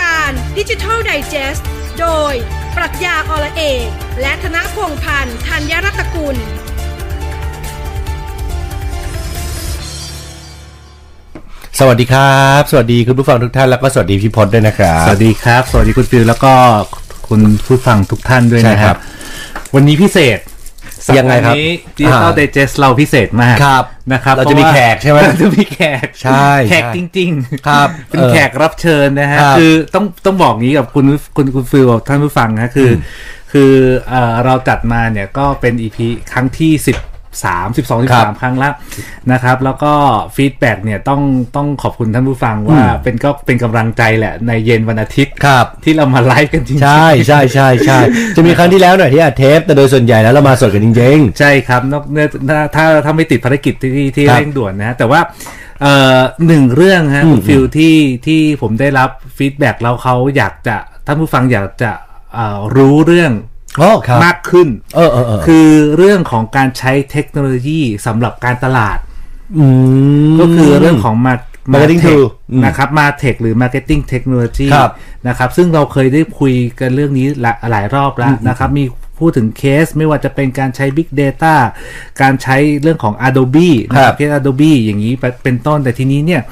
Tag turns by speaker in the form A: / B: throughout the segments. A: การดิจิทัลไดจ e s t โดย ปรัชญาอละเอกและธนพงษ์พันธ์ธัญรัตนกุล
B: สวัสดีครับ สวัสดีคุณผู้ฟังทุกท่านแล้วก็สวัสดีพี่พจน์ด้วยนะครับ
C: สวัสดีครับ สวัสดีคุณฟิลแล้วก็คุณผู้ฟังทุกท่านด้วย
B: ใช่
C: นะ
B: ค
C: ค
B: รั
C: รั
B: บบ
C: วันนี้พิเศษ
B: ยังไงครับ
C: ดิจิตอล
B: อ่า
C: เดจ s เราพิเศษมาก
B: ครับ
C: นะครับ
B: เราจะมี
C: พว่
B: แขกใช่ไหม
C: เราจะมีแขก
B: ใช่
C: แขก
B: ใช่
C: จริงๆ
B: ครับ
C: เป็น
B: เออ
C: แขกรับเชิญนะฮะ
B: ครับ
C: คือต้องต้องบอกงี้กับคุณคุณคุณฟิลกับท่านผู้ฟังนะคืออคือเอ่อเราจัดมาเนี่ยก็เป็นอีพีครั้งที่สิบสามสิบสองสิบ
B: ครั
C: สาม
B: บ
C: ครั้งละนะครับ แล้วก็ฟีดแบ็กเนี่ยต้องต้องขอบคุณท่านผู้ฟังว่าเป็นก็เป็นกำลังใจแหละในเย็นวันอาทิตย์
B: ครับ
C: ที่เรามาไลฟ์กันจริงๆ
B: ใช่ใช่ใช่ใช่จะมีครั้งที่แล้วหน่อยที่อัดเทป แต่โดยส่วนใหญ่แล้วเรามาสดกันจริง
C: ใช่ครับนอกเนื่องถ้าถ้าถ้าไม่ติดภารกิจที่ที่ที่
B: ครับ
C: เร่งด่วนนะฮะแต่ว่าเอ่อหนึ่งเรื่องฮะคุณฟิลที่ที่ผมได้รับฟีดแบ็กแล้วเขาอยากจะท่านผู้ฟังอยากจะเอ่อรู้เรื่อง
B: โอ้ครับ
C: มากขึ้น
B: เออเออเออ
C: คือเรื่องของการใช้เทคโนโลยีสำหรับการตลาด
B: ๆอืม
C: ก็คือเรื่องของมา
B: Marketing
C: Tech
B: tool อืม
C: นะครับมาเทคหรือ Marketing Technology
B: ครับ
C: นะครับ ซึ่งเราเคยได้คุยกันเรื่องนี้หลายหลายรอบแล้วนะครับ มีพูดถึงเคสไม่ว่าจะเป็นการใช้ Big Data การใช้เรื่องของ Adobe นะค
B: ครั
C: รั
B: บบ
C: เคส Adobe อย่างนี้เป็นต้นแต่ทีนี้เนี่ย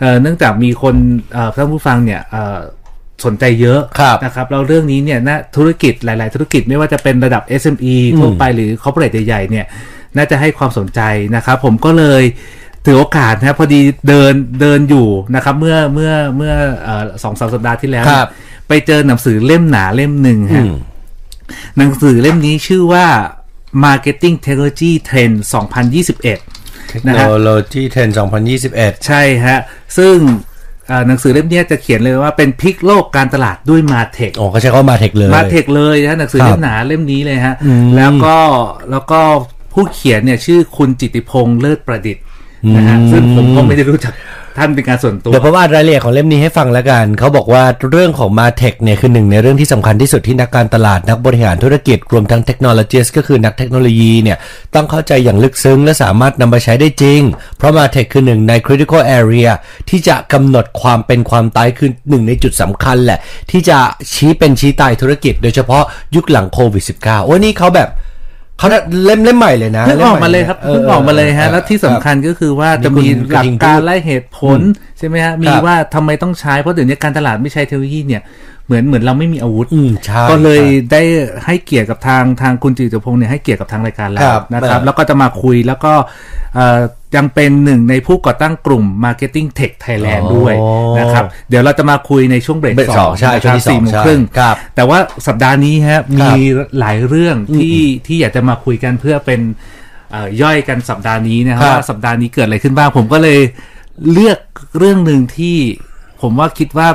C: เอ่อเนื่องจากมีคนเอ่อท่านผู้ฟังเนี่ยเอ่อสนใจเยอะ
B: ครับ
C: นะครับแล้วเรื่องนี้เนี่ยนะธุรกิจหลาย ๆ ธุรกิจไม่ว่าจะเป็นระดับ SME ทั่วไปหรือ corporate ใหญ่ๆเนี่ย น่าจะให้ความสนใจนะครับ ผมก็เลยถือโอกาสนะครับพอดีเดินเดินอยู่นะครับ เมื่อเมื่อเมื่อเอ่อสองสามสัปดาห์ที่แล้ว
B: ครับ
C: ไปเจอหนังสือเล่มหนาเล่มหนึ่งฮะหนังสือเล่มนี้ชื่อว่า Marketing Technology Trend 2021
B: เทคโนโลยีเทรน2021
C: ใช่ฮะ ซึ่งเอ่อหนังสือเล่มเนี้ยจะเขียนเลยว่าเป็นพลิกโลกการตลาดด้วยมาเทค
B: โอ้ก็ใช้คำว่ามาเทคเลย
C: มาเทคเลยนะหนังสือ
B: ครับ
C: เล่มหนาเล่มนี้เลยฮะ
B: อืม
C: แล้วก็แล้วก็ผู้เขียนเนี่ยชื่อคุณจิตติพงษ์เลิศประดิษฐ์นะฮะ
B: อืม
C: ซึ่งผมก็ไม่ได้รู้จักท่านเป็นการส่วนตัว
B: เดี๋ยวผมอ่านรายละเอียดของเล่มนี้ให้ฟังแล้วกัน เขาบอกว่าเรื่องของมาเทคเนี่ยคือหนึ่งในเรื่องที่สำคัญที่สุดที่นักการตลาดนักบริหารธุรกิจรวมทั้งเทคโนโลยีก็คือนักเทคโนโลยีเนี่ยต้องเข้าใจอย่างลึกซึ้งและสามารถนำมาใช้ได้จริง เพราะมาเทคคือหนึ่งใน critical area ที่จะกำหนดความเป็นความตายคือหนึ่งในจุดสำคัญแหละ ที่จะชี้เป็นชี้ตายธุรกิจ โดยเฉพาะยุคหลังโควิด -19 โอ้ยนี่เขาแบบเขาเล่มเล่มใหม่เลยนะ
C: เพิ่งออกมาเลยครับ
B: ให
C: เพิ่งออกมาเลยฮะ
B: ออ
C: แล้วที่สำคัญก็คือว่าจะมีหลักการและเหตุผลใช่ไหมฮะ มี
B: ครับ
C: ว่าทำไมต้องใช้เพราะเดี๋ยวนี้การตลาดไม่ใช้เทคโนโลยีเนี่ยเหมือนเหมือนเราไม่มีอาวุธ
B: อืมใช่
C: ก็เลยได้ให้เกียรติกับทางทางคุณจิตรพงศ์เนี่ยให้เกียรติกับทางรายการแล้
B: ครั
C: ว
B: บ
C: นะครับ
B: เออ
C: แล้วก็จะมาคุยแล้วก็เอ่อยังเป็นหนึ่งในผู้ก่อตั้งกลุ่ม Marketing Tech Thailand ด้วยนะครับ เดี๋ยวเราจะมาคุยในช่วงเบรก
B: เบรก
C: ส
B: ส
C: อ
B: อง งใช่
C: นะ
B: ช่วงที่สอ
C: สี่
B: ง
C: โมง
B: ใช่
C: ครึ่ง
B: ครับ
C: แต่ว่าสัปดาห์นี้ฮะ
B: ครั
C: มี
B: บ
C: หลายเรื่องที่ที่อยากจะมาคุยกันเพื่อเป็นเอ่อย่อยกันสัปดาห์นี้นะครับ
B: ครับ
C: ว่าสัปดาห์นี้เกิดอะไรขึ้นบ้าง ผมก็เลยเลือกเรื่องหนึ่งที่ผมว่าคิดว่า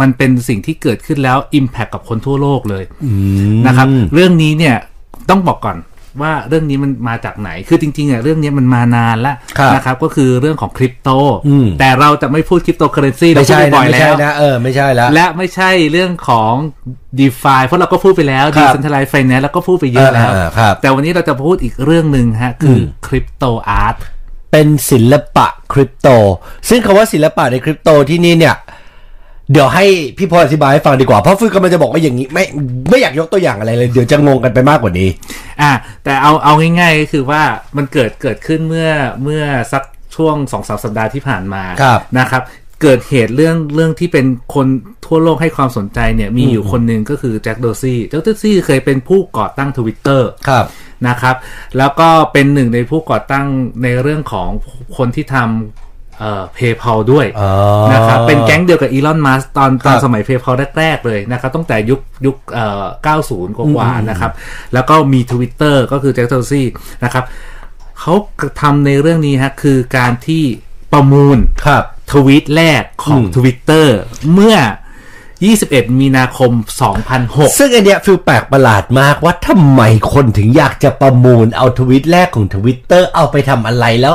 C: มันเป็นสิ่งที่เกิดขึ้นแล้ว Impact กับคนทั่วโลกเลยนะครับ เรื่องนี้เนี่ยต้องบอกก่อนว่าเรื่องนี้มันมาจากไหนคือจริงๆอ่ะเรื่องนี้มันมานานแล้ว
B: ครับ
C: นะครับก็คือเรื่องของคริปโต
B: อืม
C: แต่เราจะไม่พูดคริปโตเคอเรนซีเรา
B: ไม่ใช่
C: พูดไปบ่
B: นะ
C: อย
B: ไม่
C: แล้
B: ใช่
C: ว
B: นะเออไม่ใช่ละ
C: และไม่ใช่เรื่องของ d e f i เพราะเราก็พูดไปแล้ว
B: ครับ
C: Decentralized Finance แล้วก็พูดไปเยอะแล้ว
B: อ่าครับ
C: แต่วันนี้เราจะพูดอีกเรื่องหนึ่งฮะ คือคริปโตอาร์ต
B: เป็นศิลปะคริปโต ซึ่งคำว่าศิลปะในคริปโตที่นี่เนี่ย เดี๋ยวให้พี่พลอยอธิบายให้ฟังดีกว่า เพราะฟืนกำลังจะบอกว่าอย่างนี้ ไม่ไม่อยากยกตัวอย่างอะไรเลย เดี๋ยวจะงงกันไปมากกว่านี้
C: อ่ะแต่เอาเอาง่ายๆก็คือว่ามันเกิดเกิดขึ้นเมื่อเมื่อสักช่วงสองสามสัปดาห์ที่ผ่านมา
B: ครับ
C: นะครับ เกิดเหตุเรื่องเรื่องที่เป็นคนทั่วโลกให้ความสนใจเนี่ยมีอยู่คนหนึ่งก็คือแจ็คโดซี่แจ็คโดซี่เคยเป็นผู้ก่อตั้งทวิตเตอร์
B: ครับ
C: นะครับ แล้วก็เป็นหนึ่งในผู้ก่อตั้งในเรื่องของคนที่ทำเอ่อเพย์พาด้วย
B: อ๋อ
C: นะครับเป็นแก๊งเดียวกับอีลอนมัสตอนตอ
B: ค
C: น
B: รับ
C: สมัยเพย์พาแรก ๆ เลยนะครับตั้งแต่ยุคยุคเอ่อ90กว่า กว่าๆนะครับ แล้วก็มี Twitter ก็คือแจ็คเทลซี่นะครับเขาทำในเรื่องนี้ฮะ คือการที่ประมูล
B: ครับ
C: ทวีตแรกของ Twitter เมื่อ 21 มีนาคม 2006
B: ซึ่งไอนเนี้ยฟิลแปลกประหลาดมากว่าทำไมคนถึงอยากจะประมูลเอาทวิตแรกของทวิตเตอร์เอาไปทำอะไรแล้ว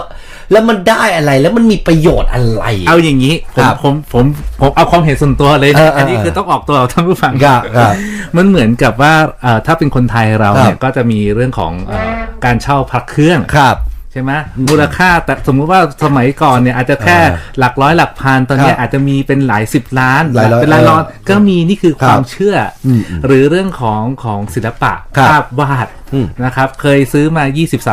B: แล้วมันได้อะไรแล้วมันมีประโยชน์อะไร
C: เอาอย่างนี้ ผ
B: ค
C: ม
B: รับ
C: ผมผมผมเอาความเห็นส่วนตัวเลย
B: เออ
C: นะ
B: เอออั
C: อันนี้คือต้องออกตัวกับท่านผู้ฟัง
B: ครับครับ
C: มันเหมือนกับว่าเอ่อถ้าเป็นคนไทยเรา
B: ค
C: เนี่
B: รั
C: ย
B: บ
C: ก็จะมีเรื่องของเออการเช่าพักเครื่อง
B: ครับ
C: ใช่ไหมมูลค่าแต่สมมุติว่าสมัยก่อนเนี่ยอาจจะแค่
B: อ่า
C: หลักร้อยหลักพันตอนเนี้
B: ค
C: ย
B: รับ
C: อาจจะมีเป็นหลายสิบล้าน
B: หลายร้อย
C: เป็นล้าน
B: เออ
C: ล้านก็มีนี่คือ
B: ครับ
C: ความเชื่ออหรือเรื่องของของศิลปะ
B: ครับ
C: ภาพวาดนะครับ เคยซื้อมา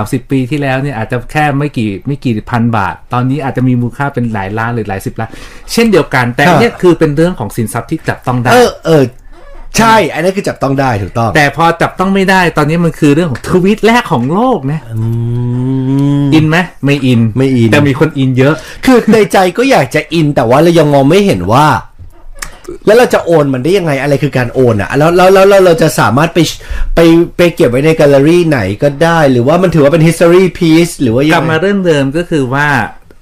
C: 20-30 ปีที่แล้วเนี่ยอาจจะแค่ไม่กี่ไม่กี่พันบาท ตอนนี้อาจจะมีมูลค่าเป็นหลายล้านหรือหลายสิบล้านเช่นเดียวกัน แต่
B: ครับ
C: เนี่ยคือเป็นเรื่องของสินทรัพย์ที่จับต้องได้
B: เออเออใช่ อันนั้นคือจับต้องได้ถูกต้อง
C: แต่พอจับต้องไม่ได้ตอนนี้มันคือเรื่องของทวิตแรกของโลกนะ
B: อืม
C: อินไหมไม่อิน
B: ไม่อิน
C: แต่มีคนอินเยอะ
B: คือในใจก็อยากจะอินแต่ว่าเรายังมองไม่เห็นว่า แล้วเราจะโอนมันได้ยังไงอะไรคือการโอนอะแล้วแล้วแล้วแล้วเราจะสามารถไปไปไปเก็บไว้ในแกลเลอรี่ไหนก็ได้ หรือว่ามันถือว่าเป็น history piece หรือว่ายั
C: กลับ
B: งไง
C: มาเรื่องเดิมก็คือว่า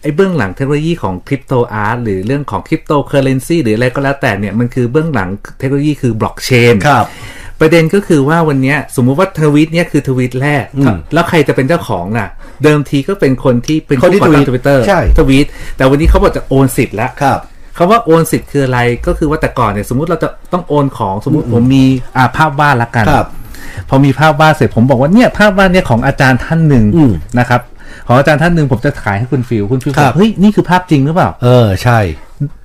C: ไอ้เบื้องหลังเทคโนโลยีของคริปโตอาร์ตหรือเรื่องของคริปโตเคอเรนซีหรืออะไรก็แล้วแต่เนี่ยมันคือเบื้องหลังเทคโนโลยีคือบล็อกเชน
B: ครับ
C: ประเด็นก็คือว่าวันเนี้ยสมมุติว่าทวิตเนี่ยคือทวิตแรก
B: อืม
C: แล้วใครจะเป็นเจ้าของล่ะ เดิมทีก็เป็นคนที่เป็น
B: คนที่
C: ผู้ก่อตั้ง
B: tweet
C: Twitter
B: ใช่
C: ทวีตแต่วันนี้เขาบอกจะโอนสิทธิ์แล้ว
B: ครับ
C: คำว่าโอนสิทธิ์คืออะไรก็คือว่าแต่ก่อนเนี่ยสมมติเราจะต้องโอนของสมมติผมมีอ่าภาพวาดละกัน
B: ครับ
C: พอมีภาพวาดเสร็จผมบอกว่าเนี่ยภาพวาดเนี่ยของอาจารย์ท่านหนึ่ง
B: อืม
C: นะครับของอาจารย์ท่านหนึ่งผมจะขายให้คุณฟิวคุณฟิว
B: ครับ บ
C: อกเฮ้ยนี่คือภาพจริงหรือเปล่า
B: เออใช่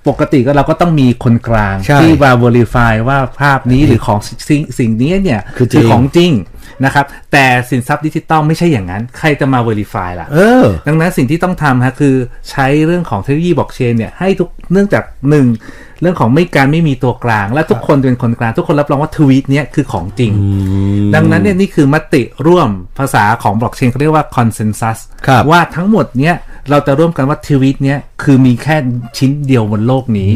C: ปกติก็เราก็ต้องมีคนกลาง
B: ใช่
C: ที่มา verify ว่าภาพนี้หรือของสิ่งสิ่งนี้เนี่ย
B: คือจริง
C: ของจริงนะครับแต่สินทรัพย์ดิจิตอลไม่ใช่อย่างนั้น ใครจะมา verify ล่ะ
B: เออ
C: ดังนั้นสิ่งที่ต้องทำฮะคือใช้เรื่องของเทคโนโลยีบล็อกเชนเนี่ยให้ทุกเนื่องจากหนึ่งเรื่องของไม่การไม่มีตัวกลาง และทุกคนเป็นคนกลาง ทุกคนรับรองว่าทวีตเนี่ยคือของจริง ดังนั้นเนี่ยนี่คือมติร่วมภาษาของบล็อกเชนเขาเรียกว่าคอนเซนแซส
B: ครับ
C: ว่าทั้งหมดเนี่ยเราจะร่วมกันว่าทวีตเนี่ยคือมีแค่ชิ้นเดียวบนโลกนี้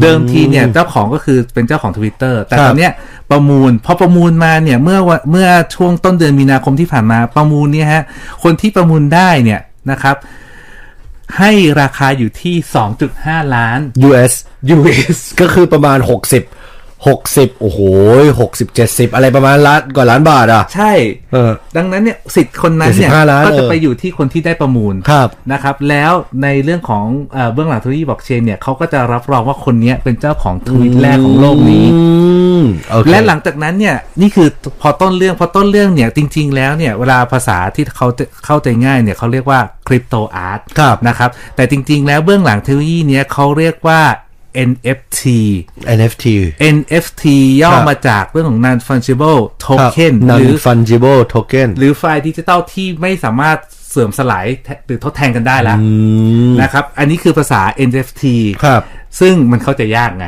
C: เดิมทีเนี่ยเจ้าของก็คือเป็นเจ้าของ Twitter แต่
B: ครับ
C: ตอนเนี้ยประมูลพอประมูลมาเนี่ยเมื่อวันเมื่อช่วงต้นเดือนมีนาคมที่ผ่านมาประมูลเนี่ยฮะคนที่ประมูลได้เนี่ยนะครับ ให้ราคาอยู่ที่ 2.5 ล้าน
B: US
C: US
B: ก็คือประมาณ 60 60 โอ้โห60 70 อะไรประมาณล้านกว่าล้านบาทอ่ะ
C: ใช่
B: เออ
C: ดังนั้นเนี่ยสิทธิ์คนนั้นเนี่ย
B: 75ล้าน
C: ก็จะ
B: เออ
C: ไปอยู่ที่คนที่ได้ประมูล
B: ครับ
C: นะครับ แล้วในเรื่องของเอ่อเบื้องหลังทวีตบล็อกเชนเนี่ยเขาก็จะรับรองว่าคนเนี้ยเป็นเจ้าของทวีตแรกของโลกนี้
B: อืมโอเค
C: และหลังจากนั้นเนี่ยนี่คือพอต้นเรื่องพอต้นเรื่องเนี่ยจริง ๆ แล้วเนี่ยเวลาภาษาที่เขาจะเข้าใจง่ายเนี่ยเขาเรียกว่าคริปโตอาร์ต
B: ครับ
C: นะครับแต่จริง ๆ แล้วเบื้องหลังเทคโนโลยีเนี่ยเขาเรียกว่า NFT
B: NFT
C: NFT ย่อมาจากเรื่องของ non fungible
B: ครับ
C: token หรือ
B: Non fungible token
C: หรือไฟล์ดิจิตอลที่ไม่สามารถเสื่อมสลายแทหรือทดแทนกันได้แล้วนะครับ อันนี้คือภาษา NFT
B: ครับ
C: ซึ่งมันเข้าใจยากไง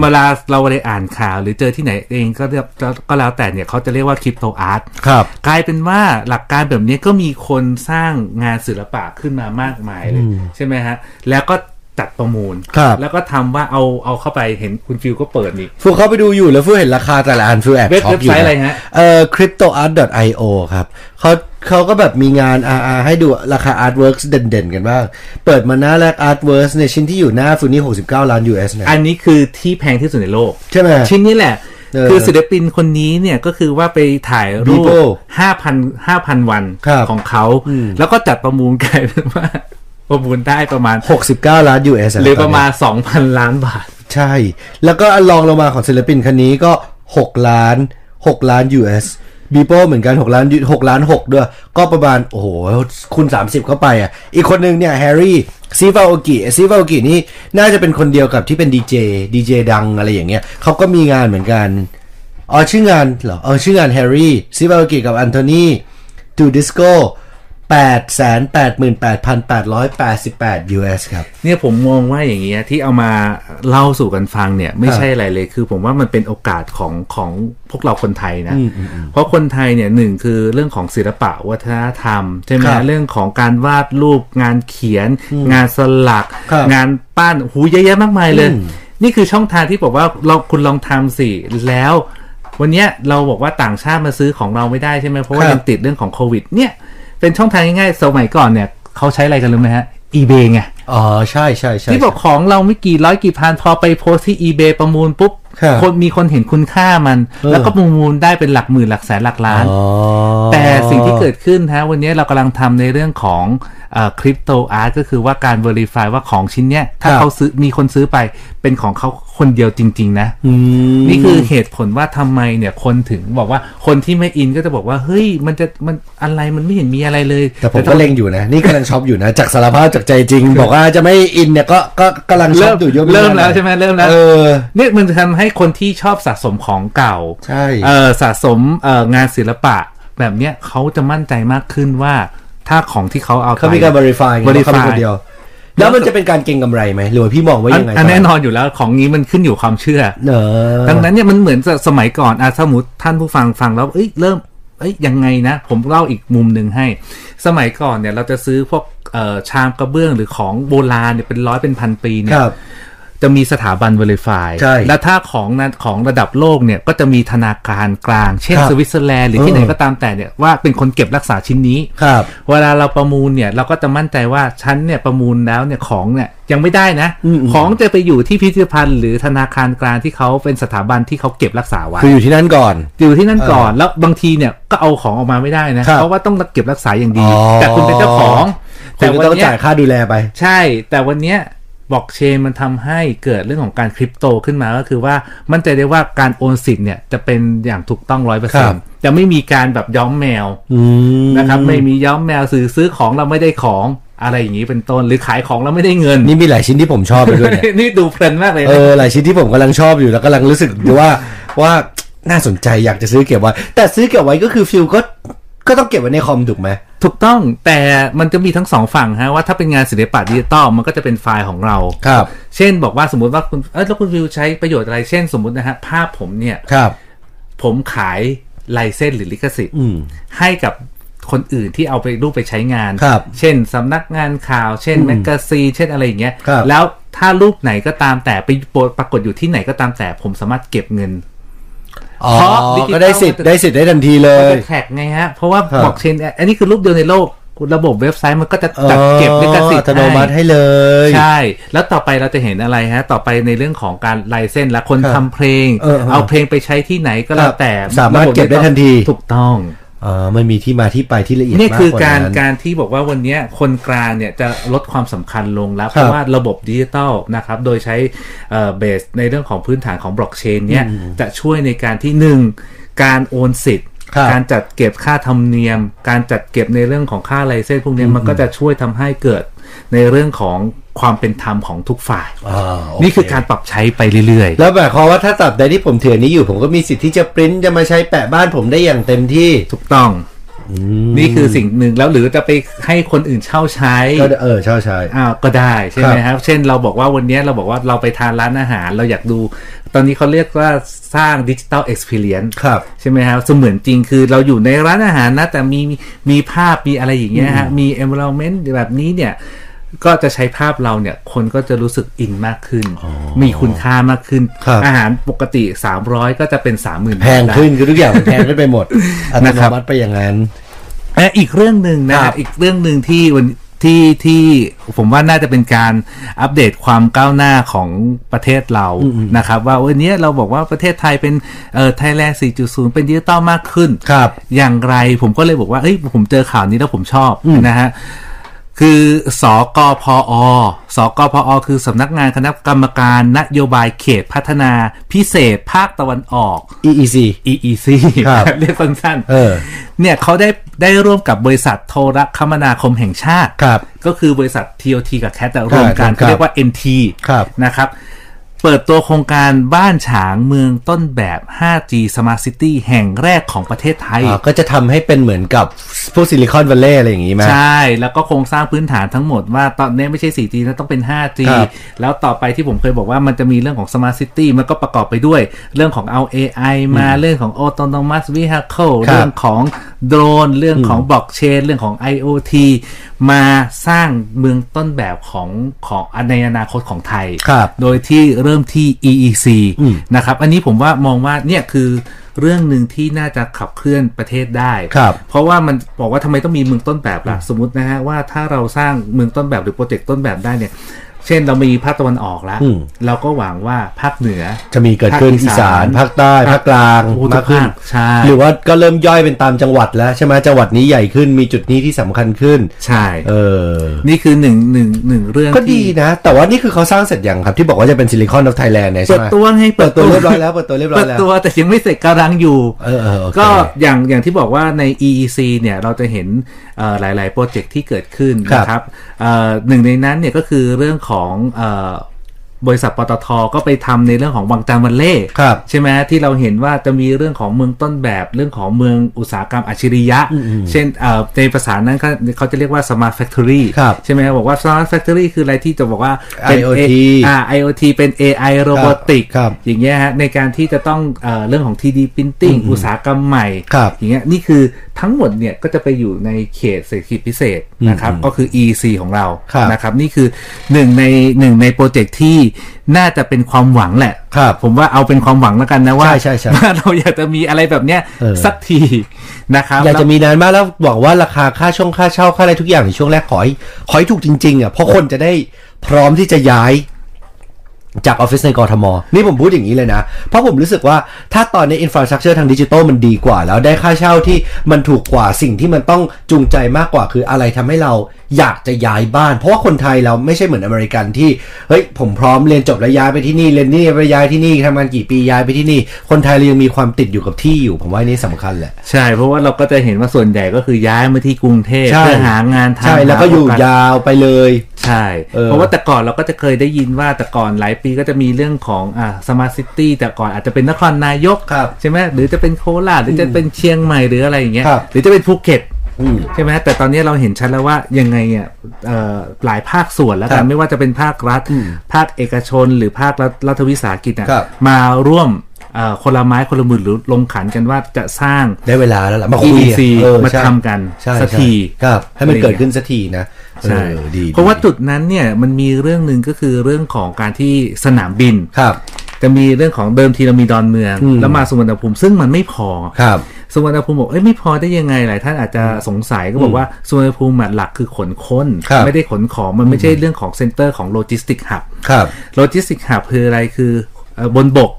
C: เวลาเราไปอ่านข่าวหรือเจอที่ไหนเองก็เรียกก็แล้วแต่เนี่ยเขาจะเรียกว่าคริปโตอาร์ต
B: ครับ
C: กลายเป็นว่าหลักการแบบนี้ก็มีคนสร้างงานศิลปะขึ้นมามากมายเลย ใช่ไหมฮะ แล้วก็จัดประมูล
B: ครับ
C: แล้วก็ทำว่าเอาเอาเข้าไปเห็นคุณฟิวก็เปิดนี่
B: ฟูเข้าไปดูอยู่แล้วฟูเห็นราคาแต่ละอันฟูแอบ
C: เว็บ
B: ช็อกอยู่
C: เว็บไซต์อะไรฮะ
B: เอ่อ cryptoart.io ครับเขาเขาก็แบบมีงาน RR ให้ดูราคา artworks เด่นๆ กันบ้าง เปิดมาหน้าแรก artworks เนี่ยชิ้นที่อยู่หน้าฟูนี่ 69 ล้าน US นะ
C: อันนี้คือที่แพงที่สุดในโลก
B: ใช่ไหม
C: ชิ้นนี้แหละ
B: เออ
C: คือศิลปินคนนี้เนี่ยก็คือว่าไปถ่ายรูป
B: Vivo
C: ห้าพันห้าพันวัน
B: ครับ
C: ของเขา แล้วก็จัดประมูล กลายเป็นว่า ประมูลได้ประมาณ
B: 69 ล้าน US นคบ
C: หรือประมาณสองพันล้านบาท
B: ใช่ แล้วก็อันรองลงมาของศิลปินคนนี้ก็ 6 ล้าน 6 ล้าน US บีโป้เหมือนกัน 6 ล้าน 6 ล้าน 6 ด้วย ก็ประมาณ โอ้โห คูณ 30 เข้าไปอ่ะ อีกคนหนึ่งเนี่ยแฮร์รี่ซีฟาโอกิซีฟาโอกินี่น่าจะเป็นคนเดียวกับที่เป็นดีเจดีเจดังอะไรอย่างเงี้ยเขาก็มีงานเหมือนกัน อ๋อ ชื่องานเหรอเออชื่องานแฮร์รี่ซีฟาโอกิกับอันโทนีดูดิสโก้888,888 US ครับ
C: เนี่ยผมมองว่าอย่างเงี้ยที่เอามาเล่าสู่กันฟังเนี่ยไม่ใช่อะไรเลยคือผมว่ามันเป็นโอกาสของของพวกเราคนไทยนะ เพราะคนไทยเนี่ยหนึ่งคือเรื่องของศิลปะวัฒนธรรมใช่ไหม
B: ครับ
C: เรื่องของการวาดรูปงานเขียน งานสลัก
B: ครับ
C: งานปั้นหูเยอะแยะมากมายเลย นี่คือช่องทางที่บอกว่าเราคุณลองทำสิแล้ว วันเนี้ยเราบอกว่าต่างชาติมาซื้อของเราไม่ได้ใช่ไหมเพราะว่า
B: ครับ
C: ยังติดเรื่องของโควิดเนี่ยเป็นช่องทางง่ายๆสมัยก่อนเนี่ยเขาใช้อะไรกันรู้ไหมฮะ eBay ไง
B: อ๋อ ใช่ใช่ใช่
C: ที่บอกของเราไม่กี่ร้อยกี่พัน พอไปโพสต์ที่ eBay ประมูลปุ๊บ
B: ครับ
C: นมีคนเห็นคุณค่ามัน
B: เออ
C: แล้วก็ประมูลได้เป็นหลักหมื่นหลักแสนหลักล้าน
B: อ๋อ
C: แต่สิ่งที่เกิดขึ้นฮะวันนี้เรากำลังทำในเรื่องของ คริปโตอาร์ตก็คือว่าการ Verify ว่าของชิ้นเนี้ยถ้า
B: ครับ
C: เขาซื้อมีคนซื้อไปเป็นของเขาคนเดียวจริง ๆ นะ นี่คือเหตุผลว่าทำไมเนี่ยคนถึงบอกว่าคนที่ไม่อินก็จะบอกว่า เฮ้ยมันจะมันอะไรมันไม่เห็นมีอะไรเลย
B: แต่ผม
C: ถ้า
B: ก็เล็งอยู่นะ นี่กำลังช็อปอยู่นะ จากสารภาพจากใจจริง บอกว่าจะไม่อินเนี่ยก็ก็กำลังช็อปอยู่เยอะาก
C: เริ่มแล้วใช่ไหมเริ่มแล้ว
B: เออ
C: เนี่ยมันทำให้คนที่ชอบสะสมของเก่า
B: ใช่
C: เออสะสมเอองานศิลปะ แบบเนี้ยเขาจะมั่นใจมากขึ้นว่าถ้าของที่เขาเอาไป
B: เขามีการ verify ไง
C: verify
B: ว่าเขาเป็นคนเดียว แล้วมันจะเป็นการเก็งกำไรไหมหรือว่าพี่มองว่า
C: อัน
B: ยังไง
C: อันแน่นอนอยู่แล้วของนี้มันขึ้นอยู่ความเชื่อ
B: เนออ
C: ดังนั้นเนี่ยมันเหมือนสมัยก่อนอะสมมติท่านผู้ฟังฟังแล้วเอ้ยเริ่มเอ้ยยังไงนะ ผมเล่าอีกมุมหนึ่งให้ สมัยก่อนเนี่ยเราจะซื้อพวกเอ่อชามกระเบื้องหรือของโบราณเนี่ยเป็นร้อยเป็นพันปีเนี่
B: ค
C: ย
B: รับ
C: จะมีสถาบัน Verify
B: ใช่
C: และถ้าของนั้นของระดับโลกเนี่ยก็จะมีธนาคารกลาง เช่น
B: ครับ
C: สวิตเซอร์แลนด์หรือที่
B: เออ
C: ไหนก็ตามแต่เนี่ยว่าเป็นคนเก็บรักษาชิ้นนี้
B: ครับ
C: เวลาเราประมูลเนี่ย เราก็จะมั่นใจว่าชั้นเนี่ยประมูลแล้วเนี่ยของเนี่ยยังไม่ได้นะ
B: อืมอืม
C: ของจะไปอยู่ที่พิพิธภัณฑ์หรือธนาคารกลางที่เขาเป็นสถาบันที่เขาเก็บรักษาไว้
B: คืออยู่ที่นั่นก่อน
C: อยู่ที่นั่นก่อนแล้วบางทีเนี่ยก็เอาของออกมาไม่ได้นะ
B: ครับ
C: เพราะว่าต้องเก็บรักษาอย่างดี
B: อ๋อ
C: แต่คุณเป็นเจ้าของ
B: คุณก็ต้อง
C: เนี้
B: จ่ายค่าดูแลไป
C: ใช่ แต่วันเนี้ยบล็อกเชนมันทำให้เกิดเรื่องของการคริปโตขึ้นมาก็คือว่ามั่นใจได้ว่าการโอนสิทธิ์เนี่ยจะเป็นอย่างถูกต้องร้อยเปอร์
B: ค
C: เซ็
B: รั
C: น
B: บ
C: ต์จะไม่มีการแบบย้อมแมว
B: อืม
C: นะครับไม่มีย้อมแมวซื้อซื้อของเราไม่ได้ของอะไรอย่างนี้เป็นต้นหรือขายของเราไม่ได้เงิน
B: นี่มีหลายชิ้นที่ผมชอบไปด้วยเนี่ย
C: นี่ ดูเพลินมากเลย
B: เอ
C: นะ
B: อหลายชิ้นที่ผมกำลังชอบอยู่แล้วกำลังรู้สึกว่าว่าน่าสนใจอยากจะซื้อเก็บไว้ แต่ซื้อเก็บไว้ก็คือฟิลก็ก็ต้องเก็บไว้ในคอมถูกไหม
C: ถูกต้องแต่มันจะมีทั้งสองฝั่งฮะว่าถ้าเป็นงานศิลปะดิจิตอลมันก็จะเป็นไฟล์ของเรา
B: ครับ
C: เช่นบอกว่าสมมติว่าคุณเออแล้วคุณวิวใช้ประโยชน์อะไรเช่นสมมตินะฮะภาพผมเนี่ย
B: ครับ
C: ผมขายลายเส้นหรือลิขสิทธิ์
B: อืม
C: ให้กับคนอื่นที่เอาไปรูปไปใช้งาน
B: ครับ
C: เช่นสำนักงานข่าว เช่นแมกกาซีนเช่นอะไรอย่างเงี้ย
B: ครับ
C: แล้วถ้ารูปไหนก็ตามแต่ไปปรากฏอยู่ที่ไหนก็ตามแต่ ผมสามารถเก็บเงิน
B: อ๋อ
C: เพราะดิจิทัล
B: ก็ได้สิทธิ์ได้สิทธิ์ได้ทันทีเล
C: ก็
B: ย
C: จะแท็กไงฮะ เพราะว่า
B: ครับ
C: บล็อกเชนอันนี้คือรูปเดียวในโลกระบบเว็บไซต์มันก็จะจัดเก็บลิขสิทธิ์
B: อ๋ออัตโนมัติให้เลย
C: ใช่ แล้วต่อไปเราจะเห็นอะไรฮะ ต่อไปในเรื่องของการลายเส้นและคน
B: ครับ
C: ทำเพลง
B: เออๆ
C: เอาเพลงไปใช้ที่ไหนก็แล้
B: ค
C: ว
B: รับ
C: แต่
B: สามารถเก็บได้ทันที
C: ถูกต้อง
B: อ๋อมันมีที่มาที่ไปที่ละเอียด
C: นี่
B: มาก
C: คือก
B: ว่า
C: การ
B: นั้น
C: การที่บอกว่าวันเนี้ยคนกลางเนี่ยจะลดความสำคัญลงแล้ว
B: ค
C: เพ
B: รับ
C: ราะว่าระบบดิจิตอลนะครับ โดยใช้เบสในเรื่องของพื้นฐานของบล็อกเชนเนี่ยจะช่วยในการที่หนึ่งการโอนสิทธิ์
B: ครับ
C: การจัดเก็บค่าธรรมเนียม การจัดเก็บในเรื่องของค่าไลเซนส์พวกเนี้ยมันก็จะช่วยทำให้เกิดในเรื่องของความเป็นธรรมของทุกฝ่าย
B: อ่าโอเค
C: นี่คือการปรับใช้ไปเรื่อย
B: แล้วหมายความว่าถ้าตับใดที่ผมถืออนนี้อยู่ผมก็มีสิทธิ์ที่จะปริ้นจะมาใช้แปะบ้านผมได้อย่างเต็มที่
C: ๆ ถูกต้อง นี่คือสิ่งหนึ่งแล้วหรือจะไปให้คนอื่นเช่าใช้
B: ก็เออใช่ใช่
C: อ้าวก็ได้ใช่ไหม
B: ครับ
C: ครับ เช่นเราบอกว่าวันเนี้ยเราบอกว่าเราไปทานร้านอาหาร เราอยากดู ตอนนี้เขาเรียกว่าสร้างดิจิตอลเอ็กซ์เพ c e
B: ครับ
C: ใช่ไหมครับเสมือนจริงคือเราอยู่ในร้านอาหารนะ แต่มีมีมีภาพมีอะไรอย่างเงี้ยฮะ มี environment แบบนี้เนี่ย ก็จะใช้ภาพเราเนี่ย คนก็จะรู้สึกอินมากขึ้น มีคุณค่ามากขึ้น
B: ครับ
C: อาหารปกติ 300 ก็จะเป็น 30,000
B: แพงขึ้นคือทุกอย่างมันแพงขึ้นไปหมดอัตโนมัติไปอย่างนั้น
C: เอ่ออีกเรื่องหนึ่งนะ
B: ค
C: ค
B: รั
C: รั
B: บบ
C: อีกเรื่องหนึ่งที่วันที่ที่ผมว่าน่าจะเป็นการอัปเดตความก้าวหน้าของประเทศเรานะครับ ว่าวันนี้เราบอกว่าประเทศไทยเป็นเอ่อไทยแลนด์ 4.0 เป็นดิจิตอลมากขึ้น
B: ครับ
C: อย่างไรผมก็เลยบอกว่าเอ้ยผมเจอข่าวนี้แล้วผมชอบนะฮะ คือสกพอสกพอคือสำนักงานคณะกรรมการนโยบายเขตพัฒนาพิเศษภาคตะวันออก
B: EEC
C: EEC
B: ครับ
C: เรียกสั้นๆ
B: เออ
C: เนี่ยเขาได้ได้ร่วมกับบริษัทโทรคมนาคมแห่งชาติ
B: ครับ
C: ก็คือบริษัท TOT กับ CAT อะรวมกัน
B: ครับ
C: เขาเรียกว่า NT
B: ครับ
C: นะครับ เปิดตัวโครงการบ้านฉางเมืองต้นแบบ 5G Smart City แห่งแรกของประเทศไทย
B: อ่าก็จะทำให้เป็นเหมือนกับพวกซิลิคอนวัลเลย์อะไรอย่างนี้ไหม
C: ใช่ แล้วก็โครงสร้างพื้นฐานทั้งหมดว่าตอนนี้ไม่ใช่ 4G นะต้องเป็น 5G
B: ครับ
C: แล้วต่อไปที่ผมเคยบอกว่ามันจะมีเรื่องของ Smart City มันก็ประกอบไปด้วย เรื่องของเอา AI มาเรื่องของ Autonomous Vehicle
B: ครับ
C: เรื่องของโดรน เรื่องของบล็อกเชนเรื่องของ IoT มาสร้างเมืองต้นแบบของของในอนาคตของไทย
B: ครับ
C: โดยที่เริ่มที่ EEC นะครับอันนี้ผมว่ามองว่าเนี่ยคือเรื่องหนึ่งที่น่าจะขับเคลื่อนประเทศได้
B: ครับ
C: เพราะว่ามันบอกว่าทำไมต้องมีเมืองต้นแบบล่ะ สมมตินะฮะว่าถ้าเราสร้างเมืองต้นแบบหรือโปรเจกต์ต้นแบบได้เนี่ย เช่นเรามีภาคตะวันออกแล้ว
B: อืม
C: เราก็หวังว่าภาคเหนือ
B: จะมีเกิดขึ้นอีสานภาคใต้ภาคกลาง
C: โอ้โห
B: มากขึ้น
C: ทุกภาคใช่
B: หรือว่าก็เริ่มย่อยเป็นตามจังหวัดแล้วใช่ไหมจังหวัดนี้ใหญ่ขึ้นมีจุดนี้ที่สำคัญขึ้น
C: ใช่
B: เออ
C: นี่คือหนึ่งหนึ่งหนึ่งเรื่อง
B: ก็
C: ที่
B: ดีนะ แต่ว่านี่คือเขาสร้างเสร็จยังครับ ที่บอกว่าจะเป็นซิลิคอน o อ t ไทยแลนด์เนี่ย
C: เปิ
B: ใช่
C: ด
B: ไหม
C: ตัวให้
B: เปิดตัวเรียบร้อยแล้วเปิดตัวเรียบร้อ
C: เปิ
B: ย
C: ด
B: แล้ว
C: ตัวแต่ยังไม่เสร็จกำลังอยู่
B: เออเออโอเค
C: ก็อย่างอย่างที่บอกว่าใน EEC เนี่ยเราจะเห็นเอ่อหลาย ๆ โปรเจกต์ที่เกิดขึ้น
B: ครับ
C: นะครับเอ่อหนึ่งในนั้นเนี่ยก็คือเรื่องของเอ่อบริษัทปตทก็ไปทำในเรื่องของวังจันทร์วันเล่
B: ครับ
C: ใช่ไหมที่เราเห็นว่าจะมีเรื่องของเมืองต้นแบบเรื่องของเมืองอุตสาหกรรมอัจฉริยะ เช่นเอ่อในภาษานั้นเขาเขาจะเรียกว่า smart factory
B: ครับ
C: ใช่ไหมบอกว่า smart factory คืออะไรที่จะบอกว่าเป็น
B: IoT
C: อ่า IoT เป็น AI robotic
B: ครับ
C: อย่างเงี้ยฮะในการที่จะต้องเออเรื่องของ 3D Printing อุตสาหกรรมใหม่
B: ครับ
C: อย่างเงี้ยนี่คือทั้งหมดเนี่ยก็จะไปอยู่ในเขตเศรษฐกิจพิเศษนะครับก็คือ EC ของเรา
B: ครับ
C: นะครับนี่คือหนึ่งในหนึ่งในโปรเจกต์ที่น่าจะเป็นความหวังแหละ
B: ครับ
C: ผมว่าเอาเป็นความหวังแล้วกันนะว่า
B: ใช่ใช่ใช่
C: ว่าเราอยากจะมีอะไรแบบเนี้ย
B: เออ
C: สักทีนะครับ
B: อยากจะมีนานมากแล้วบอกว่าราคาค่าช่องค่าเช่าค่าอะไรทุกอย่างในช่วงแรกขอให้ขอให้ถูกจริงๆอ่ะเพราะคนจะได้พร้อมที่จะย้ายจากออฟฟิศในกรทม นี่ผมพูดอย่างนี้เลยนะ เพราะผมรู้สึกว่าถ้าตอนนี้อินฟราสตรักเจอร์ทางดิจิตอลมันดีกว่า แล้วได้ค่าเช่าที่มันถูกกว่าสิ่งที่มันต้องจูงใจมากกว่า คืออะไรทำให้เราอยากจะย้ายบ้าน เพราะว่าคนไทยเราไม่ใช่เหมือนอเมริกันที่เฮ้ยผมพร้อมเรียนจบแล้วย้ายไปที่นี่เรียนนี่ไปย้ายที่นี่ทำงานกี่ปีย้ายไปที่นี่ คนไทยเรายังมีความติดอยู่กับที่อยู่ ผมว่านี่สำคัญแหละ
C: ใช่เพราะว่าเราก็จะเห็นว่าส่วนใหญ่ก็คือย้ายมาที่กรุงเทพ
B: ใช่
C: เพื่อหางานทำ
B: ใช่แล้วก็อยู่
C: หาโาส
B: ยาวไปเลย
C: ใช่
B: เออ
C: เพราะว่าแต่ก่อนเราก็จะเคยได้ยินว่าแต่ก่อนหลายปีก็จะมีเรื่องของอ่าสมาร์ทซิตี้แต่ก่อนอาจจะเป็นนครนายก
B: ครับ
C: ใช่ไหมหรือจะเป็นโคราชหรือจะเป็นเชียงใหม่หรืออะไรอย่างเงี้ย
B: ครับ
C: หรือจะเป็นภูเก็ต
B: อืม
C: ใช่ไหมแต่ตอนนี้เราเห็นชัดแล้วว่ายังไงเนี่ยเอ่อหลายภาคส่วนแล้ว
B: ค
C: กั
B: รั
C: น
B: บ
C: ไม่ว่าจะเป็นภาครัฐ ภาคเอกชน หรือภาครัฐรัฐวิสาหกิจนะครับ มาร่วมเอ่อคนละไม้คนละมือหรือลงขันกันว่าจะสร้าง
B: ได้เวลาแล้วล่ะมาคุย
C: EDC
B: เออ
C: มา
B: ใช่
C: ทำกัน
B: ใช่
C: สักที
B: ใช่ครับ ให้มันเกิดขึ้นสักทีนะ
C: ใช่
B: เออดี
C: เพราะว่าจุดนั้นเนี่ยมันมีเรื่องหนึ่งก็คือเรื่องของการที่สนามบิน
B: ครับ
C: จะมีเรื่องของเดิมทีเรามีดอนเมือง
B: อืม
C: แล้วมาสุวรรณภูมิซึ่งมันไม่พอ
B: ครับ
C: สุวรรณภูมิบอกเอ้ยไม่พอได้ยังไงหลายท่านอาจจะสงสัยก็บอกว่าสุวรรณภูมิหลักคือขนคน
B: ครับ
C: ไม่ได้ขนของมันไม่ใช่เรื่องของเซ็นเตอร์ของโลจิสติกหับ
B: ครับ
C: โลจิสติกหับคืออะไรคือเอ่อบนบก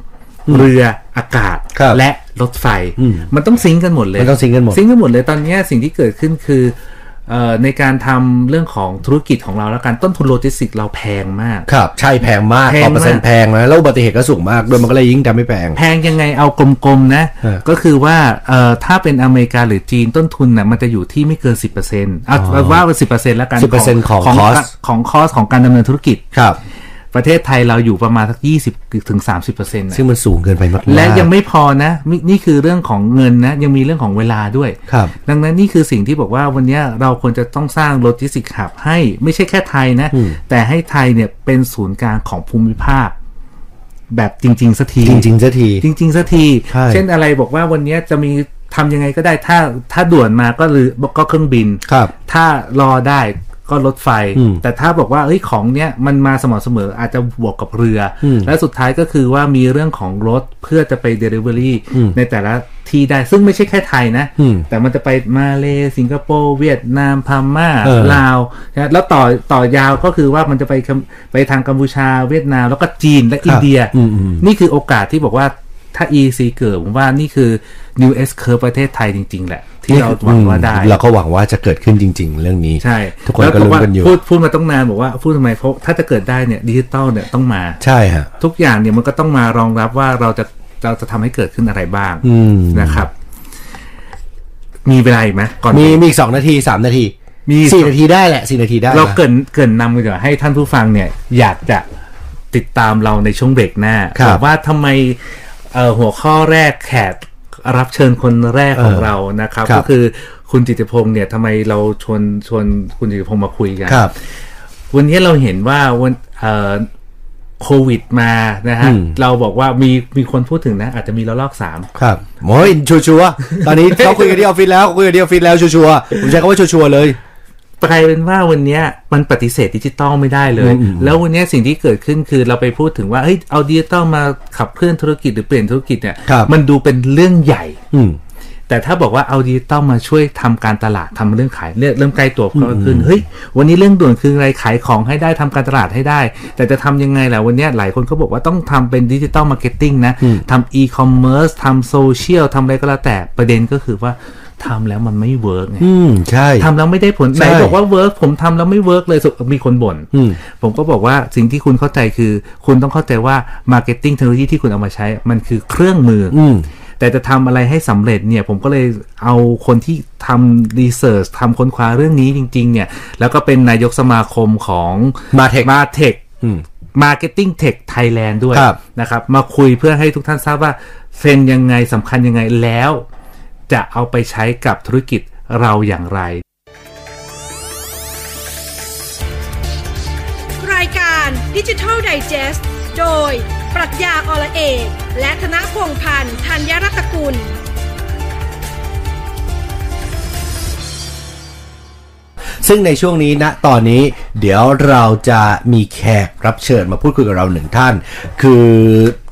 C: เรืออากาศ
B: ครับ
C: และรถไฟ
B: อืม
C: มันต้องซิงก์กันหมดเลย
B: มันต้องซิงก์กันหมด
C: ซิงก์กันหมดเลยตอนเนี้ยสิ่งที่เกิดขึ้นคือเอ่อในการทำเรื่องของธุรกิจของเราแล้วการต้นทุนโลจิสติกเราแพงมาก
B: ครับ ใช่แพงมาก
C: แพง
B: ต่อ
C: มาก
B: เปอร์เซ็นต์แพงนะแล้วอุบัติเหตุก็สูงมากด้วยมันก็เลยยิ่งทำให้แพง
C: แพงยังไงเอากลมๆนะ
B: เออ
C: ก็คือว่าเอ่อถ้าเป็นอเมริกาหรือจีนต้นทุนน่ะมันจะอยู่ที่ไม่เกิน 10%เอาเอาว่าเป็นสิแล้วกัน
B: 10%ของ
C: ของ
B: cost
C: ของคอสของการดำเนินธุรกิจ
B: ครับ
C: ประเทศไทยเราอยู่ประมาณสัก 20ถึง30%นะ
B: ซึ่งมันสูงเกินไปมากๆ
C: และยังไม่พอนะมินี่คือเรื่องของเงินนะ ยังมีเรื่องของเวลาด้วย
B: ครับ
C: ดังนั้นนี่คือสิ่งที่บอกว่าวันเนี้ยเราควรจะต้องสร้างโลจิสติกหับให้ไม่ใช่แค่ไทยนะ แต่ให้ไทยเนี่ยเป็นศูนย์กลางของภูมิภาค แบบจริง ๆสักที
B: จริงๆสักที
C: จริงๆสักที
B: ใช่
C: เช่นอะไรบอกว่าวันเนี้ยจะมีทำยังไงก็ได้ถ้าถ้าด่วนมาก็หรือก็เครื่องบิน
B: ครับ
C: ถ้ารอได้ก็รถไฟ
B: อืม
C: แต่ถ้าบอกว่าเอ้ยของเนี้ยมันมาสม่ำเสมออาจจะบวกกับเรืออ
B: ม
C: และสุดท้ายก็คือว่ามีเรื่องของรถเพื่อจะไป Delivery
B: อืม
C: ในแต่ละที่ได้ซึ่งไม่ใช่แค่ไทยนะ
B: อืม
C: แต่มันจะไปมาเลสิงคโปร์เวียดนามพม่า
B: เออ
C: ลาวนะแล้วต่อต่อยาวก็คือว่ามันจะไปกัมไปทางกัมพูชา เวียดนาม แล้วก็จีนและอินเดีย
B: อืมอืม
C: นี่คือโอกาสที่บอกว่าถ้า EC เกิดผมว่านี่คือ New S Curve ประเทศไทยจริง ๆ แหละ ที่เราหวังว่าได้
B: เราก็หวังว่าจะเกิดขึ้นจริง ๆ เรื่องนี้
C: ใช่
B: ทุกคน
C: แล้ว
B: ก็
C: บ
B: รู้
C: อว่า
B: กันอยู่
C: พูดพูดมาต้องนานบอกว่าพูดทำไมเพราะถ้าจะเกิดได้เนี่ยดิจิตอลเนี่ยต้องมา
B: ใช่ฮะ
C: ทุกอย่างเนี่ยมันก็ต้องมารองรับว่าเราจะเราจะทำให้เกิดขึ้นอะไรบ้าง
B: อืม
C: นะครับ มีเวลาอีกไหมก่อน
B: มีมีอีกสองนาทีสามนาที
C: มี
B: สี่นาทีได้แหละสี่นาทีได้
C: เรา
B: นะ
C: เกรินเกรินนำกันเดี๋ยวาให้ท่านผู้ฟังเนี่ย อยากจะติดตามเราในช่วงเบรกหน้า
B: ครับ
C: บอกว่าทำไมเอ่อหัวข้อแรกแขกรับเชิญคนแรกของ
B: เออ
C: เรานะครับ
B: ครับ
C: ก็คือคุณจิตรพงศ์เนี่ยทำไมเราชวนชวนคุณจิตรพงศ์มาคุยกัน
B: ครับ
C: วันนี้เราเห็นว่าวันเอ่อโควิดมานะฮะ
B: อืม
C: เราบอกว่ามีมีคนพูดถึงนะอาจจะมีระลอกสาม
B: ครับโอ้ยชัวร์ๆต อนนี้เขาคุยกันที่ออฟฟิศแล้วคุยกันที่ออฟฟิศแล้วชัวร์ๆผมใช้คำว่าชัวร์ๆเลย
C: กลายเป็นว่าวันเนี้ยมันปฏิเสธดิจิตอลไม่ได้เลย
B: อืม
C: แล้ววันเนี้ยสิ่งที่เกิดขึ้นคือเราไปพูดถึงว่าเฮ้ยเอาดิจิตอลมาขับเคลื่อนธุรกิจหรือเปลี่ยนธุรกิจเนี่ย
B: ครับ
C: มันดูเป็นเรื่องใหญ่
B: อืม
C: แต่ถ้าบอกว่าเอาดิจิตอลมาช่วยทำการตลาดทำเรื่องขายเรื่องเริ่มใกล้ตัวก็ขึ้นเฮ้ยวันนี้เรื่องด่วนคืออะไรขายของให้ได้ทำการตลาดให้ได้ แต่จะทำยังไงล่ะวันเนี้ยหลายคนก็บอกว่าต้องทำเป็นดิจิตอลมาร์เก็ตติ้งนะทำอีคอมเมิร์ซทำโซเชียลทำอะไรก็แล้วแต่ประเด็นก็คือว่าทำแล้วมันไม่เวิร์กไง
B: อืมใช่
C: ทำแล้วไม่ได้ผลไห
B: ใช่
C: นบอกว่าเวิร์กผมทำแล้วไม่เวิร์กเลยสุมีคนบ่น
B: อืม
C: ผมก็บอกว่าสิ่งที่คุณเข้าใจคือ คุณต้องเข้าใจว่า Marketing เทคโนโลยีที่คุณเอามาใช้ มันคือเครื่องมืออ
B: อืม
C: แต่จะทำอะไรให้สำเร็จเนี่ย ผมก็เลยเอาคนที่ทำรีเสิร์ชทำค้นคว้าเรื่องนี้จริง ๆ เนี่ย แล้วก็เป็นนายกสมาคมของ
B: Martech
C: มาเทค
B: อืม
C: Marketing Tech Thailand ด้วย
B: ครับ
C: นะครับ มาคุยเพื่อให้ทุกท่านทราบว่าเทรนด์ยังไงสำคัญยังไงแล้ว จะเอาไปใช้กับธุรกิจเราอย่างไร
A: รายการดิจิทัลไดจ e s t โดย ปรัชญาอละเอกและธนพงษ์พันธ์ธัญรัตนกุล
B: ซึ่งในช่วงนี้นะตอนนี้เดี๋ยวเราจะมีแขกรับเชิญมาพูดคุยกับเราหนึ่งท่าน คือ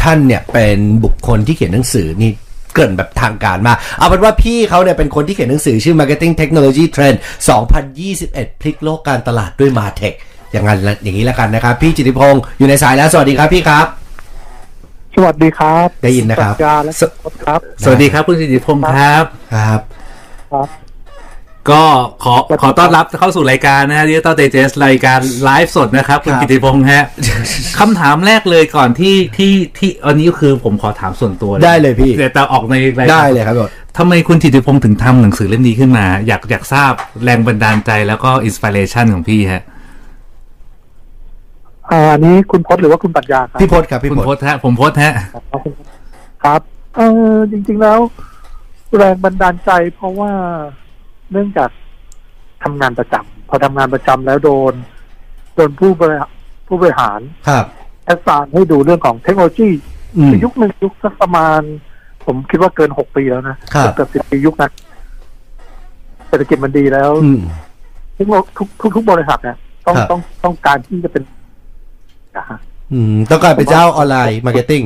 B: ท่านเนี่ยเป็นบุคคลที่เขียนหนังสือนี่เกรินแบบทางการมา เอาเป็นว่าพี่เขาเนี่ยเป็นคนที่เขียนหนังสือชื่อ Marketing Technology Trend 2021 พลิกโลกการตลาดด้วย Martech อย่างนั้นละอย่างนี้แล้วกันนะครับ พี่จิติพงศ์อยู่ในสายแล้วสวัสดีครับพี่ครับ
D: สวัสดีครับ
B: ได้ยินนะครับ
D: สัญญาและสดครับ
C: สวัสดีครับคุณสิริพงศ์ครับ
B: ครับ
D: ครับ
C: ก็ขอขอต้อนรับเข้าสู่รายการนะฮะดิจิตอลเตจสรายการไลฟ์สดนะครับ คุณ
B: ครับ
C: กิติพงศ์ฮะ คำถามแรกเลยก่อนที่ที่ที่อันนี้ก็คือผมขอถามส่วนตัว
B: ได้เลยพี่
C: แต่แต่ออกในรายการ
B: ได้เลยครับ
C: ทำไมคุณจิตติพงศ์ถึงทำหนังสือเล่มนี้ขึ้นมา อยากอยากทราบแรงบันดาลใจแล้วก็อินสปิเรชันของพี่ฮะ
D: อ่าอันนี้คุณพจน์หรือว่าคุณปรัญญาครับ
B: พี่พศครับพี่
C: คุณ
B: พศ
C: โพสฮะ ผมโพสฮะ
D: ครับ เออจริง ๆแล้ว แรงบันดาลใจ เพราะว่าเนื่องจากทำงานประจำพอทำงานประจำแล้วโดน โดนผู้บริหารผู้บริหาร
B: ครับ
D: แอสซานให้ดูเรื่องของเทคโนโลยี
B: อืม
D: ยุคหนึ่งยุคสักประมาณ ผมคิดว่าเกินหกปีแล้วนะครับ เกือบสิบ10ปียุคนั้นเศรษฐกิจมันดีแล้ว
B: อืม
D: ทุกทุกทุกทุกบริษัทเนี่ยต้อง
B: ครับ
D: ต้องต้องการที่จะเป็นนะฮะ
B: อืมต้องการเป็นเจ้าออนไลน์มาร์เก็ตติ้ง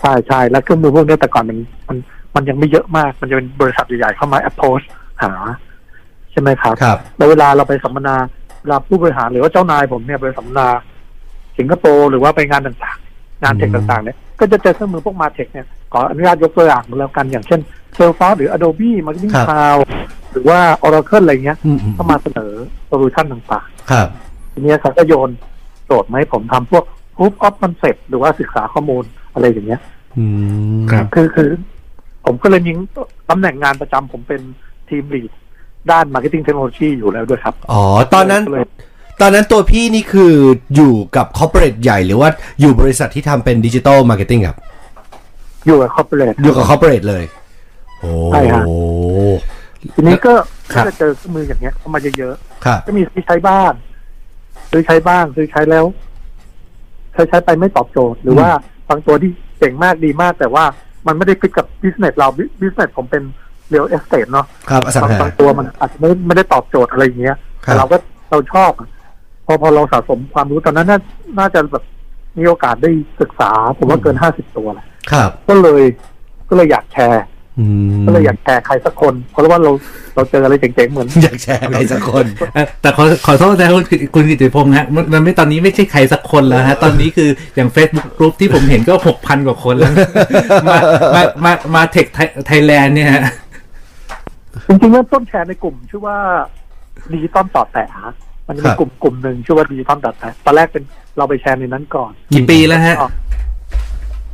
D: ใช่ใช่แล้วเครื่องมือพวกเนี้ยแต่ก่อนมันมันมันยังไม่เยอะมาก มันจะเป็นบริษัทใหญ่ๆเข้ามาแอปโพสหา ใช่ไหมครับ
B: ครับ
D: แล้วเวลาเราไปสัมมนาเวลาผู้บริหารหรือว่าเจ้านายผมเนี่ยไปสัมมนาสิงคโปร์หรือว่าไปงานต่างๆ งานเทค
B: อืม
D: ต่างๆเนี่ยก็จะเจอเครื่องมือพวกมาเทคเนี่ยขออนุญาตยกตัวอย่างแล้วกันอย่างเช่น s a l e s f o r c e หรือ Adobe Marketing Cloud หรือว่า Oracle อะไรเงี้ย
B: อืมอืม
D: เข้ามาเสนอโซลูชันต่างๆ
B: ครับ
D: ทีเนี้ยเขาก็โยนโจทย์มาให้ผมทำพวก proof of concept หรือว่าศึกษาข้อมูลอะไรอย่างเงี้ย
B: อืม
C: ครับ
D: คือคือผมก็เลยยิงตำแหน่งงานประจำผมเป็นทีมลีดด้าน Marketing Technology อยู่แล้วด้วยครับ
B: อ๋อ ตอนนั้น
D: เลย
B: ตอนนั้นตัวพี่นี่คืออยู่กับคอร์ปอเรทใหญ่หรือว่าอยู่บริษัทที่ทำเป็นดิจิตอลมาร์เก็ตติ้งครับ
D: อยู่กับ Corporate
B: อยู่กับคอร์ปอเรทเลย โอ้
D: ใช่ฮะ ทีนี้ก็
C: ครับ
D: ก็จะเจอเครื่องมืออย่างเงี้ยเข้ามาเยอะ
B: ครับ
D: ๆก็มีซื้อใช้บ้างซื้อใช้บ้างซื้อใช้แล้วใช้ใช้ไปไม่ตอบโจทย์ หรือว่าบางตัวที่เจ๋งมากดีมาก แต่ว่ามันไม่ได้ฟิตกับ business เรา business ผมเป็น real estate เนาะ
B: ครับอสัง
D: บาง
B: หา
D: บางตัวมันอาจจะไม่ไม่ได้ตอบโจทย์อะไรอย่างเงี้ย
B: ครับ
D: แต่เราก็เราชอบอะพอพอเราสะสมความรู้ตอนนั้นน่าน่าจะแบบมีโอกาสได้ศึกษา ผมว่าเกินห้าสิบตัวแหละ
B: ครับ
D: ก็เลย ก็เลยอยากแชร์
B: อืม
D: ก็เลยอยากแชร์ใครสักคนเพราะว่าเราเราเจออะไรเจ๋งๆเหมือน
B: อยากแชร์ใครสักคน
C: เอ่อแต่ขอขอโทษนะคุณคุณกิติพงศ์ฮะมันมันไม่ตอนนี้ไม่ใช่ใครสักคนแล้วฮะ ตอนนี้คืออย่าง Facebook กลุ่มที่ผมเห็นก็หกพันกว่าคนแล้ว มามามามาเทคไทยแลนด์เนี่ยฮะ
D: จริงๆเริ่มต้นแชร์ในกลุ่ม ชื่อว่าดิจิตอลต่อแต่ฮะมัน
B: ค
D: จะมี
B: รับ
D: กลุ่มกลุ่มหนึ่งชื่อว่าดิจิตอลต่อแต่ตอนแรกเป็นเราไปแชร์ในนั้นก่อน
C: กี่ปีแล้วฮะ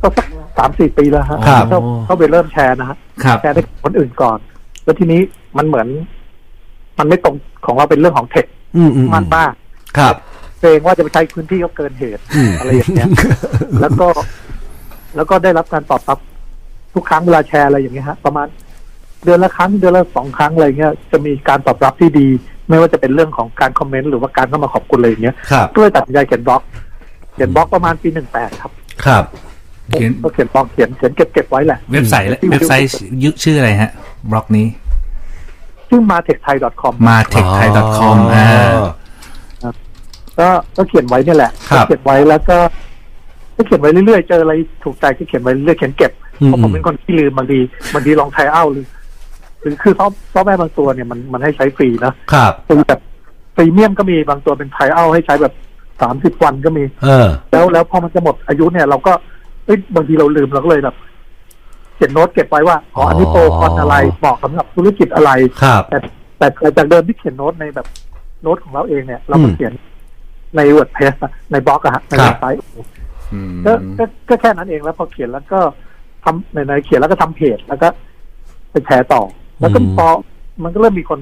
D: ก็สักสามสี่ปีแล้วฮะ
B: ครับ
D: เข้าเข้าไปเริ่มแชร์นะฮะ
C: ครับ
D: แชร์ให้กับคนอื่นก่อน แล้วทีนี้มันเหมือน มันไม่ตรงของเราเป็นเรื่องของเทค
B: อืมอืม
D: มากมาก
B: ครับ
D: เกรงว่าจะไปใช้พื้นที่ก็เกินเหตุ
B: อืม
D: อะไรอย่างเงี้ย แล้วก็ แล้วก็ได้รับการตอบรับทุกครั้งเวลาแชร์อะไรอย่างเงี้ยฮะ ประมาณ เดือนละครั้งเดือนละสองครั้งอะไรเงี้ย จะมีการตอบรับที่ดี ไม่ว่าจะเป็นเรื่องของการคอมเมนต์หรือว่าการเข้ามาขอบคุณอะไรอย่างเงี้ย
B: ครับ
D: ก็เลยตัดสินใจเขียนบล็อก เขียนบล็อกประมาณปีหนึ่งแปดครับ
B: ครับ
C: เขียน
D: ก็เขียนบล็อกเขียนเขียนเก็บเก็บไว้แหละ
C: เว็บไซต์และเว็บไซต์ชื่อชื่ออะไรฮะ บล็อกนี้
D: ซึ่งมาเทคไทย .com
C: m a t e c h t h a i c o m อ่า
D: ก็ก็เขียนไว้เนี่ยแหละ
B: ครับ
D: ก็เขียนไว้แล้วก็ก็เขียนไว้เรื่อยๆ เจออะไรถูกใจก็เขียนไว้เรื่อยๆเขียนเก็บ
B: อืม
D: เพราะผมเป็นคนที่ลืมบางทีบางทีลองไทเอาหรือ หรือคือซอฟต์ซอฟต์แวร์บางตัวเนี่ยมันมันให้ใช้ฟรีนะครับ ฟรีแบบพรีเมียมก็มีบางตัวเป็นไทเอาให้ใช้แบบสามสิบวันก็มี
B: เออ
D: แล้วแล้วพอมันจะหมดอายุเนี่ยเราก็เอ้ยบางทีเราลืมเราก็เลยแบบเขียนโน้ตเก็บไว้ว่าอ๋ออันนี้โปรคอนอะไรเหมาะสำหรับธุรกิจอะไร
B: ครับ
D: แต่แต่แต่จากเดิมที่เขียนโน้ตในแบบโน้ตของเราเองเนี่ย เรา
B: อื
D: ก็
B: ม
D: เขียนใน WordPress อะในบล็อกอะฮะใน
B: ครับ
D: เว็บไซต์
C: อืม
D: ก็ก็ก็แค่นั้นเองแล้วพอเขียนแล้วก็ทำในในเขียนแล้วก็ทำเพจแล้วก็ไปแชร์ต่อ แล้วก็
B: อืม
D: พอมันก็เริ่มมีคน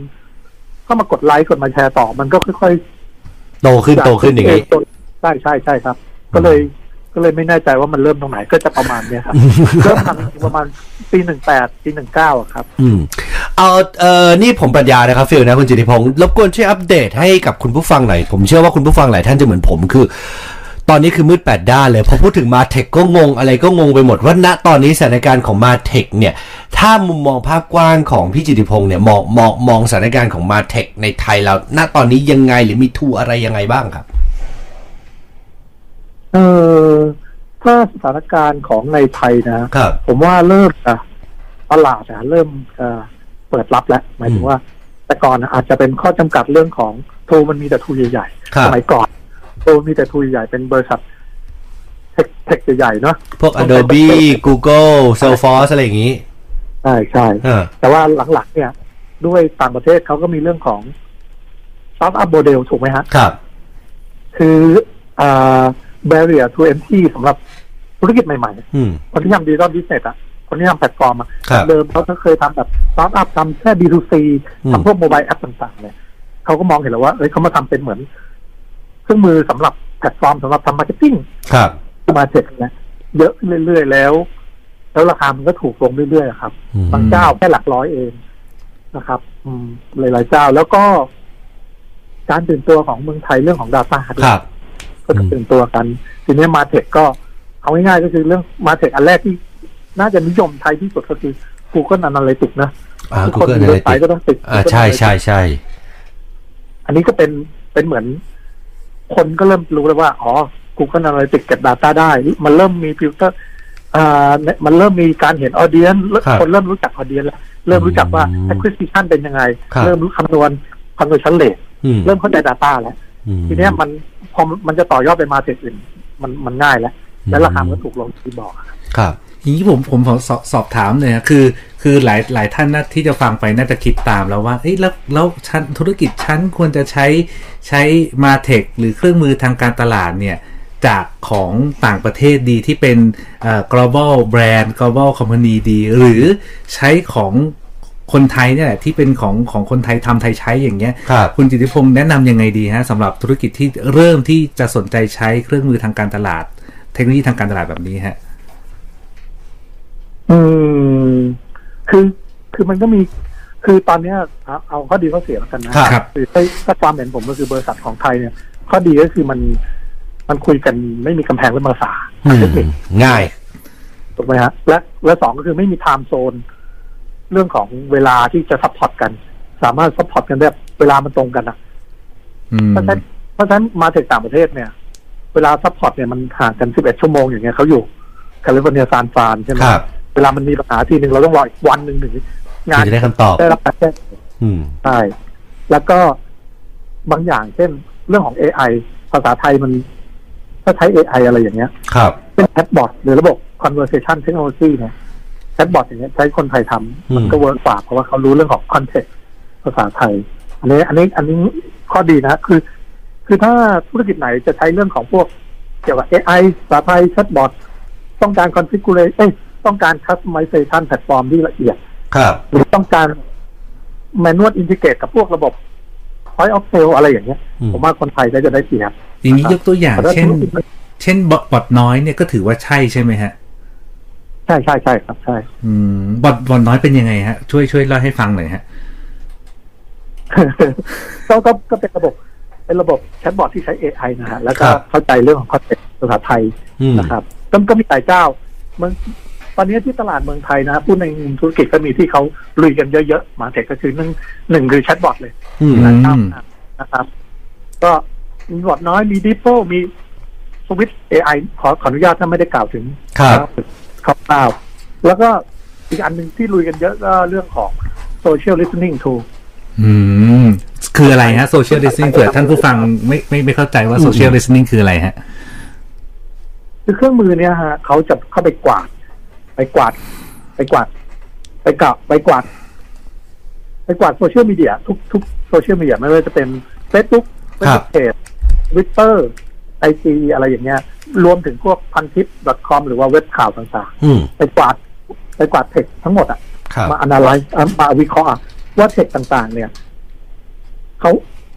D: เข้ามากดไลค์กดมาแชร์ต่อ มันก็ค่อย
B: โตขึ้น
D: ๆ
B: โตขึ้นอย่างนี้
D: ใช่ใช่ใช่ครับ ก็เลย ก็เลยไม่แน่ใจว่ามันเริ่มตรงไหนก็จะประมาณ เนี้ยครับ เริ่มทำประมาณปีหนึ่งแปดปีหนึ่งเก้าครับ
B: อืมเอาเอ่อนี่ผมปรัญญานะครับฟิลนะคุณจิติพงศ์รบกวนช่วยอัปเดตให้กับคุณผู้ฟังหน่อย ผมเชื่อว่าคุณผู้ฟังหลายท่านจะเหมือนผมคือ ตอนนี้คือมืดแปดด้านเลยพอพูดถึงมาเทคก็งง อะไรก็งงไปหมดว่าณตอนนี้สถานการณ์ของมาเทคเนี่ย ถ้ามุมมองภาพกว้างของพี่จิติพงศ์เนี่ยมองมองมองสถานการณ์ของมาเทคในไทยเราณตอนนี้ยังไงหรือมีทูอะไรยังไงบ้างครับ
D: เออถ้าสถานการณ์ของในไทยนะ
B: ครับ
D: ผมว่าเริ่มจะตลาดอะเริ่มจะเปิดรับแล้วหมายถึ
B: อื
D: ง
B: ม
D: ว่า แต่ก่อนอะอาจจะเป็นข้อจำกัดเรื่องของทูมันมีแต่ทูใหญ่
B: ครั
D: ๆส
B: บ
D: มัยก่อนทูมีแต่ทูใหญ่ๆเป็นบริษัทเทคเทคใหญ่ๆเนาะ
B: พวก Adobe Google Salesforce อะไรอย่างนี้
D: ใช่ใช่
B: อ่า
D: แต่ว่าหลังๆเนี่ย ด้วยต่างประเทศเขาก็มีเรื่องของซอฟต์อัพโมเดลถูกไหมฮะ
B: ครับ
D: คืออ่า barrier to entry สำหรับธุรกิจใหม่ๆ
B: อืม
D: คนที่ทำดิจิตอลบิสเนสอ่ะ คนที่ทำแพลตฟอร์มอ่ะ
B: ครับ
D: เดิมเขาก็เคยทำแบบสตาร์ทอัพทำแค่ B2C
B: อืม
D: ทำพวกโมบายแอปต่างๆเนี่ยเขาก็มองเห็นแล้วว่า เอ้ยเขามาทำเป็นเหมือน เครื่องมือสำหรับแพลตฟอร์มสำหรับทำมาร์เก็ตติ้ง
B: ครับ
D: มาเจ็ดนะเยอะขึ้นเรื่อยๆแล้ว แล้วราคามันก็ถูกลงเรื่อยๆอะครับ
B: อืม
D: บางเจ้าแค่หลักร้อยเองนะครับ อืมหลายๆเจ้าแล้วก็ การตื่นตัวของเมืองไทยเรื่องของ Data ด้วย
B: ครับ
D: ก็จะตื่นตัวกัน ทีนี้มาเทคก็เอาง่ายๆก็คือเรื่องมาเทคอันแรกที่ น่าจะนิยมไทยที่สุดก็คือ Google Analytics นะ
B: อ่า
D: ทุกคน
B: Google
D: มีเว็บไซ
B: Analytics
D: ต์ก็ต้องติด
B: อ่า
D: Google
B: ใช่ใช่
D: Analytics
B: ใช่
D: อันนี้ก็เป็นเป็นเหมือน คนก็เริ่มรู้แล้วว่า อ๋อ Google Analytics เก็บ Data ได้ มันเริ่มมีฟิลเตอร์อ่าเนี่ยมันเริ่มมีการเห็นออเดียนคนเริ่มรู้จักออเดียนแล้ว เริ่มรู้จักว่า acquisition เป็นยังไง
B: ครับ
D: เริ่มรู้คำนวณ conversion rate
B: อืม
D: เริ่มเข้าใจ Data แล้ว
B: อืม
D: ทีเนี้ยมันพอมันจะต่อยอดไปมาเทรดอื่น มันมันง่ายแล้ว
B: อืม
D: และราคามันก็ถูกลงที่บอกอะ
B: ครับ
C: อย่างนี้ผมผมขอสอบสอบถามเลยนะคือ คือหลายหลายท่านนะที่จะฟังไปน่าจะคิดตามแล้วว่าเอ้ยแล้วแล้วชั้นธุรกิจชั้นควรจะใช้ใช้มาเทคหรือเครื่องมือทางการตลาดเนี่ย จากของต่างประเทศดีที่เป็นเอ่อ global brand global company ดี หรือใช้ของคนไทยเนี่ยแหละที่เป็นของของคนไทยทำไทยใช้อย่างเงี้ย
B: ครับ
C: คุณจิติพงศ์แนะนำยังไงดีฮะสำหรับธุรกิจที่เริ่มที่จะสนใจใช้เครื่องมือทางการตลาด เทคโนโลยีทางการตลาดแบบนี้ฮะ
D: อืม คือคือมันก็มี คือตอนเนี้ยเอาเอาข้อดีข้อเสียแล้วกันนะครับ คือถ้าถ้าความเห็นผมก็คือบริษัทของไทยเนี่ย ข้อดีก็คือมันมันคุยกันไม่มีกำแพงเรื่องภาษา
B: อืม
D: เทคนิค
B: ง่าย
D: ถูกไหมฮะ และและสองก็คือไม่มีไทม์โซน เรื่องของเวลาที่จะซัพพอร์ตกัน สามารถซัพพอร์ตกันได้เวลามันตรงกันอะ
C: อืม
D: เพราะฉะนั้นเพราะฉะนั้นมาจากต่างประเทศเนี่ย เวลาซัพพอร์ตเนี่ยมันห่างกัน 11 ชั่วโมงอย่างเงี้ยเขาอยู่แคลิฟอร์เนียซานฟรานใช่ไหม
B: ครับ
D: เวลามันมีปัญหาทีหนึ่งเราต้องรออีกวันหนึ่งถึงงาน
B: ถึงจะได้คำตอบ
D: ได้รับการแจ้ง
B: อืม
D: ใช่แล้วก็บางอย่างเช่น เรื่องของ AI ภาษาไทยมัน ถ้าใช้ AI อะไรอย่างเงี้ย
B: ครับ
D: เป็นแชทบอทหรือระบบ conversation technology เนี่ยแชทบอทอย่างเงี้ยใช้คนไทยทำมันก็
B: อืม
D: เวิร์กกว่าเพราะว่าเขารู้เรื่องของ context ภาษาไทย อันนี้อันนี้อันนี้ข้อดีนะ คือ คือถ้าธุรกิจไหนจะใช้เรื่องของพวกเกี่ยวกับ AI สาไทยแชทบอทต้องการ configuration เอ้ยต้องการ customization แพลตฟอร์มที่ละเอียด
B: ครับ
D: หรือต้องการ manual integrate กับพวกระบบ point of sale อะไรอย่างเงี้ย
B: อืม
D: ผมว่าคนไทยก็จะได้เปรียบ
C: อย่างนี้ยกตัวอย่าง
D: แต่ถ้า
C: เช่น
D: ธุรกิจมัน
C: เช่นบอทบอทน้อยเนี่ยก็ถือว่าใช่ใช่ไหมฮะ
D: ใช่ใช่ใช่ครับใช่
C: อืมบอทบอทน้อยเป็นยังไงฮะ ช่วยช่วยเล่าให้ฟังหน่อยฮะ
D: ก็ก็ก็เป็นระบบ เป็นระบบแชทบอทที่ใช้ AI นะฮะ แล้ว
B: ค
D: ก็
B: รับ
D: เข้าใจเรื่องของคอนเซ็ปต์ภาษาไทย
B: อืม
D: นะครับก็ก็มีหลายเจ้าเมืองตอนนี้ที่ตลาดเมืองไทยนะพูดในมุมธุรกิจก็มีที่เขาลุยกันเยอะๆมาเทคก็คือหนึ่งหนึ่งคือแชทบอทเลย
B: อืม
D: หลายเจ้า
C: อืม
D: มากนะครับ ก็มีบอทน้อยมีดิโ o มีสวิตเอไอขอขออนุญาตถ้าไม่ได้กล่าวถึง
B: ครับ
D: คร่าวๆแล้วก็อีกอันหนึ่งที่ลุยกันเยอะก็เรื่องของ social listening tool
C: อืม คืออะไรฮะ social listening เผื่อท่านผู้ฟังไม่ไม่ไม่เข้าใจว่า social listening คืออะไรฮะ
D: คือเครื่องมือเนี่ยฮะเขาจะเข้าไปกวาด ไปกวาด ไปกวาด ไปกลับไปกวาด ไปกวาดโซเชียลมีเดียทุกทุกโซเชียลมีเดียไม่ว่าจะเป็น Facebook
B: ครั
D: Facebook
B: บ
D: เพจ Twitter ไอจีอะไรอย่างเงี้ย รวมถึงพวกพันทิป .com หรือว่าเว็บข่าวต่าง
B: อืม
D: ๆ ไปกวาด ไปกวาดเทคทั้งหมดอะ
B: ครับ
D: มา analyze อ่ะมาวิเคราะห์อ่ะว่าเทคต่างๆ เนี่ยเขา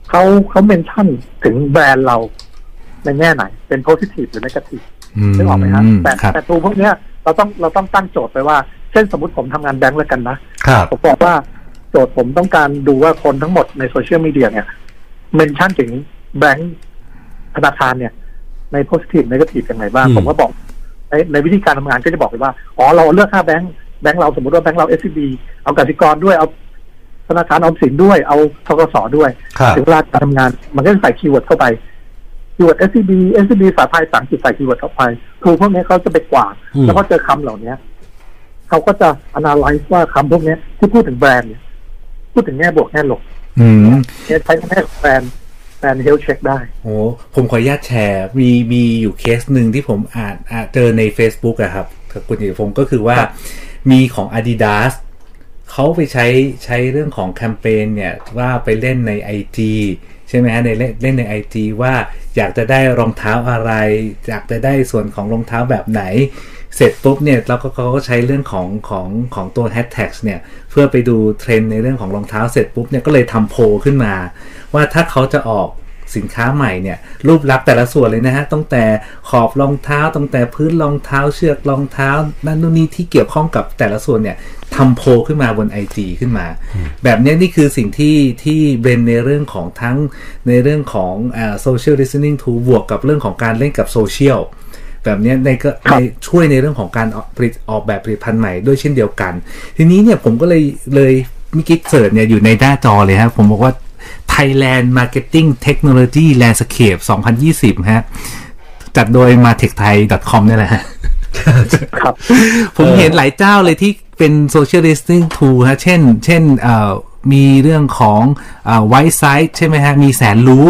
D: เขาเขาเมนชั่นถึงแบรนด์เราในแง่ไหน เป็น positive หรือ negative
C: อืม
D: นึกออกไหมฮะแต่
C: ครับ
D: แต่ทูพวกเนี้ยเราต้องเราต้องตั้งโจทย์ไปว่า เช่นสมมติผมทำงานแบงค์แล้วกันนะ
B: ครับ
D: ผมบอกว่าโจทย์ผมต้องการดูว่าคนทั้งหมดในโซเชียลมีเดียเนี่ยเมนชั่นถึงแบงค์ธนาคารเนี่ย ใน positive negative ยังไงบ้าง
B: อืม
D: ผมก็บอกในในวิธีการทำงานก็จะบอกเลยว่า อ๋อ เราเลือกค่าแบงค์แบงค์เราสมมติว่าแบงค์เรา s อ b เอากสิกรด้วยเอาธนาคารออมสินด้วยเอาทกสด้วย
B: ครับ
D: ถึงเวลาการทำงาน มันก็จะใส่คีย์เวิร์ดเข้าไปคีย์เวิร์ด SCB SCB ภาษาไทยสังกฤษใส่คีย์เวิร์ดเข้าไปทูพวกนี้เขาจะไปกวาด
B: อืม
D: แล้วก็เจอคำเหล่านี้เขาก็จะ analyze ว่าคำพวกนี้ที่พูดถึงแบรนด์เนี่ย พูดถึงแง่บวกแง่ลบ
C: อืม
D: เนี่ยใช้แง่ของแบรนด์แบรนด์เฮลเช็คได้
C: โอ้ผมขออนุญาตแชร์ มีมีอยู่เคสหนึ่งที่ผมอ่านอ่าเจอใน Facebook อะครับกับคุณเอกพงศ์ก็คือว่ามีของ Adidas เขาไปใช้ใช้เรื่องของแคมเปญเนี่ย ว่าไปเล่นใน IG ใช่ไหมฮะในเล่นเล่นใน IG ว่าอยากจะได้รองเท้าอะไร อยากจะได้ส่วนของรองเท้าแบบไหน เสร็จปุ๊บเนี่ยเราก็เขาก็ใช้เรื่องของของของตัวแฮชแท็กเนี่ย เพื่อไปดูเทรนด์ในเรื่องของรองเท้าเสร็จปุ๊บเนี่ยก็เลยทำโพลขึ้นมา ว่าถ้าเขาจะออกสินค้าใหม่เนี่ย รูปลักษณ์แต่ละส่วนเลยนะฮะตั้งแต่ขอบรองเท้าตั้งแต่พื้นรองเท้าเชือกรองเท้า นั่นนู่นนี่ที่เกี่ยวข้องกับแต่ละส่วนเนี่ยทำโพลขึ้นมาบน IG ขึ้นมา แบบเนี้ยนี่คือสิ่งที่ที่เบรนในเรื่องของทั้งในเรื่องของโซเชียลดิสซิ n นิ่งทูบวกกับเรื่องของการเล่นกับโซเชียล แบบเนี้ยในก็ในช่วยในเรื่องของการออกผลิตออกแบบผลิตภัณฑ์ใหม่ด้วยเช่นเดียวกัน ทีนี้เนี่ยผมก็เลยเลยเมิกิเสิร์ชเนี่ยอยู่ในหน้าจอเลยฮะผมบอกว่า Thailand Marketing Technology Landscape 2020 ฮะ จัดโดย m a t e c h t h a i c o m นี่ยแหละฮะ
D: ครับ
C: ผมเห็นหลายเจ้าเลยที่เป็นโซเชียล i ิสติ้งทูฮะ เช่น เช่นเอ่อมีเรื่องของไวซ์ไซต์ใช่ไหมฮะ มีแสนรู้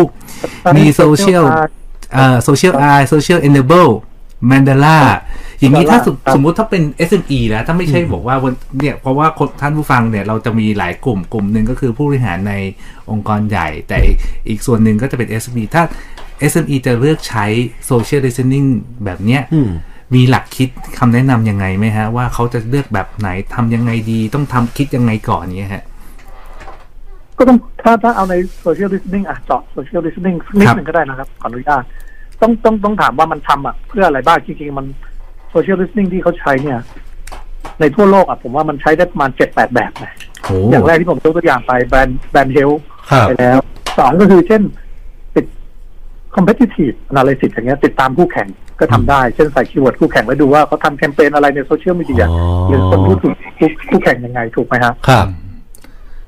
C: มีโซเชียล
D: Social Art
C: เอ่อโซเชียลไอโซเชียลเอนเนเบิลแมนดาร่าอย่างนี้ถ้าสม
D: ครับ
C: สมมุติถ้าเป็น SME แล้วถ้าไม่ใช่บอกว่าวันเนี่ยเพราะว่าคนท่านผู้ฟังเนี่ยเราจะมีหลายกลุ่มกลุ่มหนึ่งก็คือผู้บริหารในองค์กรใหญ่ แต่อีกส่วนหนึ่งก็จะเป็น SME ถ้า SME จะเลือกใช้ Social Listening แบบเนี้ย
B: อืม
C: มีหลักคิดคำแนะนำยังไงไหมฮะ ว่าเขาจะเลือกแบบไหนทำยังไงดี ต้องทำคิดยังไงก่อนเนี้ยฮะ
D: ก็ต้องถ้าถ้าเอาในโซเชียล i ิส n i n g อ่ะเจาะโซเชียล i s ส e n i n g นิดหนึ่งก็ได้นะครับขออนุญาตต้องต้องต้องถามว่ามันทำอ่ะเพื่ออะไรบ้างจริงๆ มันโซเชียล i s ส e n i n g ที่เขาใช้เนี่ย ในทั่วโลกอ่ะผมว่ามันใช้ได้ประมาณเจ็ดแปดแบบนะ
C: โอ้
D: อย่างแรกที่ผมยกตัวอย่างไปแบรนด์แบรนด์เฮล
B: ครับ
D: ไปแล้วสองก็คือเช่น ติด competitive analysis อย่างเงี้ย ติดตามคู่แข่งก็ทำได้ เช่นใส่คีย์เวิร์ดคู่แข่งไว้ดูว่าเขาทำแคมเปญอะไรในโซเชียลมีเดีย
B: อ๋อ
D: หรือคนพูดถึงคู่คู่แข่งยังไงถูกไหมฮะ
B: ครับ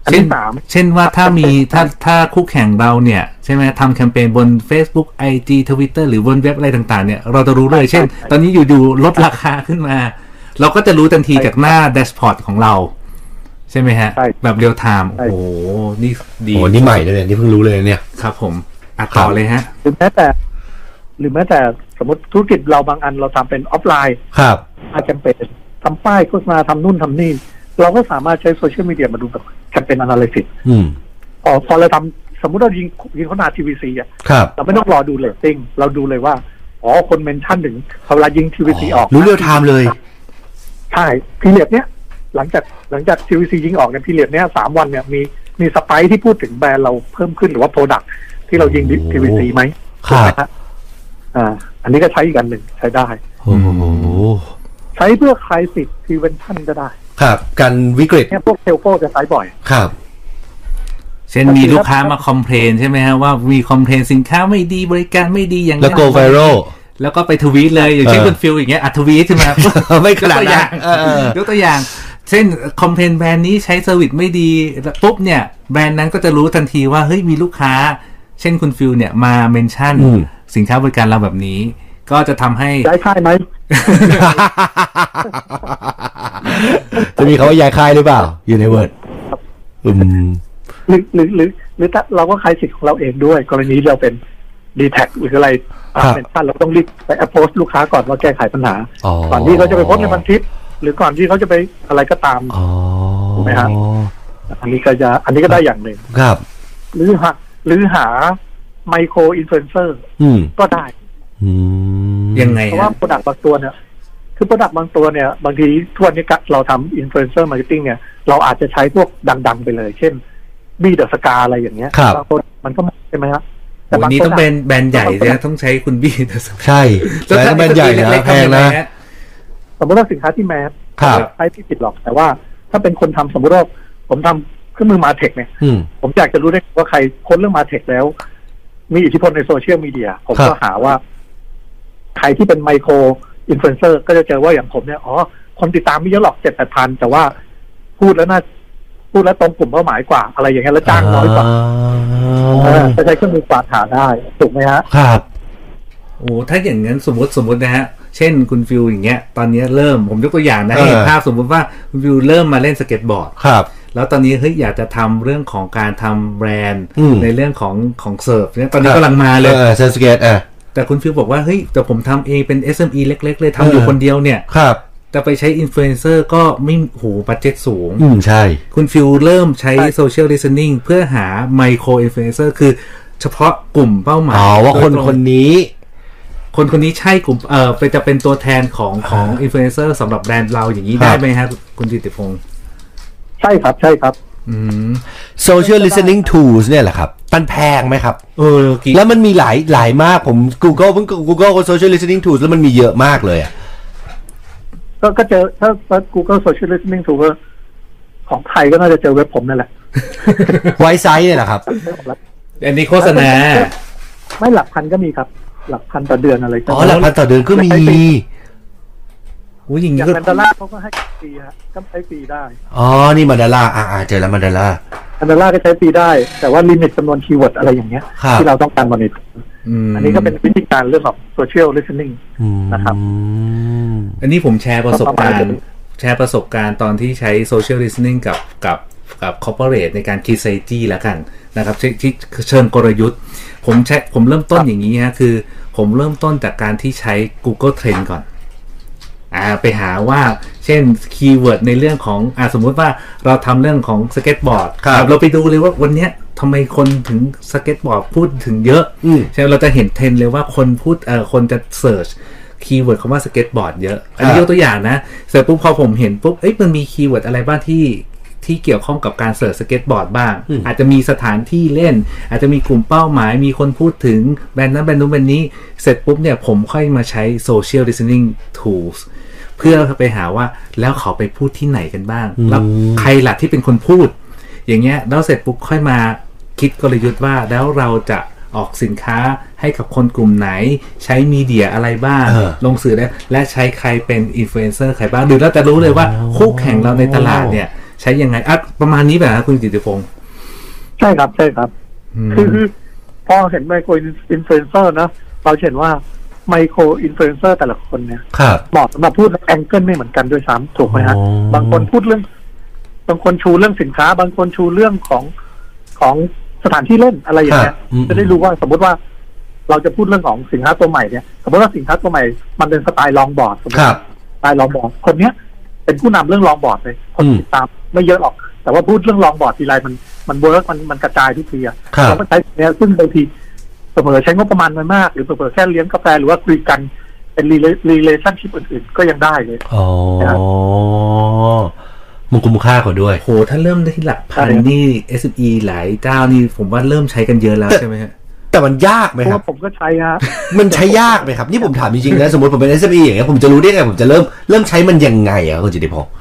D: อัน
C: เช่น
D: ที่สาม
C: เช่นว่าถ้ามีถ้าถ้าคู่แข่งเราเนี่ย ใช่ไหมทำแคมเปญบน Facebook IG Twitter หรือบนเว็บอะไรต่างๆ เนี่ย เราจะรู้เลย เช่น ตอนนี้อยู่ๆลดราคาขึ้นมา เราก็จะรู้ทันทีจากหน้าแดชบอร์ดของเรา ใช่ไหมฮะ
D: ใช่
C: แบบเรียลไทม์
D: ใช่
C: โอ้โห นี่ดี
B: โอ้นี่ใหม่เลยเนี่ยนี่เพิ่งรู้เลยเนี่ย
C: ครับผมอ่ะต่อเลยฮะ
D: หรือแม้แต่ หรือแม้แต่สมมติธุรกิจเราบางอันเราทำเป็นออฟไลน์
B: ครับ
D: อาแคมเปญทำป้ายโฆษณาทำนู่นทำนี่ เราก็สามารถใช้โซเชียลมีเดียมาดูแบบแคมเปญอนาลิซิส
B: อืม พ
D: พอพอเราทำสมมุติเรายิงยิงโฆษณาทีวีซีอ่ะ
B: ครับ
D: เราไม่ต้องรอดูเรตติ้งเราดูเลยว่า อ๋อ คนเมนชั่นถึงเวลายิงทีวีซีออก
B: รู้เรียลไทม์เลย
D: ใช่พีเรียดเนี้ยหลังจากหลังจากทีวีซียิงออกในพีเรียดเนี้ยสามวันเนี่ยมีมีสไปค์ที่พูดถึงแบรนด์เราเพิ่มขึ้นหรือว่าโปรดักที่เรายิง
B: โอ้โห
D: ทีวีซีไหม
B: ครับ
D: ถูกไหมฮะอ่า อันนี้ก็ใช้อีกอันหนึ่งใช้ได้
B: โอ้โห
D: ใช้เพื่อคลายสิทธิ์ทีเวนชั่นก็ได้
B: ครับ การวิกฤต
D: เนี่ยพวกเทลโฟจะใช้บ่อย
B: ครับ
C: เช่นมีลูกค้ามาคอมเพลนใช่ไหมฮะ ว่ามีคอมเพลนสินค้าไม่ดีบริการไม่ดีอย่าง
B: แล้ว
C: นั้น
B: โกไวรัล
C: แล้วก็ไปทวีตเลยอย่างเช่น
B: เออ
C: คุณฟิลอย่างเงี้ยอัดทวีตใช่ไหมครับ
B: ไม่ขนาด
C: ย
B: นั้
C: กตัวอย่าน ง
B: เออเออ
C: ยกตัวอย่าง เช่นคอมเพลนแบรนด์นี้ใช้เซอร์วิสไม่ดีแล้วปุ๊บเนี่ย แบรนด์นั้นก็จะรู้ทันทีว่าเฮ้ยมีลูกค้า เช่นคุณฟิลเนี่ยมาเมนชั่น
B: อืม
C: สินค้าบริการเราแบบนี้ ก็จะทำให้
D: ย้ายค่ายไหม
B: จะมีคำว่าย้ายค่ายหรือเปล่า อยู่ในเวิร์ด อืม
D: หรือหรือหรือหรือถ้าเราก็ขายสิทธิ์ของเราเองด้วย กรณีเราเป็นดีแท็หรืออะไร
B: ครับ
D: เป็นท่านเราต้องรีบไปแอปโพสลูกค้าก่อนว่าแก้ไขปัญหา
B: อ๋อ
D: ก่อนที่เขาจะไปโพสต์ในพันทิป หรือก่อนที่เขาจะไปอะไรก็ตาม
B: อ๋อ
D: ถูกไหมฮะ อันนี้ก็จะอันนี้ก็ได้อย่างหนึ่ง
B: ครับ
D: หรือหาหรือหาไมโครอินฟลูเอนเซอร์
B: อืม
D: ก็ได้
B: อืม
C: ยังไง
D: เพราะ
C: ฮะ
D: ว่าโปรดักต์บางตัวเนี่ย คือโปรดักต์บางตัวเนี่ย บางทีทั่วนนี้กะเราทำอินฟลูเอนเซอร์มาร์เก็ตติ้งเนี่ย เราอาจจะใช้พวกดัง ๆ ไปเลย เช่นบีเดอ s สกาอะไรอย่างเงี้ยบางคนมันก็ใช่ไหมฮะแต่
C: โอ้
D: บาง
C: นี่
D: ค
C: ต้องเป็น
D: อะ
C: แบรนด์ใหญ่เลยนะต้องใช้คุณบี้
B: ใช่แล้วถ้าแบรนด์ใหญ่นะแพงนะ
D: สมมติว่าสินค้าที่แมส
B: ครับ
D: ใช้ที่ผิดหรอก แต่ว่าถ้าเป็นคนทำสมมติว่าผมทำเครื่องมือมาเทคเนี่ย
B: อืม
D: ผมอยากจะรู้ได้ว่าใครค้นเรื่องมาเทคแล้ว มีอิทธิพลในโซเชียลมีเดีย ผม
B: ครั
D: ก็
B: บ
D: หาว่า ใครที่เป็นไมโครอินฟลูเอนเซอร์ก็จะเจอว่าอย่างผมเนี่ย อ๋อ คนติดตามไม่เยอะหรอกเจ็ดแปดพัน แต่ว่าพูดแล้วน่าพูดแล้วตรงกลุ่มเป้าหมายกว่าอะไรอย่างเงี้ยแล้วจ้างน้อยกว่าเออจะใช้เครื่องมือกวาดหาได้ ถูกไหมฮะ
B: ครับ
C: โอ้ถ้าอย่างนั้นสมมติสมมตินะฮะ เช่นคุณฟิวอย่างเงี้ย ตอนนี้เริ่มผมยกตัวอย่างนะให้เห็น
B: เออ
C: ภาพสมมติว่าคุณฟิวเริ่มมาเล่นสเก็ตบอร์ด
B: ครับ
C: แล้วตอนนี้เฮ้ยอยากจะทำเรื่องของการทำแบรนด์
B: อืม
C: ในเรื่องของของเซิร์ฟเนี่ยตอนนี้กำลังมาเลย
B: เออเซนสเกตอ่ะ
C: แต่คุณฟิวบอกว่าเฮ้ยแต่ผมทำเองเป็น SME เล็ก ๆ เลยทำอยู่
B: เออ
C: คนเดียวเนี่ย
B: ครับ
C: จะไปใช้อินฟลูเอนเซอร์ก็ไม่โหบัตเจ็ตสูง
B: อืมใช่
C: คุณฟิวเริ่มใช้โซเชียล i ิส t e นิ่งเพื่อหาไมโครอินฟลูเอนเซอร์คือเฉพาะกลุ่มเป้าหมาย
B: อ๋อ ว่าคน
C: โดยตรง
B: คนนี้
C: คนคนนี้ใช่กลุ่มเออเป็นจะเป็นตัวแทนของของอินฟลูเอนเซอร์สำหรับแบรนด์เราอย่างนี้
B: ครับ
C: ได้ไหมฮะคุณจิตติพงศ์
D: ใช่ครับ ใช่ครับ
C: อืม
B: social listening tools เนี่ยแหละครับมันแพงไหมครับ
C: เออกี่
B: แล้วมันมีหลายหลายมากผม Google เพิ่ง Google social listening tools แล้วมันมีเยอะมากเลยอะ
D: ก็ก็เจอถ้าถ้า Google Social Listening Tool ก็ของไทยก็น่าจะเจอเว็บผมนั่นแหละ
B: ไวซ์ไซส์เนี่ยแหละครับ
C: อันนี้โฆษณา
D: ไม่หลักพันก็มีครับ หลักพันต่อเดือนอะไรก็
B: อ๋อหลักพันต่อเดือนก็มี
C: โอ้ยอย่าง
D: อ
C: นี้
D: ย่าง
C: ก็
D: แมนดาร่าเขาก็ให้ฟรีฮะก็ให้ฟรีได้
B: อ๋อ นี่มันดาราอ่าเจอแล้วมันดารา
D: อันดาร่าก็ใช้ฟรีได้ แต่ว่าลิมิตจำนวนคีย์เวิร์ดอะไรอย่างเงี้ย
B: ครับ
D: ที่เราต้องการมอนิเตอร์
C: ม
D: อันนี้ก็เป็นวิธีการเรื่องของโซเชียลลิส t e n ิ n ง
B: อืม
D: นะครับ
C: อันนี้ผมแชร์ประสบการ
D: ประ
C: ณ์
D: มาณ
C: แชร์ประสบการณ์ตอนที่ใช้โซเชียล i ิส t e นิ่งกับกับกับคอร์เปอเรทในการคิดไซจี้แล้วกันนะครับที่ที่เชิงกลยุทธ์ ผมใช้ผมเริ่มต้นอย่างนี้ฮะคือ ผมเริ่มต้นจากการที่ใช้ Google Trend ก่อน อ่าไปหาว่าเช่นคีย์เวิร์ดในเรื่องของอ่าสมมุติว่าเราทำเรื่องของสเก็ตบอร์ด
B: ครับ
C: เราไปดูเลยว่าวันเนี้ยทำไมคนถึงสเก็ตบอร์ดพูดถึงเยอะ
B: อืม
C: ใช่ไหมเราจะเห็นเทรนด์เลยว่าคนพูดเอ่อคนจะเสิร์ชคีย์เวิร์ดคำว่าสเก็ตบอร์ดเยอะ อันนี้
B: ครับ
C: ยกตัวอย่างนะ เสร็จปุ๊บพอผมเห็นปุ๊บ เอ้ยมันมีคีย์เวิร์ดอะไรบ้างที่ที่เกี่ยวข้องกับการเสิร์ชสเก็ตบอร์ดบ้าง อาจจะมีสถานที่เล่น อาจจะมีกลุ่มเป้าหมาย มีคนพูดถึงแบรนด์นั้นแบรนด์นู้นแบรนด์นี้ เสร็จปุ๊บเนี่ยผมค่อยมาใช้ social listening tools เพื่อไปหาว่าแล้วเขาไปพูดที่ไหนกันบ้าง แล้วใครหลักที่เป็นคนพูด อย่างเงี้ยแล้วเสร็จปุ๊บค่อยมาคิดกลยุทธ์ว่าแล้วเราจะออกสินค้าให้กับคนกลุ่มไหน ใช้มีเดียอะไรบ้าง
B: เออ
C: ลงสื่อได้และใช้ใครเป็นอินฟลูเอนเซอร์ใครบ้างหรือเราจะรู้เลยว่าคู่แข่งเราในตลาดเนี่ย ใช้ยังไงอ่ะประมาณนี้แบบนะคุณจิติพงศ์
D: ใช่ครับ ใช่ครับ
C: อืม
D: คือคือพอเห็นไมโครอินฟลูเอนเซอร์นะ เราจะเห็นว่าไมโครอินฟลูเอนเซอร์แต่ละคนเนี่ย
B: ครับ
D: เหมาะสำหรับพูดแองเกิลไม่เหมือนกันด้วยซ้ำถูกไหมฮะ
B: อ๋อ
D: บางคนพูดเรื่อง บางคนชูเรื่องสินค้า บางคนชูเรื่องของของสถานที่เล่นอะไรอย่างเงี้ย
B: ครับอืม
D: จะได้รู้ว่าสมมติว่า เราจะพูดเรื่องของสินค้าตัวใหม่เนี่ย สมมติว่าสินค้าตัวใหม่ มันเป็นสไตล์ลองบอร์ดสมม
B: ค
D: ติ
B: รับ
D: ตายลองบอร์ดคนเนี้ย เป็นผู้นำเรื่องลองบอร์ดเลยคน
B: อืม
D: ติดตามไม่เยอะหรอก แต่ว่าพูดเรื่องลองบอร์ดทีไรมันมันเวิร์กมันมันกระจายทุกทีอะ
B: ครับ
D: เราก็ใช้เนี้ยซึ่งบางทีเสมอใช้งบประมาณมันมาก หรือเสมอแค่เลี้ยงกาแฟหรือว่าคุยกันเป็นรีเลชั่นชิพอื่นๆ ก็ยังได้เลย
B: อ๋อมันคุ้มค่ากว่าด้วย
C: โหถ้าเริ่มได้ที่หลักพัน
D: ใช่ครับ
C: นี่ SME หลายเจ้านี่ผมว่าเริ่มใช้กันเยอะแล้วใช่ไหมฮะ
B: แต่มันยากไห
D: เพ
B: มครั
D: ราะว่า
B: บ
D: ผมก็ใช้ฮะ
B: มันใช้ยากไหมครับ นี่ผมถามจริงๆนะ สมมติผมเป็น SME อย่างเงี้ยผมจะรู้ได้ไง ผมจะเริ่มเริ่มใช้มันยังไงอะคุณจิติพงศ์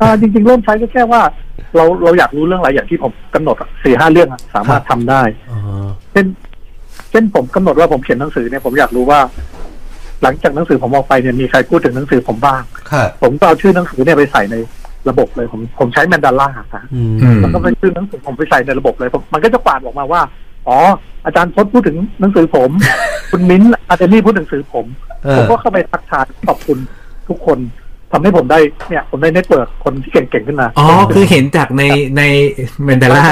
D: อ่าจริงๆเริ่มใช้ก็แค่ว่า เราเราอยากรู้เรื่องอะไรอย่างที่ผมกำหนดสี่ห้าเรื่องอะสามารถทำได้ เช่นเช่นผมกำหนดว่าผมเขียนหนังสือเนี่ยผมอยากรู้ว่า หลังจากหนังสือผมออกไปเนี่ยมีใครพูดถึงหนังสือผมบ้าง
B: ค่ะ
D: ผมก็เอาชื่อหนังสือเนี่ยไปใส่ในระบบเลย ผมผมใช้แมนดาร่าค่ะ
B: อืม
C: อืม
D: แล้วก็ไปชื่อหนังสือผมไปใส่ในระบบเลยผมมันก็จะกวาดออกมาว่า อ๋อ อาจารย์พจน์พูดถึงหนังสือผม คุณมิ้นท์อาจารย์นี่พูดถึงหนังสือผม
B: เออ
D: ผมก็เข้าไปทักทายขอบคุณทุกคน ทำให้ผมได้เนี่ย ผมได้เน็ตเวิร์กคนที่เก่งๆขึ้นมา
C: อ๋อ คือเห็นจากในในเมนเดล่า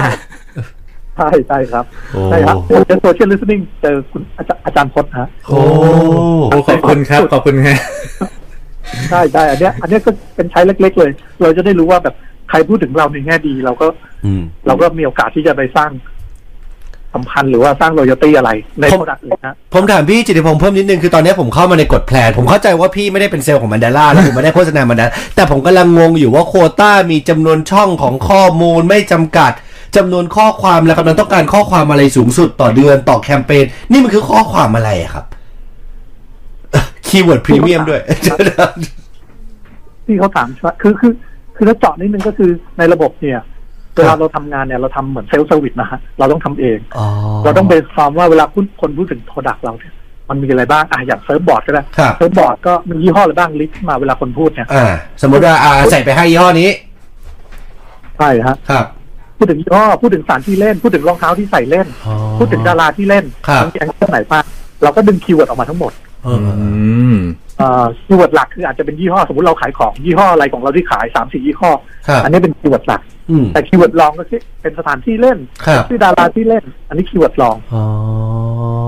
D: ใช่ใช่ครับ
B: โอ้
D: ใช่ครับเจอโซเชียลลิสติ้งเจอคุณอาจารย์อาจารย์พจน์ฮะ
B: โอ้
C: ขอบคุณครับ ขอบคุณครับ
D: ใช่ใช่อันเนี้ย อันเนี้ยก็เป็นใช้เล็ก ๆ เลย เราจะได้รู้ว่าแบบใครพูดถึงเราในแง่ดี เราก็
B: อืม
D: เราก็มีโอกาสที่จะไปสร้างสัมพันธ์หรือว่าสร้างรอยตี้อะไรใน
B: ผม
D: โปรดักต์เลยนะ
B: ผมถามพี่จิติพงษ์เพิ่มนิดนึงคือตอนนี้ผมเข้ามาในกฎแพลนผมเข้าใจว่าพี่ไม่ได้เป็นเซลล์ของมันดาร่าแล้วผมไม่ได้โฆษณามันดาแต่ผมกำลังงงอยู่ว่าโควต้ามีจำนวนช่องของข้อมูลไม่จำกัดจำนวนข้อความและกำลังต้องการข้อความอะไรสูงสุดต่อเดือนต่อแคมเปญนี่มันคือข้อความอะไรอะครับ คีย์เวิร์ดพรีเมียมด้วย
D: ที่เขาถามใช่ไหมคือคือ คือถ้าเจาะนิดนึงก็คือในระบบเนี่ยเวลาเราทำงานเนี่ยเราทำเหมือนเซลล์เซอร์วิสนะฮะ เราต้องทำเอง
B: อ๋อ
D: เราต้องเบสฟอร์มว่าเวลาคุณคนพูดถึงโปรดักต์เราเนี่ยมันมีอะไรบ้างอ่ะอย่างเซิร์ฟบอร์ดก็ได้
B: ครับ
D: เซิร์ฟบอร์ดก็มียี่ห้ออะไรบ้างลิสต์มาเวลาคนพูดเนี่ย
B: อ่า สมมติว่าอ่าใส่ไปให้ยี่ห้อนี้
D: ใช่ฮะ
B: ครับ
D: พูดถึงยี่ห้อพูดถึงสถารที่เล่น พูดถึงรองเท้าที่ใส่เล่น
B: อ๋อ
D: พูดถึงดาราที่เล่น
B: ครับ
D: ทั้งแก๊งที่ไหนบ้างเราก็ดึงคีย์เวิร์ดออกมาทั้งหมด
B: เออ
C: อืม
D: คีย์เวิร์ดหลักคืออาจจะเป็นยี่ห้อสมมติเราขายของยี่ห้ออะไรของเราที่ขายสามสี่ยี่ห้อ
B: ครับ
D: อันนี้เป็นคีย์เวิร์ดหลัก
B: อืม
D: แต่คีย์เวิร์ดรองก็คือเป็นสถานที่เล่น
B: ครับ
D: ชื่อดาราที่เล่น อันนี้คีย์เวิร์ดรอง
B: อ๋อ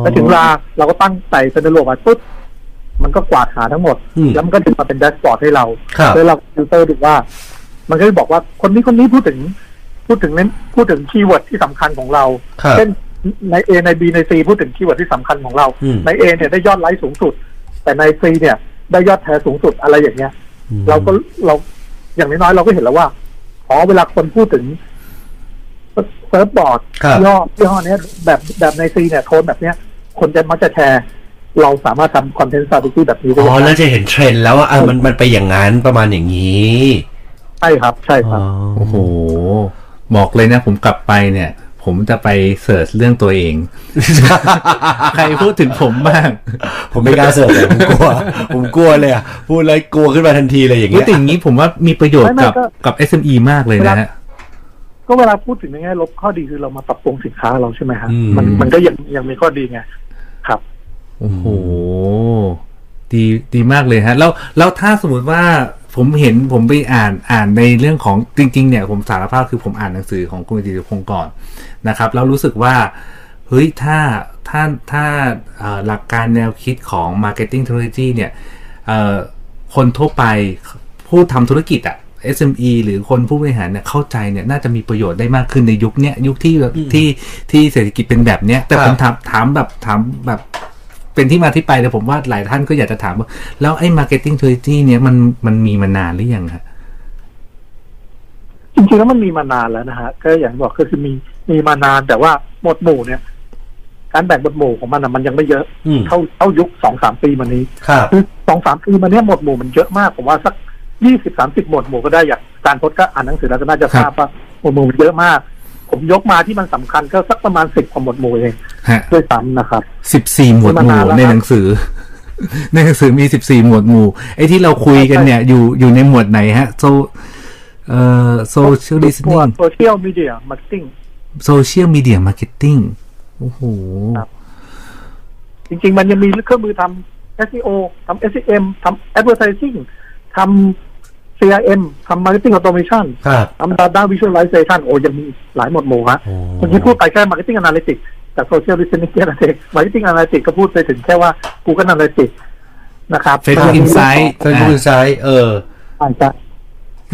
D: แล้วถึงเวลาเราก็ตั้งใส่เซนเดอร์โลมาปุ๊บมันก็กวาดหาทั้งหมด
B: อืม
D: แล้วมันก็ดึงมาเป็นแดชบอร์ดให้เรา
B: ครับ
D: แล้วเราฟิลเตอร์ดูว่า มันก็จะบอกว่าคนนี้คนนี้พูดถึง พูดถึงเน้นพูดถึงคีย์เวิร์ดที่สำคัญของเรา
B: ครับ
D: เช่นใน A ใน B ใน C พูดถึงคีย์เวิร์ดที่สำคัญของเรา
B: อืม
D: ใน A เนี่ยได้ยอดไลค์สูงสุด แต่ใน C เนี่ยได้ยอดแชร์สูงสุดอะไรอย่างเงี้ย เราก็เราอย่างน้อยๆเราก็เห็นแล้วว่าอ๋อเวลาคนพูดถึงเซิร์ฟบอร์ด
B: ครับ
D: ย่อยี่ห้อเนี้ยแบบแบบในซีเนี่ยโทนแบบเนี้ย คนจะมักจะแชร์ เราสามารถทำคอนเทนต์สตาร์ทแบบนี้ได้
B: อ๋อแล้วจะเห็นเทรนด์แล้วว่าอ่ะมันมันไปอย่างนั้นประมาณอย่างนี้
D: ใช่ครับ ใช่ครับ
C: โอ้โห บอกเลยนะ ผมกลับไปเนี่ย ผมจะไปเสิร์ชเรื่องตัวเอง ใครพูดถึงผมบ้าง
B: ผมไม่กล้าเสิร์ฟเลยผมกลัว ผมกลัวเลยอ่ะพูดอะไรกลัวขึ้นมาทันทีเลยอย่าง
C: พูด
B: เงี้ย
C: ถึงอย่างนี้ผมว่ามีประโยชน์กับ
D: ไม่ไม่ก็
C: กับ SME มากเลยนะฮะ
D: ก็เวลาพูดถึงในแง่ลบข้อดีคือเรามาปรับปรุงสินค้าเราใช่ไหมฮะ
B: อืม
D: มันมันก็ยังยังมีข้อดีไงครับ
C: โอ้โห ดีดีมากเลยฮะ แล้วแล้วถ้าสมมติว่าผมเห็นผมไปอ่านอ่านในเรื่องของจริง ๆ เนี่ย ผมสารภาพคือผมอ่านหนังสือของคุณจิตพงศ์ก่อนนะครับ แล้วรู้สึกว่า เฮ้ย ถ้าถ้าถ้าเอ่อหลักการแนวคิดของ Marketing Technology เนี่ยเอ่อคนทั่วไปผู้ทำธุรกิจอะ SME หรือคนผู้บริหารเนี่ยเข้าใจเนี่ยน่าจะมีประโยชน์ได้มากขึ้นในยุคเนี้ยยุคที่แบบที่ที่เศรษฐกิจเป็นแบบเนี้ยแต่
B: ครับ
C: ผมถามถามแบบถามแบบ เป็นที่มาที่ไปแต่ผมว่าหลายท่านก็อยากจะถามว่า แล้วไอ้ marketing strategy เนี่ยมันมันมีมานานหรือยังฮะ
D: จริงๆแล้วมันมีมานานแล้วนะฮะก็อย่างที่บอกก็คือมีมีมานานแต่ว่าหมวดหมู่เนี่ย การแบ่งหมวดหมู่ของมันอะมันยังไม่เยอะ
B: อืม
D: เท่าเท่ายุคสองสามปีมานี้
B: ครับ
D: คือสองสามปีมาเนี้ยหมวดหมู่มันเยอะมากผมว่าสักยี่สิบสามสิบหมวดหมู่ก็ได้อย่างอาจารย์พจน์ก็อ่านหนังสือแล้วก็น่าจะทราบว่าหมวดหมู่มันเยอะมาก ผมยกมาที่มันสำคัญก็สักประมาณสิบกว่าหมวดหมู่เอง
C: ฮะ
D: ด้วยซ้ำนะครับ
C: สิบสี่หมวดห
D: มี
C: มู่
D: มานานแล้ว
C: ในหนังสือ ในหนังสือมีสิบสี่หมวดหมู่ไอ้ที่เราคุยกันเนี่ย อยู่อยู่ในหมวดไหนฮะโซเอ่อโซเชียลดิส
D: หม
C: นี
D: วด
C: ย์
D: โซเชียลมีเดียมาร์เก็ตติ้ง
C: โซเชียลมีเดียมาร์เก็ตติ้งโอ้โห
D: ครับ จริงๆ มันยังมีเครื่องมือทำ SEO ทำ SEM ทำ Advertising ทำ CRM ทำ Marketing Automation
B: ครับ
D: ทำ Data Visualization โอ้ยังมีหลายหมวดหมู่ฮะ
B: โอ้
D: เมื่อกี้พูดไปแค่ Marketing Analytics แต่ Social Listening Analytics Marketing Analytics ก็พูดไปถึงแค่ว่า Google Analytics นะครับ
C: Facebook
D: มันยังมี
C: Insight
B: เฟซบุ๊กไซต์เออ
D: อาจจะ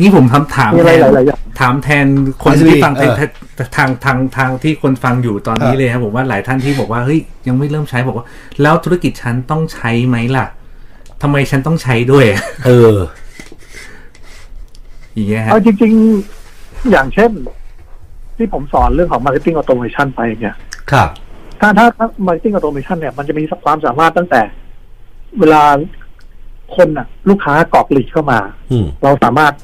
C: นี่ผมทำถาม
D: มี
C: แท
D: อะไร
C: น
D: หลายๆอย่าง
C: ถามแทนคน
B: อาจจะมี
C: ที่ฟัง
B: เออ
C: แทนทางทางทางที่คนฟังอยู่ตอน
B: ค
C: นี้
B: รับ
C: เลยครับผมว่าหลายท่านที่บอกว่าเฮ้ยยังไม่เริ่มใช้บอกว่า แล้วธุรกิจฉันต้องใช้ไหมล่ะทำไมฉันต้องใช้ด้วย
B: เออ
C: อย่างเงี้ยฮะ
D: เอาจริงๆ อย่างเช่น ที่ผมสอนเรื่องของ Marketing Automation ไปเนี่ย
B: ครับ
D: ถ้าถ้าถ้า marketing automation เนี่ยมันจะมีความสามารถตั้งแต่ เวลาคนน่ะ ลูกค้ากรอกหลีดเข้ามา
B: อืม
D: เราสามารถ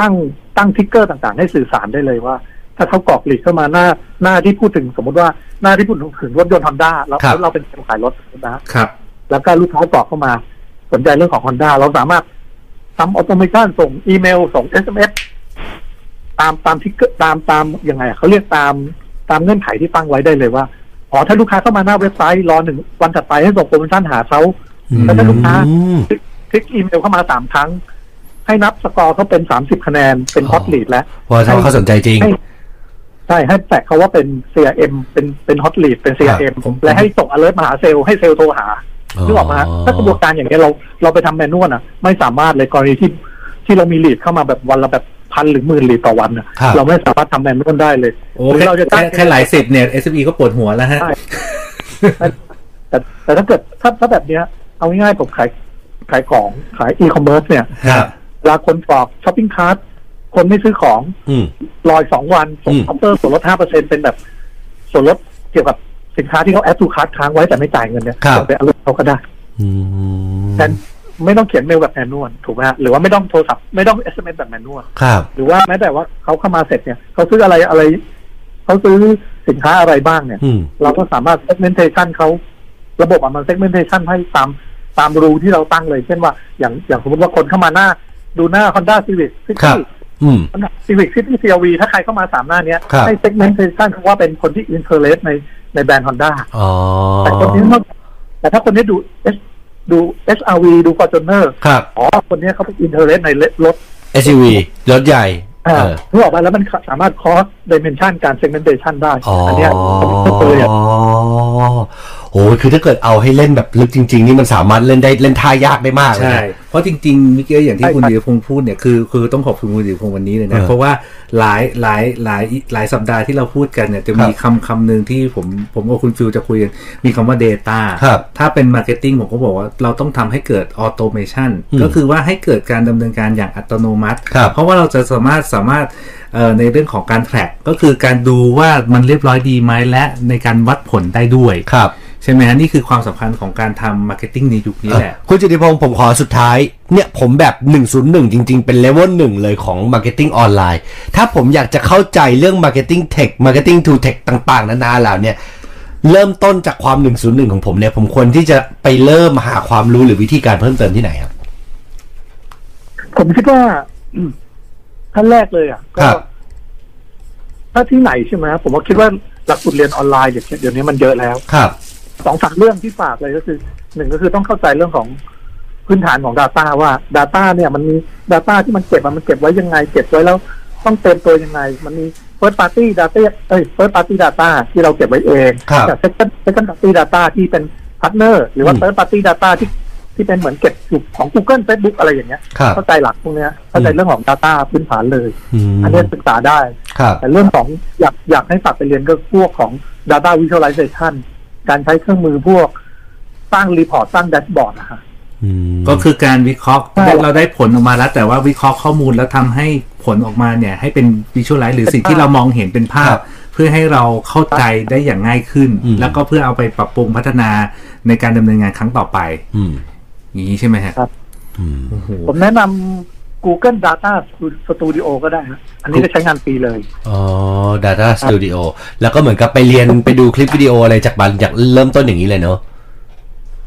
D: ตั้งตั้งทิกเกอร์ต่างๆ ให้สื่อสารได้เลยว่า ถ้าเขากรอกหลีดเข้ามาหน้าหน้าที่พูดถึงสมมติว่าหน้าที่พูดถึงรถยนต์ฮอนด้าแล้ว
B: ครับ
D: เราเป็นคนขายรถนะฮะ
C: ครับ
D: แล้วก็ลูกค้ากรอกเข้ามาสนใจเรื่องของฮอนด้าเราสามารถทำออโตเมชันส่งอีเมล ส่ง SMS ตามตามทิกเกอร์ตามตามยังไงอะเขาเรียกตามตามเงื่อนไขที่ตั้งไว้ได้เลยว่าอ๋อถ้าลูกค้าเข้ามาหน้าเว็บไซต์รอหนึ่งวันถัดไปให้ส่งโปรโมชั่นหาเขา แล้วถ้าลูกค้า
B: อืม
D: คลิกอีเมลเข้ามาสามครั้ง ใ ให้นับสกอร์เขาเป็นสามสิบคะแนนเป็นฮอตลีดแล้ว
B: เพราะถ้าเขาสนใจจริง
D: ให้ใช่ให้แตะเขาว่าเป็น CRM เป็นเป็นฮอตลีดเป็น CRM
C: ครับผม
D: และให้ส่ง alert มาหาเซลล์ให้เซลล์โทรหา
B: อ๋อ
D: นึกออกไหมาถ้ากระบวนการอย่างนี้ยเราเราไปทำแมนนวลอ่ะ ไม่สามารถเลยกรณีที่ที่เรามีลีดเข้ามาแบบวันละแบบพันหรือหมื่นลีดต่อวันน่ะ
B: ครับ
D: เราไม่สามารถทำแมนนวลได้เลย
C: โอ้
D: หรื
C: แค่
D: เราจะ
C: แค่
D: ตั้ง
C: แค่หลายสิบเนี่ย SME ก็ปวดหัวแล้วฮะ
D: ใช่ แต่แต่ถ้าเกิดถ้าถ้าแบบเนี้ย เอาง่ายๆผมขายขายของขายอีคอมเมิร์ซเนี่ย
B: ครับ
D: เวลาคนกรอกช้อปปิ้งคาร์คนไม่ซื้อของ
B: อืม
D: รอยสองวันส่ง
B: อืม
D: คอมเตอร์ส่วนลดห้าเปอร์เซ็นเป็นแบบ ส่วนลดเกี่ยวกับสินค้าที่เขาแอดทูคาร์ดค้างไว้แต่ไม่จ่ายเงินเนี่ย
B: ครับ
D: ส่งไปเอารมณ์เขาก็ได้
B: อืม
D: แทนไม่ต้องเขียนเมลแบบแมนนวลถูกไหมฮะหรือว่าไม่ต้องโทรศัพท์ไม่ต้องเอสเอ็มเอสแบบแมนนวล
B: ครับ
D: หรือว่าแม้แต่ว่าเขาเข้ามาเสร็จเนี่ยเขาซื้ออะไรอะไรเขาซื้อสินค้าอะไรบ้างเนี่ย
B: อืม
D: เราก็สามารถ segmentation เขาระบบอะมัน segmentation ให้ตามตามรูที่เราตั้งเลย เช่นว่าอย่างอย่างสมมติว่าคนเข้ามาหน้าดูหน้า Honda Civic ซิ
B: ครับ
D: ตี้
B: อืม
D: ซีวิกซิตี้ซีวีถ้าใครเข้ามาสามหน้าเนี้ย
B: ครับ
D: ให้เซกเมนต์เซชันคำว่าเป็นคนที่อินเทอร์เลสในในแบรนด์ฮอนด้า
B: อ๋อ
D: แต่คนนี้นอกแต่ถ้าคนนี้ดู S ดู SRV ดูฟอร์จูเนอร์
B: ครับ
D: อ๋อคนเนี้ยเขาเป็นอินเทอร์เลสในรถ
B: SUV รถใหญ่เอ
D: อ่า
B: อ
D: รู้ออกมาแล้วมันสามารถคอสดิเมนชันการเซกเมนเ t ชันได้
B: อ๋อ
D: อันเนี้ยผมเคยอะ
B: โอ้ยคือถ้าเกิดเอาให้เล่นแบบลึกจริง ๆ นี่มันสามารถเล่นได้เล่นท่ายากได้มากเลย
C: ใช่
B: นะ
C: เพราะจริงๆเมื่อกี้อย่างที่คุณดิพงษ์พูดเนี่ยคือคือต้องขอบคุณคุณดิพงษ์วันนี้เลยนะ
B: เออ
C: เพราะว่าหลายหลายหลายหลายสัปดาห์ที่เราพูดกันเนี่ยจะมีคำคำหนึ่งที่ผมผมกับคุณฟิลจะคุยกันมีคำว่า Data
B: ครับ
C: ถ้าเป็น Marketing ผมก็บอกว่าเราต้องทำให้เกิด Automation
B: อืม
C: ก็คือว่าให้เกิดการดำเนินการอย่างอัตโนมัติ
B: ครับ
C: เพราะว่าเราจะสามารถสามารถเอ่อในเรื่องของการ track ก็คือการดูว่ามันเรียบร้อยดีไหมและในการวัดผลได้ด้วย
B: ครับ
C: ใช่ไหมฮะนี่คือความสำคัญของการทำ marketing ในยุคนี้แหละ
B: เออคุณจิติพงศ์ผมขอสุดท้าย เนี่ยผมแบบ 101 จริง ๆ เป็นเลเวลหนึ่งเลยของ Marketing ออนไลน์ ถ้าผมอยากจะเข้าใจเรื่อง Marketing Tech Marketing to Tech ต่างๆ นานาเหล่าเนี่ย เริ่มต้นจากความ 101 ของผมเนี่ย ผมควรที่จะไปเริ่มหาความรู้หรือวิธีการเพิ่มเติมที่ไหนครับ
D: ผมคิดว่าอืมขั้นแรกเลยอ่ะ
B: ค
D: ก็
B: รับ
D: ถ้าที่ไหนใช่ไหมผมว่าคิดว่าหลักสูตรเรียนออนไลน์เดี๋ยวเดี๋ยวนี้มันเยอะแล้ว
B: ครับ
D: สองสามเรื่องที่ฝากเลยก็คือหนึ่งก็คือต้องเข้าใจเรื่องของพื้นฐานของ Data ว่า Data เนี่ยมันมี Data ที่มันเก็บอะมันเก็บไว้ยังไง เก็บไว้แล้วต้องเต็มตัวยังไง มันมี First Party Data เอ้ย First Party Data ที่เราเก็บไว้เอง
B: ครับ
D: กับ Second Second Party Data ที่เป็น Partner หรือว่า
B: อืม
D: Third Party Data ที่ที่เป็นเหมือนเก็บอยู่ของ Google Facebook อะไรอย่างเงี้ย
B: ครับ
D: เข้าใจหลักพวกเนี้ยเข้าใจ
B: อืม
D: เรื่องของ Data พื้นฐานเลย
B: ม
D: อันเนี้ยศึกษาได้
B: ครับ
D: แต่เรื่องของอยากอยากให้ฝากไปเรียนก็พวกของ Data Visualization การใช้เครื่องมือพวกสร้างรีพอร์ตสร้างแดชบอร์ดนะคะ
C: ก็คือการวิเคราะห์
D: ใช่
C: เราได้ผลออกมาแล้ว แต่ว่าวิเคราะห์ข้อมูลแล้วทำให้ผลออกมาเนี่ย ให้เป็นวิชวลไลซ์หรือสิ่งที่เรามองเห็นเป็นภา
B: ค
C: พ
B: รับ
C: เพื่อให้เราเข้าใจได้อย่างง่ายขึ้น
B: อืม
C: แล้วก็เพื่อเอาไปปรับปรุงพัฒนาในการดำเนินงานครั้งต่อไป
B: อืม
C: อย่างนี้ใช่ไหมฮะ
D: ครับ
B: อืม
C: โอ้โห
D: ผมแนะนำ Google Data Studio ก็ได้ฮะอันนี้จะใช้งานฟรีเลย
B: อ๋อ Data Studio แล้วก็เหมือนกับไปเรียนไปดูคลิปวิดีโออะไรจากมันอยากเริ่มต้นอย่างนี้เลยเนาะ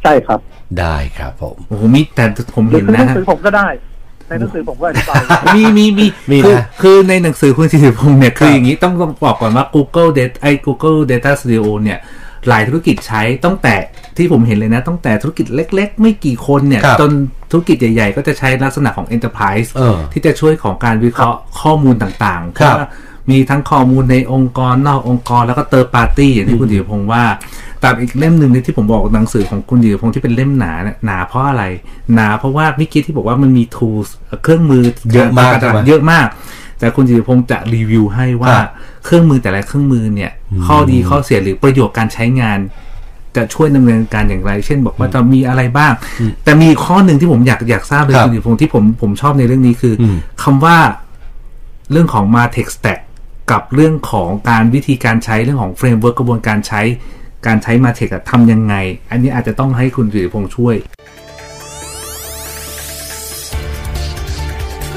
D: ใช่ครับ
B: ได้ครับผม
C: โอ้โหมีแต่ผม
D: หรื
C: เห็
D: อน ในห
C: นะ
D: นัง
C: ฮะ
D: สือผมก็ได้ ในหนังสือผมก็อธิบาย
C: มีมีมี
B: มีนะ
C: คือคือในหนังสือคุณสิริพงษ์เนี่ย คื
B: ค
C: อ
B: รับ
C: อย่างนี้ต้องต้องบอกก่อนว่า Google Data ไอ้ Google Data Studio เนี่ย หลายธุรกิจใช้ตั้งแต่ที่ผมเห็นเลยนะ ตั้งแต่ธุรกิจเล็ก ๆ ไม่กี่คนเนี่ย
B: ครับ
C: จนธุรกิจใหญ่ ๆ ก็จะใช้ลักษณะของ Enterprise
B: เออ
C: ที่จะช่วยของการวิเคราะห์ข้อมูลต่างๆ
B: ครับ
C: ว่ามีทั้งข้อมูลในองค์กรนอกองค์กรแล้วก็เตอร์ปาร์ตี้อย่างที่คุณดิพงษ์ว่าตามอีกเล่มหนึ่งเนี่ยที่ผมบอกหนังสือของคุณดิพงษ์ที่เป็นเล่มหนาเนี่ยหนาเพราะอะไรหนาเพราะว่าเมื่อกี้ที่บอกว่ามันมี tools เครื่องมือ
B: เยอะมาก
C: รตลด
B: ใช่ไหม
C: เยอะมาก แต่คุณจิตพงศ์จะรีวิวให้ว่า
B: ครับ
C: เครื่องมือแต่ละเครื่องมือเนี่ย ข้อดีข้อเสียหรือประโยชน์การใช้งาน จะช่วยดำเนินการอย่างไร เช่น บอกว่าจะมีอะไรบ้าง แต่มีข้อหนึ่งที่ผมอยากอยากทราบเลย
B: ครับ
C: คุณจิตพงศ์ที่ผมผมชอบในเรื่องนี้คืออ
B: ม
C: คำว่าเรื่องของมา t e c h Stack กับเรื่องของการวิธีการใช้เรื่องของเฟรมเวิร์กกระบวนการใช้การใช้มาเทคทำยังไง อันนี้อาจจะต้องให้คุณจิตพงศ์ช่วย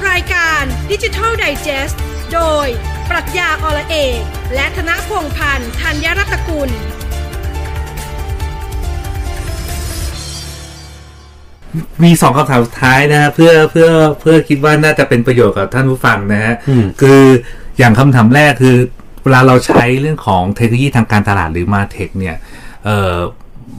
A: รายการดิจิทัลไดจ e s t โดย ปรัชญาอละเอกและธนพงษ์พันธ์ธัญรัตนกุล
C: มีสองคำถามสุดท้ายนะฮะเพื่อเพื่อเพื่อคิดว่าน่าจะเป็นประโยชน์กับท่านผู้ฟังนะฮะ
B: อืม
C: คืออย่างคำถามแรกคือ เวลาเราใช้เรื่องของเทคโนโลยีทางการตลาดหรือมาเทคเนี่ยเอ่อ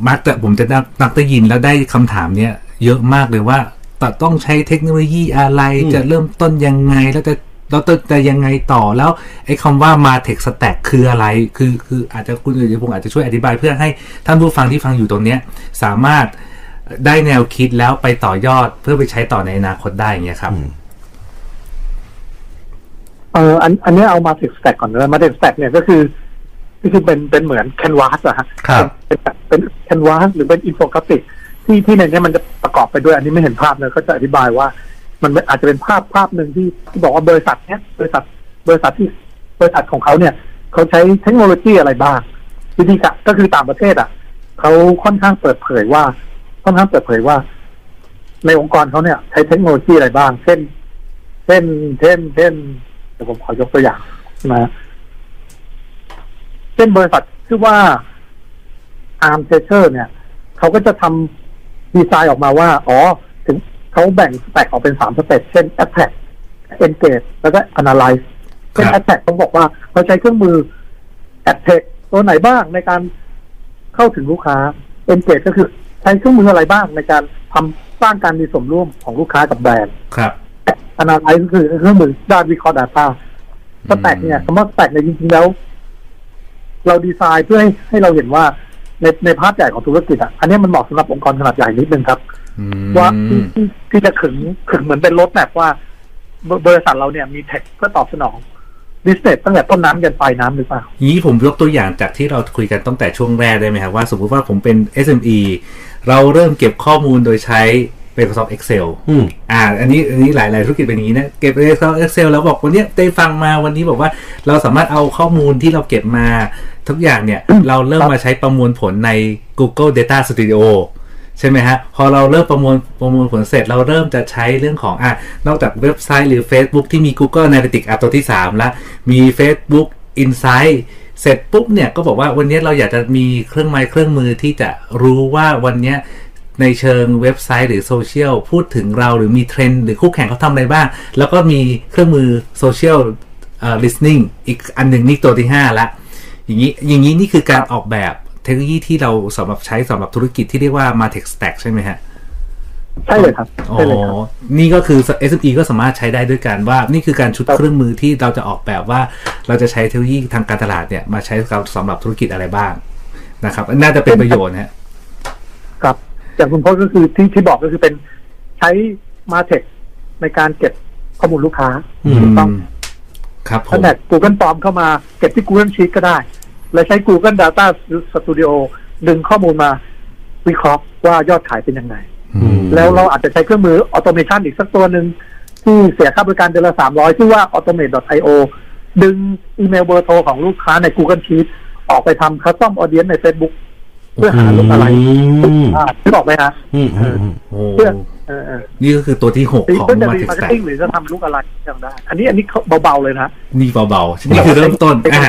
C: มักจะผมจะนักนักได้ยินแล้วได้คำถามเนี้ยเยอะมากเลยว่า ตัดต้องใช้เทคโนโลยีอะไร
B: อืม
C: จะเริ่มต้นยังไง แล้วจะแล้วจะจะยังไงต่อแล้วไอ้คำว่า Martech Stack คืออะไร คือคืออาจจะคุณอื่นพงศ์อาจจะช่วยอธิบายเพื่อให้ท่านผู้ฟังที่ฟังอยู่ตรงเนี้ย สามารถได้แนวคิดแล้วไปต่อยอดเพื่อไปใช้ต่อในอนาคตได้อย่างเงี้ยครับ
D: เอออันอันเนี้ยเอามาติดสแต็กก่อนแล้วมาติดสแต็กเนี่ยก็คือก็คือเป็นเป็นเหมือนแคนวาสอะฮะ
B: ครับ
D: เป็นเป็นแคนวาสหรือเป็นอินโฟกราฟิกที่ที่ในเนี้ยมันจะประกอบไปด้วยอันนี้ไม่เห็นภาพเลยก็จะอธิบายว่า มันอาจจะเป็นภาพภาพหนึ่งที่ที่บอกว่าบริษัทเนี้ยบริษัทบริษัทที่บริษัทของเขาเนี่ยเขาใช้เทคโนโลยีอะไรบ้างวิธีการก็คือต่างประเทศอ่ะเขาค่อนข้างเปิดเผยว่า ค่อนข้างเปิดเผยว่า ในองค์กรเขาเนี่ยใช้เทคโนโลยีอะไรบ้าง เช่น เช่น เช่น เช่นเดี๋ยวผมขอยกตัวอย่างนะฮะเช่นบริษัทชื่อว่า Arm t r e a s u r e เนี่ยเขาก็จะทำดีไซน์ออกมาว่า อ๋อ ถึงเขาแบ่งสเต็กออกเป็นสามสเต็ปเช่น Attack Engage แล้วก็ Analyze เช่น
C: ครับ
D: Attack เขาบอกว่าเขาใช้เครื่องมือ Attack ตัวไหนบ้างในการเข้าถึงลูกค้า Engage ก็คือใช้เครื่องมืออะไรบ้างในการทำสร้างการมีส่วนร่วมของลูกค้ากับแบรนด์
C: ครับ
D: อนาลัยก็คือเครื่องมือด้านวิเคราะห์ Data สแต็กเนี่ย
C: อืม
D: คำว่าสแต็กเนี่ยจริงๆแล้ว เราดีไซน์เพื่อให้ให้เราเห็นว่าในในภาพใหญ่ของธุรกิจอ่ะอันเนี้ยมันเหมาะสำหรับองค์กรขนาดใหญ่นิดนึงครับ
C: อืม
D: ว่าที่ที่ที่จะขึงขึงเหมือนเป็นรถแมพว่าบริบริษัทเราเนี่ยมีเทคเพื่อตอบสนองบิสเนสตั้งแต่ต้นน้ำยันปลายน้ำหรือเปล่า
C: นี้ผมยกตัวอย่างจากที่เราคุยกันตั้งแต่ช่วงแรกได้ไหมครับว่าสมมุติว่าผมเป็น SME เราเริ่มเก็บข้อมูลโดยใช้ Microsoft Excel
B: อืม
C: อ่า อันนี้อันนี้หลาย ๆ ธุรกิจเป็นอย่างนี้นะเก็บ Microsoft Excel แล้วบอกวันเนี้ยได้ฟังมาวันนี้บอกว่าเราสามารถเอาข้อมูลที่เราเก็บมาทุกอย่างเนี่ย เราเริ่มมาใช้ประมวลผลใน Google Data Studio ใช่ไหมฮะ พอเราเริ่มประมวลประมวลผลเสร็จเราเริ่มจะใช้เรื่องของอ่ะนอกจากเว็บไซต์หรือ Facebook ที่มี Google Analytics อ่ะตัวที่ 3 ละมี Facebook Insight เสร็จปุ๊บเนี่ยก็บอกว่าวันนี้เราอยากจะมีเครื่องไม้เครื่องมือที่จะรู้ว่าวันเนี้ยในเชิงเว็บไซต์หรือโซเชียลพูดถึงเราหรือมีเทรนด์หรือคู่แข่งเขาทำอะไรบ้าง แล้วก็มีเครื่องมือโซเชียลเอ่อ listening อีกอันหนึ่งนี่ตัวที่ 5 ละ อย่างนี้อย่างนี้นี่คือการออกแบบเทคโนโลยีที่เราสำหรับใช้สำหรับธุรกิจที่เรียกว่ามา Tech Stack ใช่ไหมฮะ
D: ใช่เลยครับ
C: อ๋อ
D: ใช่เลยครับ
C: นี่ก็คือ SME ก็สามารถใช้ได้ด้วยกันว่า นี่คือการชุดเครื่องมือที่เราจะออกแบบว่า เราจะใช้เทคโนโลยีทางการตลาดเนี่ยมาใช้กับสำหรับธุรกิจอะไรบ้างนะครับ น่าจะเป็นประโยชน์ฮะ
D: ครับอย่างคุณพจน์ก็คือที่ที่บอกก็คือเป็นใช้มาเทคในการเก็บข้อมูลลูกค้า
C: อืม
D: ถูกต้อง
C: ครับผ
D: ถ้าม แต่ Google Form เข้ามาเก็บที่ Google Sheet ก็ได้ และใช้ Google Data Studio ดึงข้อมูลมาวิเคราะห์ว่ายอดขายเป็นยังไง แล้วเราอาจจะใช้เครื่องมือ Automation อีกสักตัวหนึ่งที่เสียค่าบริการเดือนละ 300 ชื่อว่า automate.io ดึงอีเมลเบอร์โทรของลูกค้าใน Google Sheet ออกไปทำ Custom Audience ใน Facebook เพื่อหาลูกอะไร
B: อืม
D: อ่าที่บอกไหมฮะ
B: อืมอืมอืม
C: โอ้
D: เพื่อ เออเออ
C: นี่ก็คือตัวที่หก
D: หรือ
C: ของ
D: เพื่อจะ
C: มา
D: รี
C: เทค
D: มาร์
C: ส
D: เก็ต
C: แต็
D: ติ้งหรือจะทำลูกอะไรก็ยังได้ อันนี้อันนี้เขาเบาๆเลยนะ
C: นี่เบา ๆนี่คือเริ่มต้นอ่า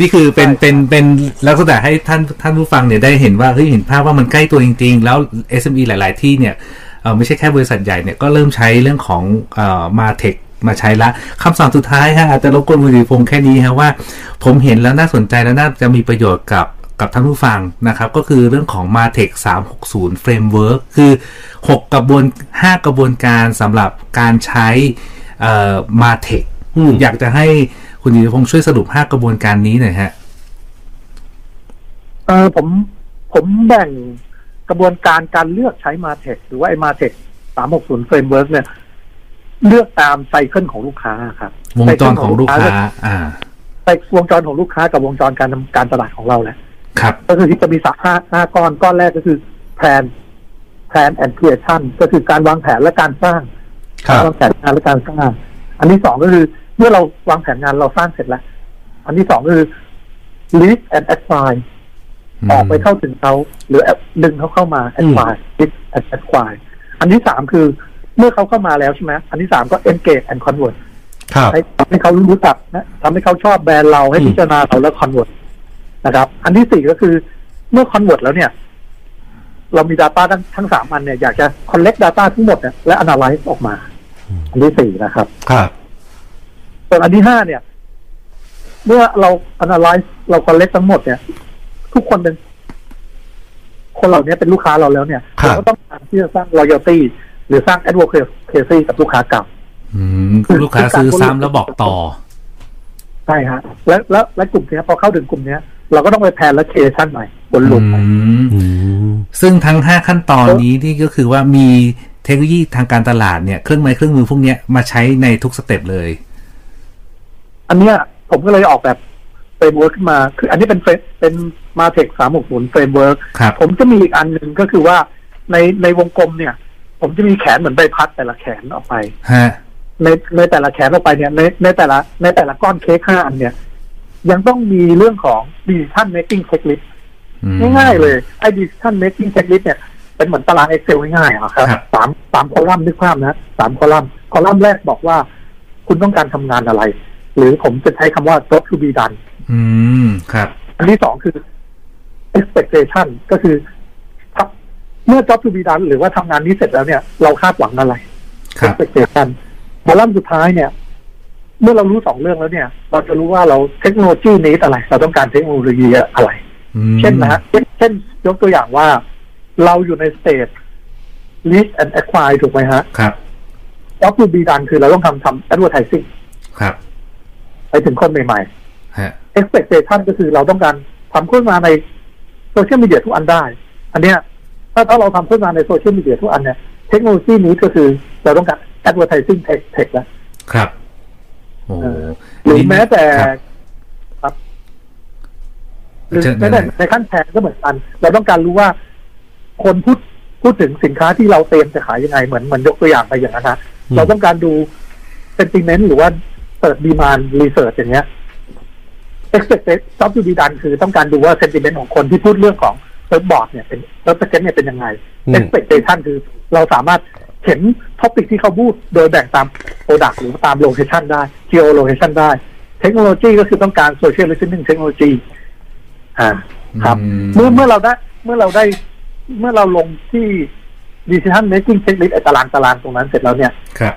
C: นี่คือเป็นเป็นเป็นลักษณะให้ท่านท่านผู้ฟังเนี่ยได้เห็นว่าเฮ้ยเห็นภาพว่ามันใกล้ตัวจริง ๆ แล้ว SME หลาย ๆ ที่เนี่ยเอ่อไม่ใช่แค่บริษัทใหญ่เนี่ยก็เริ่มใช้เรื่องของเอ่อมาเทคมาใช้ละคำสั่งสุดท้ายฮะอาจจะรบกวนคุณดิพงศ์แค่นี้ฮะว่า ผมเห็นแล้วน่าสนใจแล้วน่าจะมีประโยชน์กับกับท่านผู้ฟังนะครับ ก็คือเรื่องของ m a t e c 360 Framework คือ 6 กระบวน 5 กระบวนการสำหรับการใช้เอ่อ m a t e c
B: อืม
C: อยากจะให้คุณดิพงศ์ช่วยสรุป 5 กระบวนการนี้หน่อยฮะ
D: เออผมผมแบ่งกระบวนการการเลือกใช้มาเทคหรือว่าไอ้มาเทคสามหกศูนย์เฟรมเวิร์กเนี่ย เลือกตามไซเคิลของลูกค้าครับ
C: วงจรของลูกค้า อ่า
D: ไซเคิลวงจรของลูกค้ากับวงจรการทำการตลาดของเราแหละ
C: ครับ
D: ก็คือที่จะมีสาห้าห้าก้อนก้อนแรกก็คือ plan plan and creation ก็คือการวางแผนและการสร้าง
B: ครับ
D: วางแผนงานและการสร้าง อันที่สองก็คือ เมื่อเราวางแผนงานเราสร้างเสร็จแล้ว อันที่สองก็คือ list and assign
C: อืม
D: ออกไปเข้าถึงเขาหรือแอปดึงเขาเข้ามา
B: อืม
D: acquire list and acquire อันที่สามคือเมื่อเขาเข้ามาแล้วใช่ไหมอันที่สามก็ engage and convert
B: ครับ
D: ให้ทำให้เขารู้จักนะทำให้เขาชอบแบรนด์เราให้
B: อืม
D: พิจารณาเราแล้ว convert นะครับ อันที่สี่ก็คือเมื่อ convert แล้วเนี่ย เรามี Data ทั้งทั้งสามอันเนี่ยอยากจะ collect Data ทั้งหมดเนี่ยและ analyze ออกมา อันที่สี่นะครับ
B: ครับ
D: ส่วนอันที่ห้าเนี่ย เมื่อเรา analyze เรา collect ทั้งหมดเนี่ย ทุกคนเป็น คนเหล่านี้เป็นลูกค้าเราแล้วเนี่ย
B: ครับ
D: เราก็ต้องการที่จะสร้าง loyalty หรือ รือสร้าง advocacy กับลูกค้าเก่า
C: อืมลูกค้าซื้อซ้ำแล้วบอกต่อ
D: ใช่ฮะ และและและกลุ่มเนี้ยพอเข้าถึงกลุ่มเนี้ย เราก็ต้องไปแพลนและเคชั่นใหม่บน
C: อื
D: ลุม
C: ม
B: อืม
C: ซึ่งทั้ง 5 ขั้นตอนนี้นี่ก็คือว่ามีเทคโนโลยีทางการตลาดเนี่ยเครื่องไม้เครื่องมือพวกเนี้ยมาใช้ในทุกสเต็ปเลย
D: อันเนี้ยผมก็เลยออกแบบเฟรมเวิร์กขึ้นมา คืออันนี้เป็น frame- เป็นมาเทคสามหกศูนย์เฟรมเวิร์ก
C: ครับ
D: ผมจะมีอีกอันหนึ่งก็คือว่าในในวงกลมเนี่ย ผมจะมีแขนเหมือนใบพัดแต่ละแขนออกไป
C: ฮะ
D: ในในแต่ละแขนออกไปเนี่ยในในแต่ละในแต่ละก้อนเค้กห้าอันเนี่ย ยังต้องมีเรื่องของ decision making checklist
C: อืม
D: ง่ายๆเลยไอ้ decision making checklist เนี่ยเป็นเหมือนตาราง Excel ง่ายๆอะครับ
C: ครับ
D: สามสามคอลัมน์นึกภาพนะสามคอลัมน์คอลัมน์แรกบอกว่า คุณต้องการทำงานอะไร หรือผมจะใช้คำว่า job to be done
C: อืมครับ
D: อันที่สองคือ expectation ก็คือครับเมื่อ job to be done หรือว่าทำงานนี้เสร็จแล้วเนี่ย เราคาดหวังอะไร
C: ครับ
D: expectation คอลัมน์สุดท้ายเนี่ย เมื่อเรารู้สองเรื่องแล้วเนี่ย เราจะรู้ว่าเราเทคโนโลยีนี้อะไร เราต้องการเทคโนโลยีอะไร
C: อืม
D: เช่นนะฮะเช่นเช่นยกตัวอย่างว่า เราอยู่ในสเตจ list and acquire ถูกไหมฮะ
C: ครับ
D: แล้วคือบีดันคือเราต้องทำทำ advertising
C: ครับ
D: ไปถึงคนใหม่
C: ฮะ
D: ๆ expectation ก็คือเราต้องการทำโฆษณาในโซเชียลมีเดียทุกอันได้ อันเนี้ยถ้าถ้าเราทำโฆษณาในโซเชียลมีเดียทุกอันเนี่ย เทคโนโลยีนี้ก็คือเราต้องการ advertising tech tech แล้ว
C: ครับโอ้โห
D: หรือแม้แต่
C: ครับ
D: ครับหรือ
C: เชิญ
D: แม้แต่
C: ได้เลย
D: ในขั้นแทนก็เหมือนกัน เราต้องการรู้ว่า คนพูดพูดถึงสินค้าที่เราเตรียมจะขายยังไงเหมือนเหมือนยกตัวอย่างไปอย่างนั้นนะ
B: อืม
D: เราต้องการดูเซนติเมนต์หรือว่าเปิดดีมานรีเสิร์ชอย่างเงี้ย expected job to be done คือต้องการดูว่าเซนติเมนต์ของคนที่พูดเรื่องของเซิร์ฟบอร์ดเนี่ยเป็นเซิร์ฟเซนเนี่ยเป็นยังไง
B: อืม
D: expectation คือเราสามารถเห็นท็อปิกที่เขาพูดโดยแบ่งตามโปรดักต์หรือตามโลเคชันได้ geo location ได้ เทคโนโลยีก็คือต้องการ social listening เทคโนโลยีอ่าครับ
C: อืม
D: เมื่อเมื่อเราได้เมื่อเราได้เมื่อเราลงที่ decision making checklist ไอ้ตารางตารางตรงนั้นเสร็จแล้วเนี่ย
C: ครับ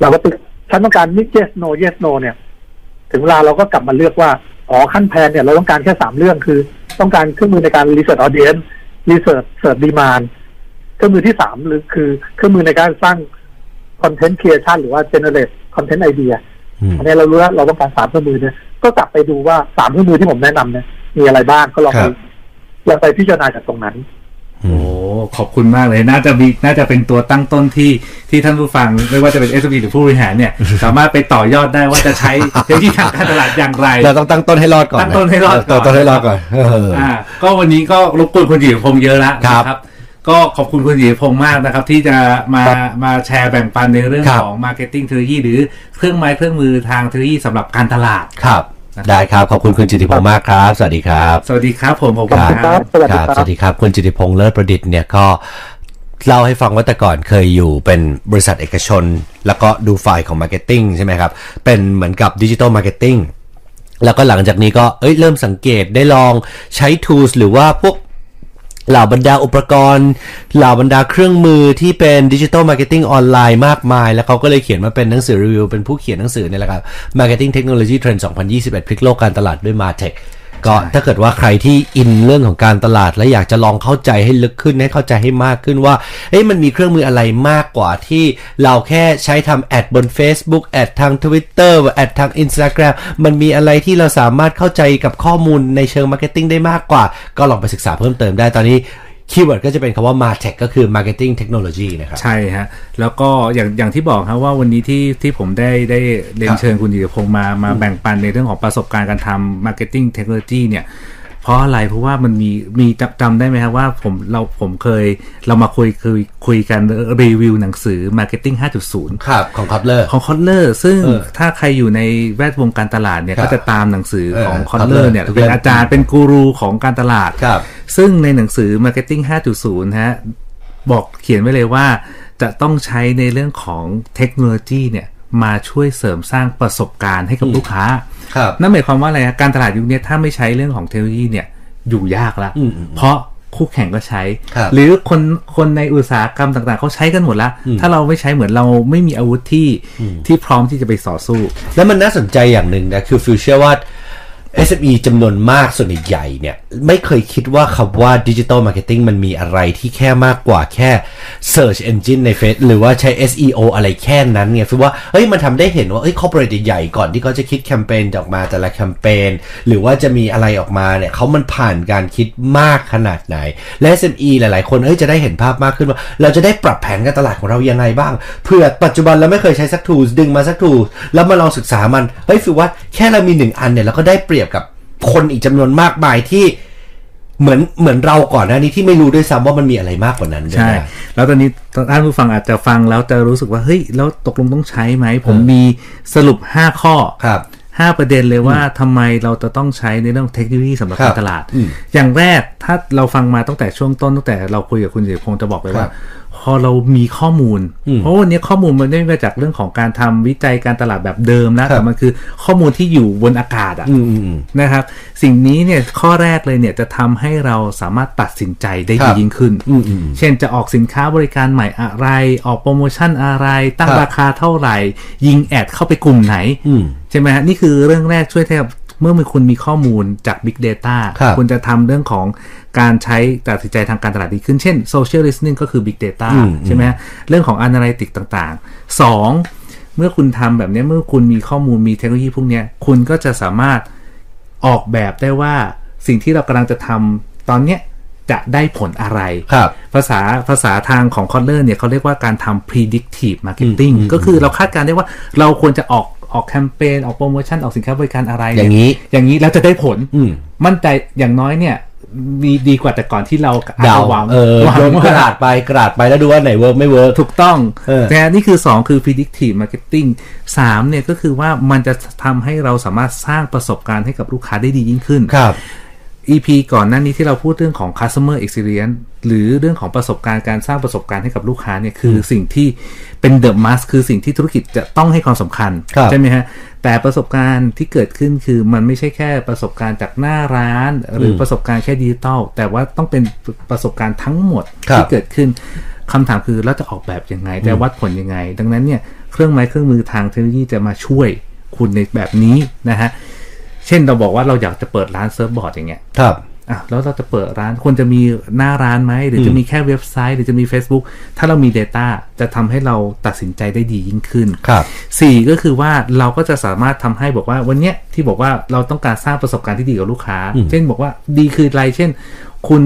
D: เราก็ติดฉันต้องการ yes no yes no เนี่ย ถึงเวลาเราก็กลับมาเลือกว่า อ๋อขั้นแพนเนี่ย เราต้องการแค่สามเรื่องคือ ต้องการเครื่องมือในการ research audience research search demand เครื่องมือที่สามหรือคือเครื่องมือในการสร้าง content creation หรือว่า generate content idea
B: อืม
D: อันนี้เรารู้แล้วเราต้องการสามเครื่องมือเนี่ยก็กลับไปดูว่าสามเครื่องมือที่ผมแนะนำเนี่ยมีอะไรบ้างก็ลองไป
B: ครับ
D: ลองไปพิจารณาจากตรงนั้น
C: โอ้ ขอบคุณมากเลย น่าจะมี น่าจะเป็นตัวตั้งต้นที่ ที่ท่านผู้ฟัง ไม่ว่าจะเป็น s อ b หรือผู้บริหารเนี่ย สามารถไปต่อยอดได้ว่าจะใช้ เทคโนโลยีทางการตลาดอย่างไร
B: เราต้องตั้งต้นให้รอดก่อน
C: ตั้งต้นให้รอดก่อน
B: ตั้งต้นให้รอดก่อนเออ
C: อ่าก็วันนี้ก็รบกวนคุณหยีพงษ์เยอะละ
B: ครับ
C: นะก็ขอบคุณคุณหยีพงษ์มากนะครับ ที่จะมามาแชร์แบ่งปันในเรื่อง
B: ครับ
C: ของ Marketing เทคโนโลยีหรือเครื่องไม้เครื่องมือทางเทคโนโลยีสำหรับการตลาด
B: ครับ ได้ครับ ขอบคุณคุณจิติพงษ์มากครับ สวัสดีครับ
C: สวัสดีครับผมผม
B: ครับ
D: ครับสวัสดีครับ
B: สวัสดีครับ คุณจิติพงษ์เลิศประดิษฐ์เนี่ยก็เล่าให้ฟังว่าแต่ก่อนเคยอยู่เป็นบริษัทเอกชน แล้วก็ดูฝ่ายของ Marketing ใช่ไหมครับ เป็นเหมือนกับดิจิ t a ลมาร์เก็ตติ้งแล้วก็หลังจากนี้ก็เอ้ยเริ่มสังเกตได้ลองใช้ tools หรือว่าพวก เหล่าบรรดาอุปกรณ์ เหล่าบรรดาเครื่องมือที่เป็นดิจิทัลมาร์เก็ตติ้งออนไลน์มากมาย แล้วเขาก็เลยเขียนมาเป็นหนังสือรีวิว เป็นผู้เขียนหนังสือเนี่ยแหละครับ Marketing Technology Trend 2021 พลิกโลกการตลาดด้วยมาเทคก็ถ้าเกิดว่าใครที่อินเรื่องของการตลาด และอยากจะลองเข้าใจให้ลึกขึ้น ให้เข้าใจให้มากขึ้นว่า เอ้ยมันมีเครื่องมืออะไรมากกว่าที่เราแค่ใช้ทำแอดบน Facebook แอดทาง Twitter แอดทาง Instagram มันมีอะไรที่เราสามารถเข้าใจกับข้อมูลในเชิงมาร์เก็ตติ้งได้มากกว่า ก็ลองไปศึกษาเพิ่มเติมได้ตอนนี้ คีย์เวิร์ดก็จะเป็นคำว่า Martech ก็คือ Marketing Technology นะครับ
C: ใช่ฮะ แล้วก็อย่างอย่างที่บอกครับว่าวันนี้ที่ที่ผมได้ได้เรียนเชิญคุณดิพงษ์มามาแบ่งปันในเรื่องของประสบการณ์การทำ Marketing Technology เนี่ย เพราะอะไรเพราะว่ามันมีมีจำจำได้ไหมครับว่าผมเราผมเคยเรามาคุยคุยคุยกันรีวิวหนังสือ Marketing 5.0
B: ครับ ของคัพเลอร์
C: ของคอนเลอร์ซึ่ง
B: เออ
C: ถ้าใครอยู่ในแวดวงการตลาดเนี่ย
B: ครับ
C: ก็จะตามหนังสือของ
B: เออ
C: คอนเลอ
B: Kotler
C: ร์เนี่ย
B: ทุกเล่
C: เป็
B: ม
C: นอาจารย์เป็นกูรูของการตลาด
B: ครับ
C: ซึ่งในหนังสือ Marketing 5.0 ฮะ บอกเขียนไว้เลยว่า จะต้องใช้ในเรื่องของเทคโนโลยีเนี่ย มาช่วยเสริมสร้างประสบการณ์ให้กับลูกค้า
B: ครับ
C: นั่นหมายความว่าอะไรฮะการตลาดยุคนี้ถ้าไม่ใช้เรื่องของเทคโนโลยีเนี่ยอยู่ยากละ
B: อืมอืม
C: เพราะคู่แข่งก็ใช้
B: ครับ
C: หรือคนคนในอุตสาหกรรมต่างๆ เขาใช้กันหมดละ
B: อืม
C: ถ้าเราไม่ใช้เหมือนเราไม่มีอาวุธที่ที่พร้อมที่จะไปต่อสู้
B: แล้วมันน่าสนใจอย่างหนึ่งนะ คือฟิวเชื่อว่า SME จำนวนมากส่วนใหญ่เนี่ย ไม่เคยคิดว่าคำว่าดิจิ t a ลมาร์เก็ตติ้งมันมีอะไรที่แค่มากกว่าแค่ Search Engine ในเฟซหรือว่าใช้ SEO อะไรแค่นั้นไงคือว่าเฮ้ยมันทำได้เห็นว่าเอ้ยคอร์ปอเรทใหญ่ๆก่อนที่เขาจะคิดแคมเปญออกมาแต่ละแคมเปญหรือว่าจะมีอะไรออกมาเนี่ยเขามันผ่านการคิดมากขนาดไหน และ SME หลายๆ คนเอ้ยจะได้เห็นภาพมากขึ้นว่า เราจะได้ปรับแผนการตลาดของเรายังไงบ้างเผื่อปัจจุบันเราไม่เคยใช้สักทูสดึงมาสักทูสแล้วมาลองศึกษามันเฮ้ยฟิวว่าแค่เรามีหนึ่งอันเนี่ยเราก็ได้เปรียบกับคนอีกจำนวนมากมายที่เหมือนเหมือนเราก่อนหน้านี้ที่ไม่รู้ด้วยซ้ำว่ามันมีอะไรมากกว่านั้นด้วย
C: ใช่
B: นะ
C: แล้วตอนนี้ท่านผู้ฟังอาจจะฟังแล้วจะรู้สึกว่า เฮ้ย แล้วตกลงต้องใช้ไหม ผมมีสรุป 5 ข้อ
B: ครับ
C: ห้าประเด็นเลยว่าทำไมเราจะต้องใช้ในเรื่องเทคโนโลยีสำหรับ
B: ครั
C: กา
B: บ
C: รตลาด
B: อืม
C: อย่างแรกถ้าเราฟังมาตั้งแต่ช่วงต้นตั้งแต่เราคุยกับคุณเสรีพงศ์จะบอกเลย
B: ครั
C: ว่า
B: บ
C: พอเรามีข้อมูล
B: อืม
C: เพราะวันนี้ข้อมูลมันไม่ได้มาจากเรื่องของการทำวิจัยการตลาดแบบเดิมนะครับ แต่มันคือข้อมูลที่อยู่บนอากาศอะ
B: อืมอืมอืม
C: นะครับสิ่งนี้เนี่ยข้อแรกเลยเนี่ยจะทำให้เราสามารถตัดสินใจได้
B: ครั
C: ดี
B: บ
C: ยิ่งขึ้น
B: อืมอืม
C: เช่นจะออกสินค้าบริการใหม่อะไร ออกโปรโมชั่นอะไร ตั้ง
B: ครับ
C: ราคาเท่าไหร่ ยิงแอดเข้าไปกลุ่มไหน
B: อืม
C: ใช่ไหมฮะนี่คือเรื่องแรกช่วยแทบเมื่อมีคุณมีข้อมูลจาก Big Data
B: ครับ
C: คุณจะทำเรื่องของการใช้ตัดสินใจทางการตลาดดีขึ้น เช่น Social Listening ก็คือ Big Data
B: อืม
C: ใช่ไหมฮะเรื่องของ Analytics ต่างๆสองเมื่อคุณทำแบบเนี้ยเมื่อคุณมีข้อมูลมีเทคโนโลยีพวกเนี้ยคุณก็จะสามารถ ออกแบบได้ว่าสิ่งที่เรากำลังจะทำตอนเนี้ยจะได้ผลอะไร
B: ครับ
C: ภาษาภาษาทางของคอนเลอร์เนี่ยเขาเรียกว่าการทำ predictive marketing ก็คือเราคาดการณ์ได้ว่าเราควรจะออกออกแคมเปญออกโปรโมชั่น ออกสินค้าบริการอะไร
B: อย่างนี้
C: นี้ อย่างนี้แล้วจะได้ผล
B: อืม
C: มั่นใจอย่างน้อยเนี่ยมีดีกว่าแต่ก่อนที่เราอจ
B: เดา
C: จะหวัง
B: เออ
C: หวั
B: โด
C: ง
B: น
C: ว่
B: กระดาษไปกระดาษไปแล้วดูว่าไหนเวิร์กไม่เวิร์ก
C: ถูกต้อง
B: เออ
C: แต่นี่คือ 2 คือ predictive marketing 3เนี่ยก็คือว่ามันจะทำให้เราสามารถสร้างประสบการณ์ให้กับลูกค้าได้ดียิ่งขึ้น
B: ครับ
C: EP ก่อนหน้านี้ที่เราพูดเรื่องของ customer experience หรือเรื่องของประสบการณ์การสร้างประสบการณ์ให้กับลูกค้าเนี่ยคือสิ่งที่เป็น the must คือสิ่งที่ธุรกิจจะต้องให้ความสำคัญ
B: ครับ
C: ใช่ไหมฮะ แต่ประสบการณ์ที่เกิดขึ้นคือมันไม่ใช่แค่ประสบการณ์จากหน้าร้าน หรืออประสบการณ์แค่ดิจิตอลแต่ว่าต้องเป็นประสบการณ์ทั้งหมด
B: ครับ
C: ที่เกิดขึ้นคำถามคือเราจะออกแบบยังไงแต่วัดผลยังไง ดังนั้นเนี่ยเครื่องไม้เครื่องมือทางเทคโนโลยีจะมาช่วยคุณในแบบนี้นะฮะเช่นเราบอกว่าเราอยากจะเปิดร้านเซิร์ฟบอร์ดอย่างเงี้ย
B: ครับ
C: อ่ะแล้วเราจะเปิดร้านควรจะมีหน้าร้านไหม หรือจะมีแค่เว็บไซต์ หรือจะมี Facebook ถ้าเรามี Data จะทำให้เราตัดสินใจได้ดียิ่งขึ้น
B: ครับ
C: สี่ก็คือว่าเราก็จะสามารถทำให้บอกว่าวันเนี้ยที่บอกว่าเราต้องการสร้างประสบการณ์ที่ดีกับลูกค้า เช่นบอกว่าดีคืออะไรเช่น คุณ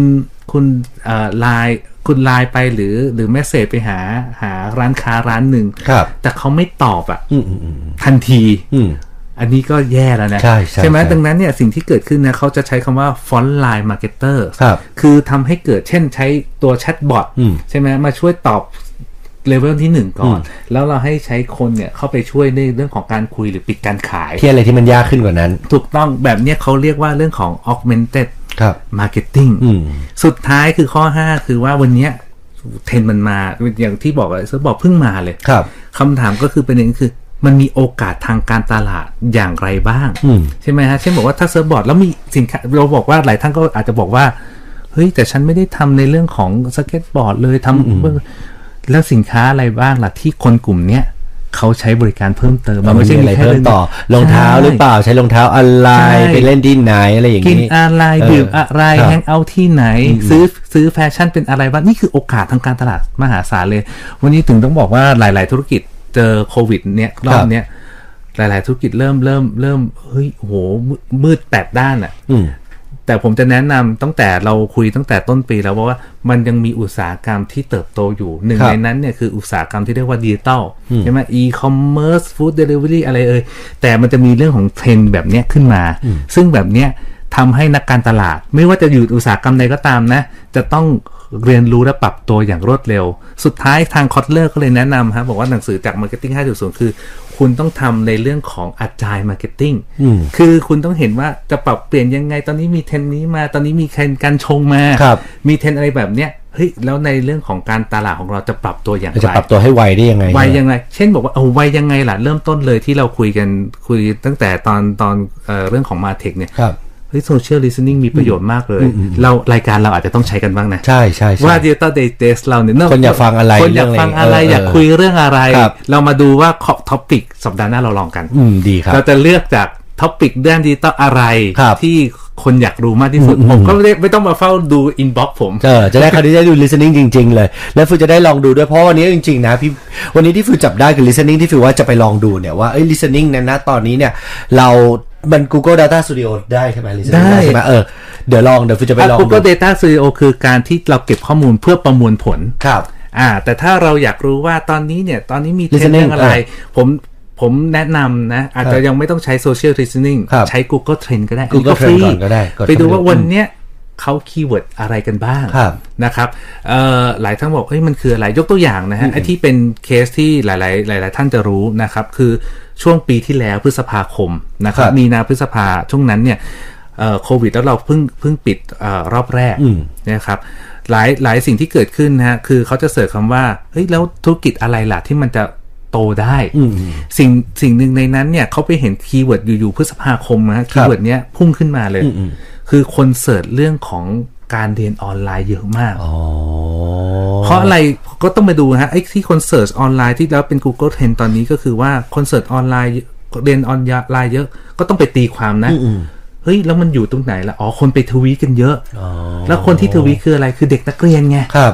C: คุณเอ่อไลน์คุณไลน์ไปหรือหรือแมสเซจไปหาหาร้านค้าร้านหนึ่ง
B: ครับ
C: แต่เขาไม่ตอบอ่ะ
B: อืมอืมอืม
C: ทันที
B: อืม
C: อันนี้ก็แย่แล้วนะ
B: ใช่ใช่
C: ไหม
B: ใช่
C: ดังนั้นเนี่ยสิ่งที่เกิดขึ้นนะเขาจะใช้คำว่า front line marketer
B: ครับ
C: คือทำให้เกิดเช่นใช้ตัวแชทบอท
B: อืม
C: ใช่ไหมมาช่วยตอบเลเวลที่หนึ่งก่อน
B: อื
C: แล้วเราให้ใช้คนเนี่ยเข้าไปช่วยในเรื่องของการคุยหรือปิดการขาย
B: ที่อะไรที่มันยากขึ้นกว่านั้น
C: ถูกต้องแบบเนี้ยเขาเรียกว่าเรื่องของ augmented
B: ครับ
C: marketing
B: อืม
C: สุดท้ายคือข้อ 5 คือว่าวันเนี้ยเทรนด์มันมาอย่างที่บอกอะเซอร์บอกเพิ่งมาเลย
B: ครับ
C: คำถามก็คือประเด็นคือ มันมีโอกาสทางการตลาดอย่างไรบ้าง
B: อืม
C: ใช่ไหมฮะเช่นบอกว่าถ้าเซิร์ฟบอร์ดแล้วมีสินค้าเราบอกว่าหลายท่านก็อาจจะบอกว่า เฮ้ย แต่ฉันไม่ได้ทำในเรื่องของสเก็ตบอร์ดเลยทำเบื้องแล้วสินค้าอะไรบ้างล่ะที่คนกลุ่มเนี้ยเขาใช้บริการเพิ่มเติม
B: มันไม่ใช่อะไร
C: แค่
B: เพิ่ม
C: ง
B: ต่อรองเท้าหรือเปล่าใช้รองเท้าอะไรไปเล่นที่ไหนอะไรอย่าง
C: กิน
B: นี้
C: อะไร
B: เออ
C: ดื่มอะไร
B: ครับ
C: แฮงเอาท์ที่ไหน ซื้อซื้อแฟชั่นเป็นอะไรบ้างนี่คือโอกาสทางการตลาดมหาศาลเลย วันนี้ถึงต้องบอกว่าหลาย ๆ ธุรกิจเจอโควิดเนี่ยรอ
B: ครับ บ
C: เนี้ยหลาย ๆ ธุรกิจเริ่มเริ่มเริ่มเฮ้ยโหมืดมืดแปดด้านอะ
B: อืม
C: แต่ผมจะแนะนำตั้งแต่เราคุยตั้งแต่ต้นปีแล้วว่ามันยังมีอุตสาหกรรมที่เติบโตอยู่หนึ่ง
B: ครับ
C: ในนั้นเนี่ยคืออุตสาหกรรมที่เรียกว่าดิจิตอลใช่ไหมอีคอมเมิร์ซฟู้ดเดลิเวอรี่อะไรเอ่ยแต่มันจะมีเรื่องของเทรนด์แบบเนี้ยขึ้นมา ซึ่งแบบเนี้ยทำให้นักการตลาด ไม่ว่าจะอยู่อุตสาหกรรมใดก็ตามนะ จะต้องเรียนรู้และปรับตัวอย่างรวดเร็ว สุดท้ายทางคอตเลอร์ก็เลยแนะนำฮะบอกว่าหนังสือจาก Marketing 5.0 คือ คุณต้องทำในเรื่องของอาจายมาร์เก็ตติ้ง
B: อืม
C: คือคุณต้องเห็นว่าจะปรับเปลี่ยนยังไง ตอนนี้มีเทรนด์นี้มาตอนนี้มีเทรนด์การชงมา
B: ครับ
C: มีเทรนด์อะไรแบบเนี้ยเฮ้ยแล้วในเรื่องของการตลาดของเราจะปรับตัวอย่าง
B: เราจะ
C: ไร
B: ปรับตัวให้ไวได้ยังไง
C: ไวยังไง เช่นบอกว่าเอาไวยังไงล่ะ เริ่มต้นเลยที่เราคุยกันคุยตั้งแต่ตอนตอนเอ่อเรื่องของมาเทคเนี่ย
B: ครับ
C: เฮ้ยโซเชียลลิสติ้งมีประโยชน์มากเลย เรารายการเราอาจจะต้องใช้กันบ้างนะ
B: ใช่ใช่ใช่
C: ว่าดิจิตอลเดย์เเราเนี่ย
B: คนอยากฟังอะไร
C: คนอยากฟังอะไร
B: เรื่องอะไร
C: อยากคุยเรื่องอะไร
B: ครับ
C: เรามาดูว่าขอบท็อปิกสัปดาห์หน้าเราลองกัน
B: อืมดีครับ
C: เราจะเลือกจาก ท็อปิกด้านดิจิตอลอะไร
B: ครับ
C: ที่คนอยากรู้มากที่สุด
B: อืม
C: ผมก็ไม่ได้ไม่ต้องมาเฝ้าดูอินบ็อกผม
B: เออจะได้คราวนี้ได้ดู listening จริง ๆ เลย แล้วฟิวจะได้ลองดูด้วยเพราะวันนี้จริง ๆ นะพี่วันนี้ที่ฟิวจับได้คือ listening ที่ฟิวว่าจะไปลองดูเนี่ยว่าเอ้ย listening เนี่ยนะตอนนี้เนี่ย เรามัน Google Data Studio ได้ใช่ไหม listening
C: ได้
B: ได้ใช่ไหมเออเดี๋ยวลองเดี๋ยวฟิวจะไปลอง
C: อ่ะ Google
B: ดู
C: Data Studio คือการที่เราเก็บข้อมูลเพื่อประมวลผล
B: ครับ
C: อ่า แต่ถ้าเราอยากรู้ว่าตอนนี้เนี่ย ตอนนี้มีเทรน
B: Listening
C: ด์เรื่องอะไร
B: อ่
C: ผมผมแนะนำนะ อาจจะยังไม่ต้องใช้ Social Listening
B: ครับ
C: ใช้ Google Trend ก็ได้
B: Google
C: อันนี้
B: Trend
C: ฟ
B: ก่อ
C: รี
B: นก็ได้กด
C: ไปดูว่า
B: เข้าไปดู
C: วันเนี้ยเขาคีย์เวิร์ดอะไรกันบ้าง
B: ครับ
C: นะครับเอ่อหลายท่านบอกเฮ้ยมันคืออะไร ยกตัวอย่างนะฮะไอ้ที่เป็นเคสที่หลาย ๆ หลาย ๆ ท่านจะรู้นะครับ คือช่วงปีที่แล้วพฤษภาคมนะค
B: ค
C: รับ
B: รับ
C: มีนาพฤษภาช่วงนั้นเนี่ยเอ่อโควิดแล้วเราเพิ่งเพิ่งปิดเออรอบแรก
B: อืม
C: นะครับหลายหลายสิ่งที่เกิดขึ้นนะฮะคือเขาจะเสิร์ชคำว่าเฮ้ยแล้วธุรกิจอะไรล่ะที่มันจะโตได้
B: อืม
C: สิ่งสิ่งหนึ่งในนั้นเนี่ยเขาไปเห็นคีย์เวิร์ดอยู่ๆพฤษภาคมนะฮะคีย์เวิร์ดเนี้ยพุ่งขึ้นมาเลย
B: อืมอืม
C: คือคนเสิร์ชเรื่องของการเรียนออนไลน์เยอะมาก
B: อ๋อ
C: เพราะอะไรก็ต้องมาดูนะฮะไอ้ที่คนเสิร์ชออนไลน์ที่แล้วเป็น Google Trend ตอนนี้ก็คือว่าคนเสิร์ชออนไลน์เรียนออนไลน์เยอะก็ต้องไปตีความนะ
B: อืม
C: เฮ้ยแล้วมันอยู่ตรงไหนล่ะอ๋อคนไปทวีตกันเยอะ
B: อ๋อ
C: แล้วคนที่ทวีตคืออะไรคือเด็กนักเรียนไง
B: ครับ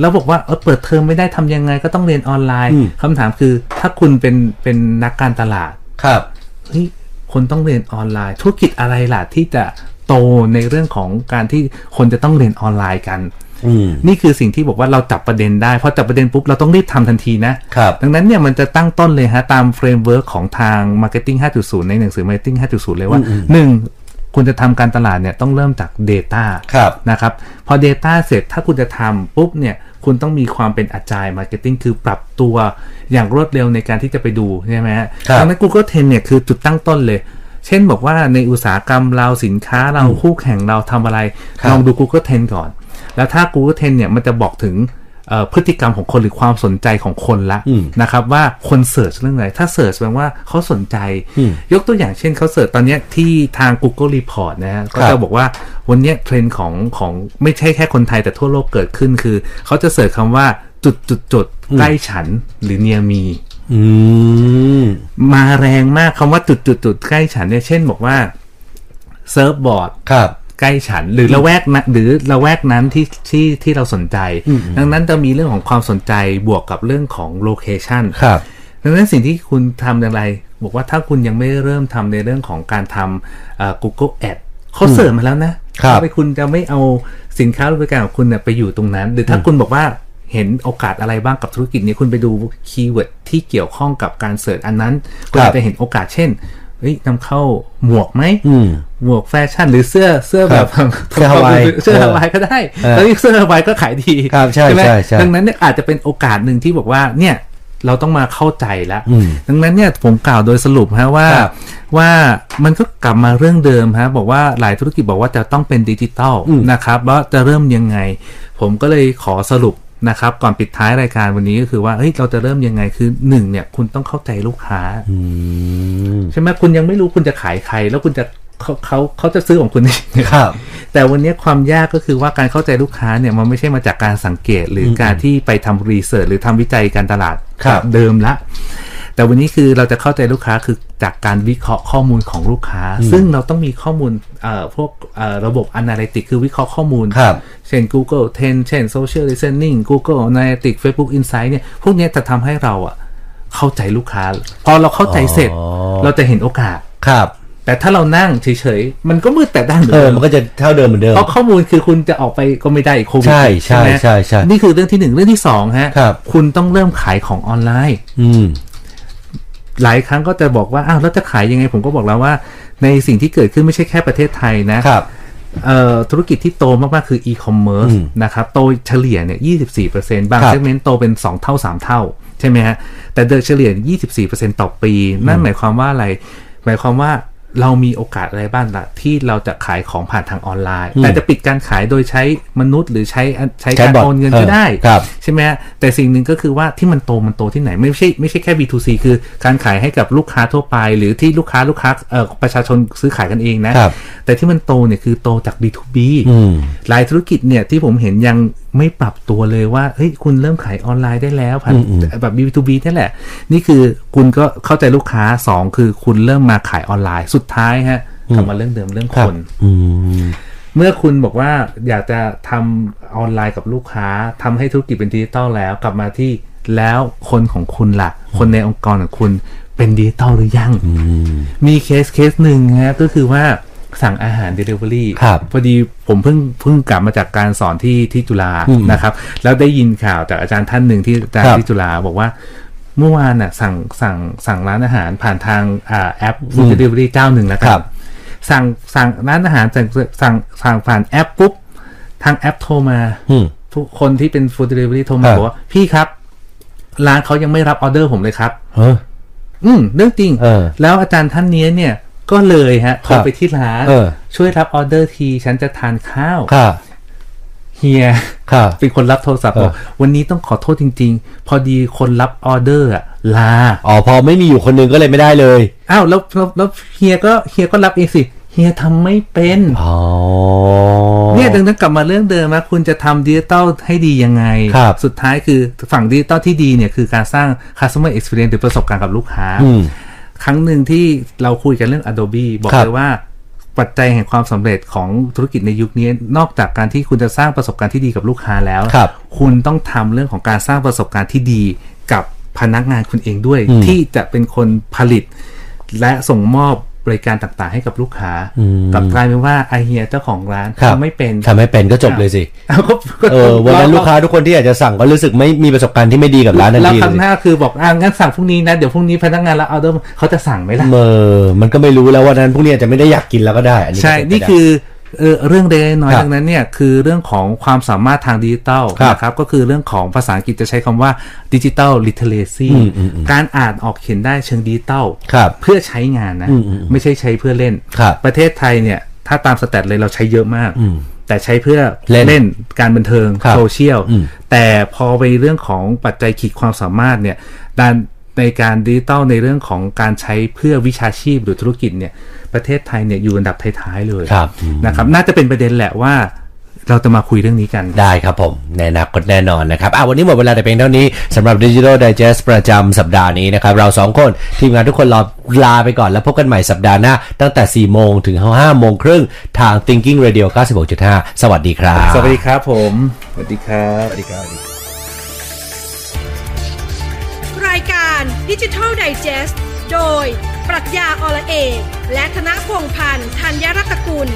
C: แล้วบอกว่าเออเปิดเทอมไม่ได้ทำยังไงก็ต้องเรียนออนไลน์
B: อืม
C: คำถามคือถ้าคุณเป็นเป็นนักการตลาด
B: ครับ
C: เฮ้ยคนต้องเรียนออนไลน์ ธุรกิจอะไรล่ะที่จะโตในเรื่องของการที่คนจะต้องเรียนออนไลน์กัน
B: อืม
C: นี่คือสิ่งที่บอกว่าเราจับประเด็นได้พอจับประเด็นปุ๊บเราต้องรีบทำทันทีนะครับ ดังนั้นเนี่ยมันจะตั้งต้นเลยฮะตามเฟรมเวิร์กของทาง Marketing 5.0 ในหนังสือ Marketing 5.0 เลยว่าหนึ่งคุณจะทำการตลาดเนี่ยต้องเริ่มจาก Data
B: ครับ
C: นะครับพอ Data เสร็จถ้าคุณจะทำปุ๊บเนี่ยคุณต้องมีความเป็นอาจายมาร์เก็ตติ้งคือปรับตัวอย่างรวดเร็วในการที่จะไปดูใช่ไหมฮะ
B: ครับ
C: ดังนั้น Google Trend เนี่ยคือจุดตั้งต้นเลย เช่นบอกว่าในอุตสาหกรรมเราสินค้าเราคู่แข่งเราทำอะไร ลองดู Google Trend ก่อน แล้วถ้า Google Trend เนี่ยมันจะบอกถึงเอ่อพฤติกรรมของคนหรือความสนใจของคนละ
B: อืม
C: นะครับว่าคนเสิร์ชเรื่องอะไรถ้าเสิร์ชแปลว่าเขาสนใจ
B: อืม
C: ยกตัวอย่างเช่นเขาเสิร์ชตอนเนี้ยที่ทาง Google Report นะฮะก็
B: ครั
C: จะ
B: บ
C: บอกว่าวันเนี้ยเทรนด์ของของไม่ใช่แค่คนไทยแต่ทั่วโลกเกิดขึ้นคือ เขาจะเสิร์ชคำว่าจุดจุดจุดๆๆใกล้ฉันหรือเนียมี
B: อืม
C: มาแรงมากคำว่าจุดจุดจุดๆๆใกล้ฉันเนี่ยเช่นบอกว่าเซิร์ฟบอร์ด
B: ครับ
C: ใกล้ฉันหรือละแวกนะหรือละแวกนั้นที่ที่ที่เราสนใจ ดังนั้นจะมีเรื่องของความสนใจบวกกับเรื่องของโลเคชัน
B: ครับ
C: ดังนั้นสิ่งที่คุณทำอย่างไร บอกว่าถ้าคุณยังไม่เริ่มทำในเรื่องของการทำเอ่อ Google Ad เขาเสริมมาแล้วนะครับ ทำไปคุณจะไม่เอาสินค้าหรือบริการของคุณเนี่ยไปอยู่ตรงนั้น หรือถ้าคุณบอกว่าเห็นโอกาสอะไรบ้างกับธุรกิจนี้คุณไปดูคีย์เวิร์ดที่เกี่ยวข้องกับการเสิร์ชอันนั้นคุณอาจจะเห็นโอกาสเช่นเฮ้ยนำเข้าหมวกไหม
B: อืม
C: หมวกแฟชั่นหรือเสื้อเสื้อแบบ
B: ครับเสื้อฮาวาย
C: เสื้อฮาวายก็ได้
B: เออ
C: ตอนนี้เสื้อฮาวายก็ขายดี
B: ครับใช่
C: ไหม
B: ใช่ใช่
C: ดังนั้นเนี่ยอาจจะเป็นโอกาสหนึ่งที่บอกว่าเนี่ยเราต้องมาเข้าใจแล้ว
B: อืม
C: ดังนั้นเนี่ยผมกล่าวโดยสรุปฮะว่า
B: ครับ
C: ว่ามันก็กลับมาเรื่องเดิมฮะบอกว่าหลายธุรกิจบอกว่าจะต้องเป็นดิจิตอล
B: อืม
C: นะครับว่าจะเริ่มยังไง ผมก็เลยขอสรุปนะครับก่อนปิดท้ายรายการวันนี้ก็คือว่าเฮ้ยเราจะเริ่มยังไงคือหนึ่งเนี่ยคุณต้องเข้าใจลูกค้า
B: อืม
C: ใช่ไหมคุณยังไม่รู้คุณจะขายใคร แล้วคุณจะเขาเขาเขาจะซื้อของคุณ
B: ครับ
C: แต่วันนี้ความยากก็คือว่าการเข้าใจลูกค้าเนี่ยมันไม่ใช่มาจากการสังเกต หรือการที่ไปทำรีเสิร์ชหรือทำวิจัยการตลาด
B: ครับ
C: แเดิมละ แต่วันนี้คือเราจะเข้าใจลูกค้าคือจากการวิเคราะห์ข้อมูลของลูกค้า ซึ่งเราต้องมีข้อมูลเอ่อพวกเอ่อระบบ Analytics คือวิเคราะห์ข้อมูล
B: ครับ
C: เช่น Google Trend เช่น Social Listening Google Analytics Facebook Insight เนี่ย พวกเนี้ยจะทำให้เราอะเข้าใจลูกค้า พอเราเข้าใจเสร็จ
B: อ๋อ
C: เราจะเห็นโอกาส
B: ครับ
C: แต่ถ้าเรานั่งเฉยๆ มันก็มืดแต่ด้านเหมือ
B: เอนอ
C: เดิม
B: มันก็จะเท่าเดิมเหมือนเดิม
C: เพราะข้อมูลคือคุณจะออกไปก็ไม่ได้อีกโควิด
B: ใช่ใช่
C: ไหม
B: ใช่ใช่
C: นี่คือเรื่องที่หนึ่งเรื่องที่สองฮะ
B: ครับ
C: ณต้องเริ่มขายของออนไลน์
B: อืม
C: หลายครั้งก็จะบอกว่าอ้าวแล้วจะขายยังไงผมก็บอกแล้วว่า ในสิ่งที่เกิดขึ้นไม่ใช่แค่ประเทศไทยนะ
B: ครับ
C: เอ่อธุรกิจที่โตมาก ๆ คืออีคอมเมิร์ซ
B: อืม
C: นะครับ โตเฉลี่ยเนี่ย 24%บาง
B: ครับ
C: เซกเมนต์โตเป็น 2 เท่า 3 เท่า ใช่ไหมฮะ แต่โดยเฉลี่ย 24%ต่อปี นั่นหมายความว่าอะไร หมายความว่าเรามีโอกาสอะไรบ้างล่ะ ที่เราจะขายของผ่านทางออนไลน์ แต่จะปิดการขายโดยใช้มนุษย์หรือใช้ใช้
B: ใช้
C: การ
B: บอท
C: โอนเงิน
B: เออ
C: ก็ได้
B: ครับ
C: ใช่ไหมฮะแต่สิ่งหนึ่งก็คือว่าที่มันโตมันโตที่ไหน ไม่ใช่ไม่ใช่แค่ B2C คือการขายให้กับลูกค้าทั่วไป หรือที่ลูกค้าลูกค้าเอ่อประชาชนซื้อขายกันเองนะ
B: ครับ
C: แต่ที่มันโตเนี่ยคือโตจาก B2B
B: อืม
C: หลายธุรกิจเนี่ยที่ผมเห็นยัง ไม่ปรับตัวเลยว่าเฮ้ยคุณเริ่มขายออนไลน์ได้แล้วผ่าน
B: อืมอืม
C: แบบ B2B นี่แหละ นี่คือคุณก็เข้าใจลูกค้าสองคือคุณเริ่มมาขายออนไลน์สุดท้ายฮะกลับมาเรื่องเดิมเรื่อง
B: ค
C: ครับ น
B: อืม
C: เมื่อคุณบอกว่าอยากจะทำออนไลน์กับลูกค้าทำให้ธุรกิจเป็นดิจิตอลแล้วกลับมาที่แล้วคนของคุณละ่ะ คนในองค์กรของคุณเป็นดิจิตอลหรือยัง มีเคสเคสหนึ่งนะฮะก็คือว่าสั่งอาหาร Delivery
B: ครับ
C: พอดีผมเพิ่งเพิ่งกลับมาจากการสอนที่ที่จุฬา
B: อืม
C: นะครับ แล้วได้ยินข่าวจากอาจารย์ท่านหนึ่งที่อาจาร
B: ครั
C: ย์
B: บ
C: ที่จุฬาบอกว่า เมื่อวานน่ะสั่งสั่งสั่งร้านอาหารผ่านทางอ่าแอป Food Delivery เจ้าหนึ่งแล้วกั
B: ครั
C: น
B: บ
C: สั่งสั่งร้านอาหารสั่งสั่งสั่งผ่านแอปปุ๊บ ทางแอปโทรมา
B: อืม
C: ทุกคนที่เป็นฟู้ดเดลิเวอรี่โทรมา
B: ครับ
C: บอกว่า พี่ครับ ร้านเขายังไม่รับออเดอร์ผมเลยครับ
B: เออ
C: อืมเรื่องจริง
B: เออ
C: แล้วอาจารย์ท่านเนี้ยเนี่ย ก็เลยฮะโทรไปที่ร้าน
B: เออ
C: ช่วยรับออเดอร์ที ฉันจะทานข้าว
B: ค่ะ
C: เฮีย
B: ค่ะ
C: เป็นคนรับโทรศัพท์
B: เออ
C: บอกวันนี้ต้องขอโทษจริง ๆ พอดีคนรับออเดอร์อะลา
B: อ๋อพอไม่มีอยู่คนหนึงก็เลยไม่ได้เลย
C: อ้าวแล้วแล้วแล้วเฮียก็เฮียก็รับเองสิเฮียทำไม่เป็น
B: อ๋อ
C: เนี่ยดังนั้นกลับมาเรื่องเดิมนะคุณจะทำดิจิตอลให้ดียังไง
B: ครับ
C: สุดท้ายคือฝั่งดิจิตอลที่ดีเนี่ยคือการสร้าง customer experience หรือประสบการณ์กับลูกค้า
B: อืม
C: ครั้งหนึ่งที่เราคุยกันเรื่อง Adobe บอก
B: ครับ
C: เลยว่าปัจจัยแห่งความสำเร็จของธุรกิจในยุคนี้ นอกจากการที่คุณจะสร้างประสบการณ์ที่ดีกับลูกค้าแล้ว
B: ครับ
C: คุณต้องทำเรื่องของการสร้างประสบการณ์ที่ดีกับพนักงานคุณเองด้วย
B: อืม
C: ที่จะเป็นคนผลิต และส่งมอบบริการต่างๆ ให้กับลูกค้า
B: อืม
C: กลับกลายเป็นว่าไอเฮียเจ้าของร้าน
B: ครับ
C: ทำไม่เป็น
B: ทำไม่เป็นก็จบเลยสิ
C: เอาก็ก็
B: เออวันนั้นลูกค้าทุกคนที่อยากจะสั่งก็รู้สึกไม่มีประสบการณ์ที่ไม่ดีกับร้านทัน
C: แล้ว
B: ที
C: ครั้ง
B: เล
C: ห
B: ย
C: น้าคือบอกอ่างั้นสั่งพรุ่งนี้นะ เดี๋ยวพรุ่งนี้พนักงานรับออเดอร์เขาจะสั่งไหมล่ะ
B: เมอมันก็ไม่รู้แล้ววันนั้นพวกนี้อาจจะไม่ได้อยากกินแล้วก็ได้ อันนี้ก็
C: ใช่
B: เป็ไป
C: นี่
B: ได้
C: คือเอ่อเรื่องเล็กๆน้อย
B: ครับ
C: ๆดังนั้นเนี่ยคือเรื่องของความสามารถทางดิจิตอล
B: ครับ
C: นะครับ ก็คือเรื่องของภาษาอังกฤษจะใช้คำว่าดิจิตอลลิเทเลซี
B: อืมอืมอืม
C: การอ่านออกเขียนได้เชิงดิจิตอล
B: ครับ
C: เพื่อใช้งานนะ
B: อืมอืมอืม
C: ไม่ใช่ใช้เพื่อเล่น
B: ครับ
C: ประเทศไทยเนี่ย ถ้าตามสแตทเลยเราใช้เยอะมาก
B: อืม
C: แต่ใช้เพื่อ
B: เล่น
C: การบันเทิง
B: ครับ
C: โซเชียล
B: อืม
C: แต่พอไปเรื่องของปัจจัยขีดความสามารถเนี่ยด้านในการดิจิตอลในเรื่องของการใช้เพื่อวิชาชีพหรือธุรกิจเนี่ยประเทศไทยเนี่ยอยู่อันดับท้ายๆเลย
B: ครับ
C: นะครับน่าจะเป็นประเด็นแหละว่าเราจะมาคุยเรื่องนี้กัน
B: ได้ครับผมในอนาคตแน่นอนนะครับอ่ะวันนี้หมดเวลาแต่เพียงเท่านี้สำหรับ Digital Digest ประจำสัปดาห์นี้นะครับ เราสองคนทีมงานทุกคนลาลาไปก่อนแล้วพบกันใหม่สัปดาห์หน้า ตั้งแต่ 4 โมงถึง 5 โมงครึ่งทาง Thinking Radio 96.5 สวัสดีครับ
C: สวัสดีครับผม สวัสดีครับ สวัสดีครับ
A: รายการดิจิทัลไดจ e s t โดย ปรัชญาอลเอกและธนพงษ์พันธ์ธัญรัตนกุล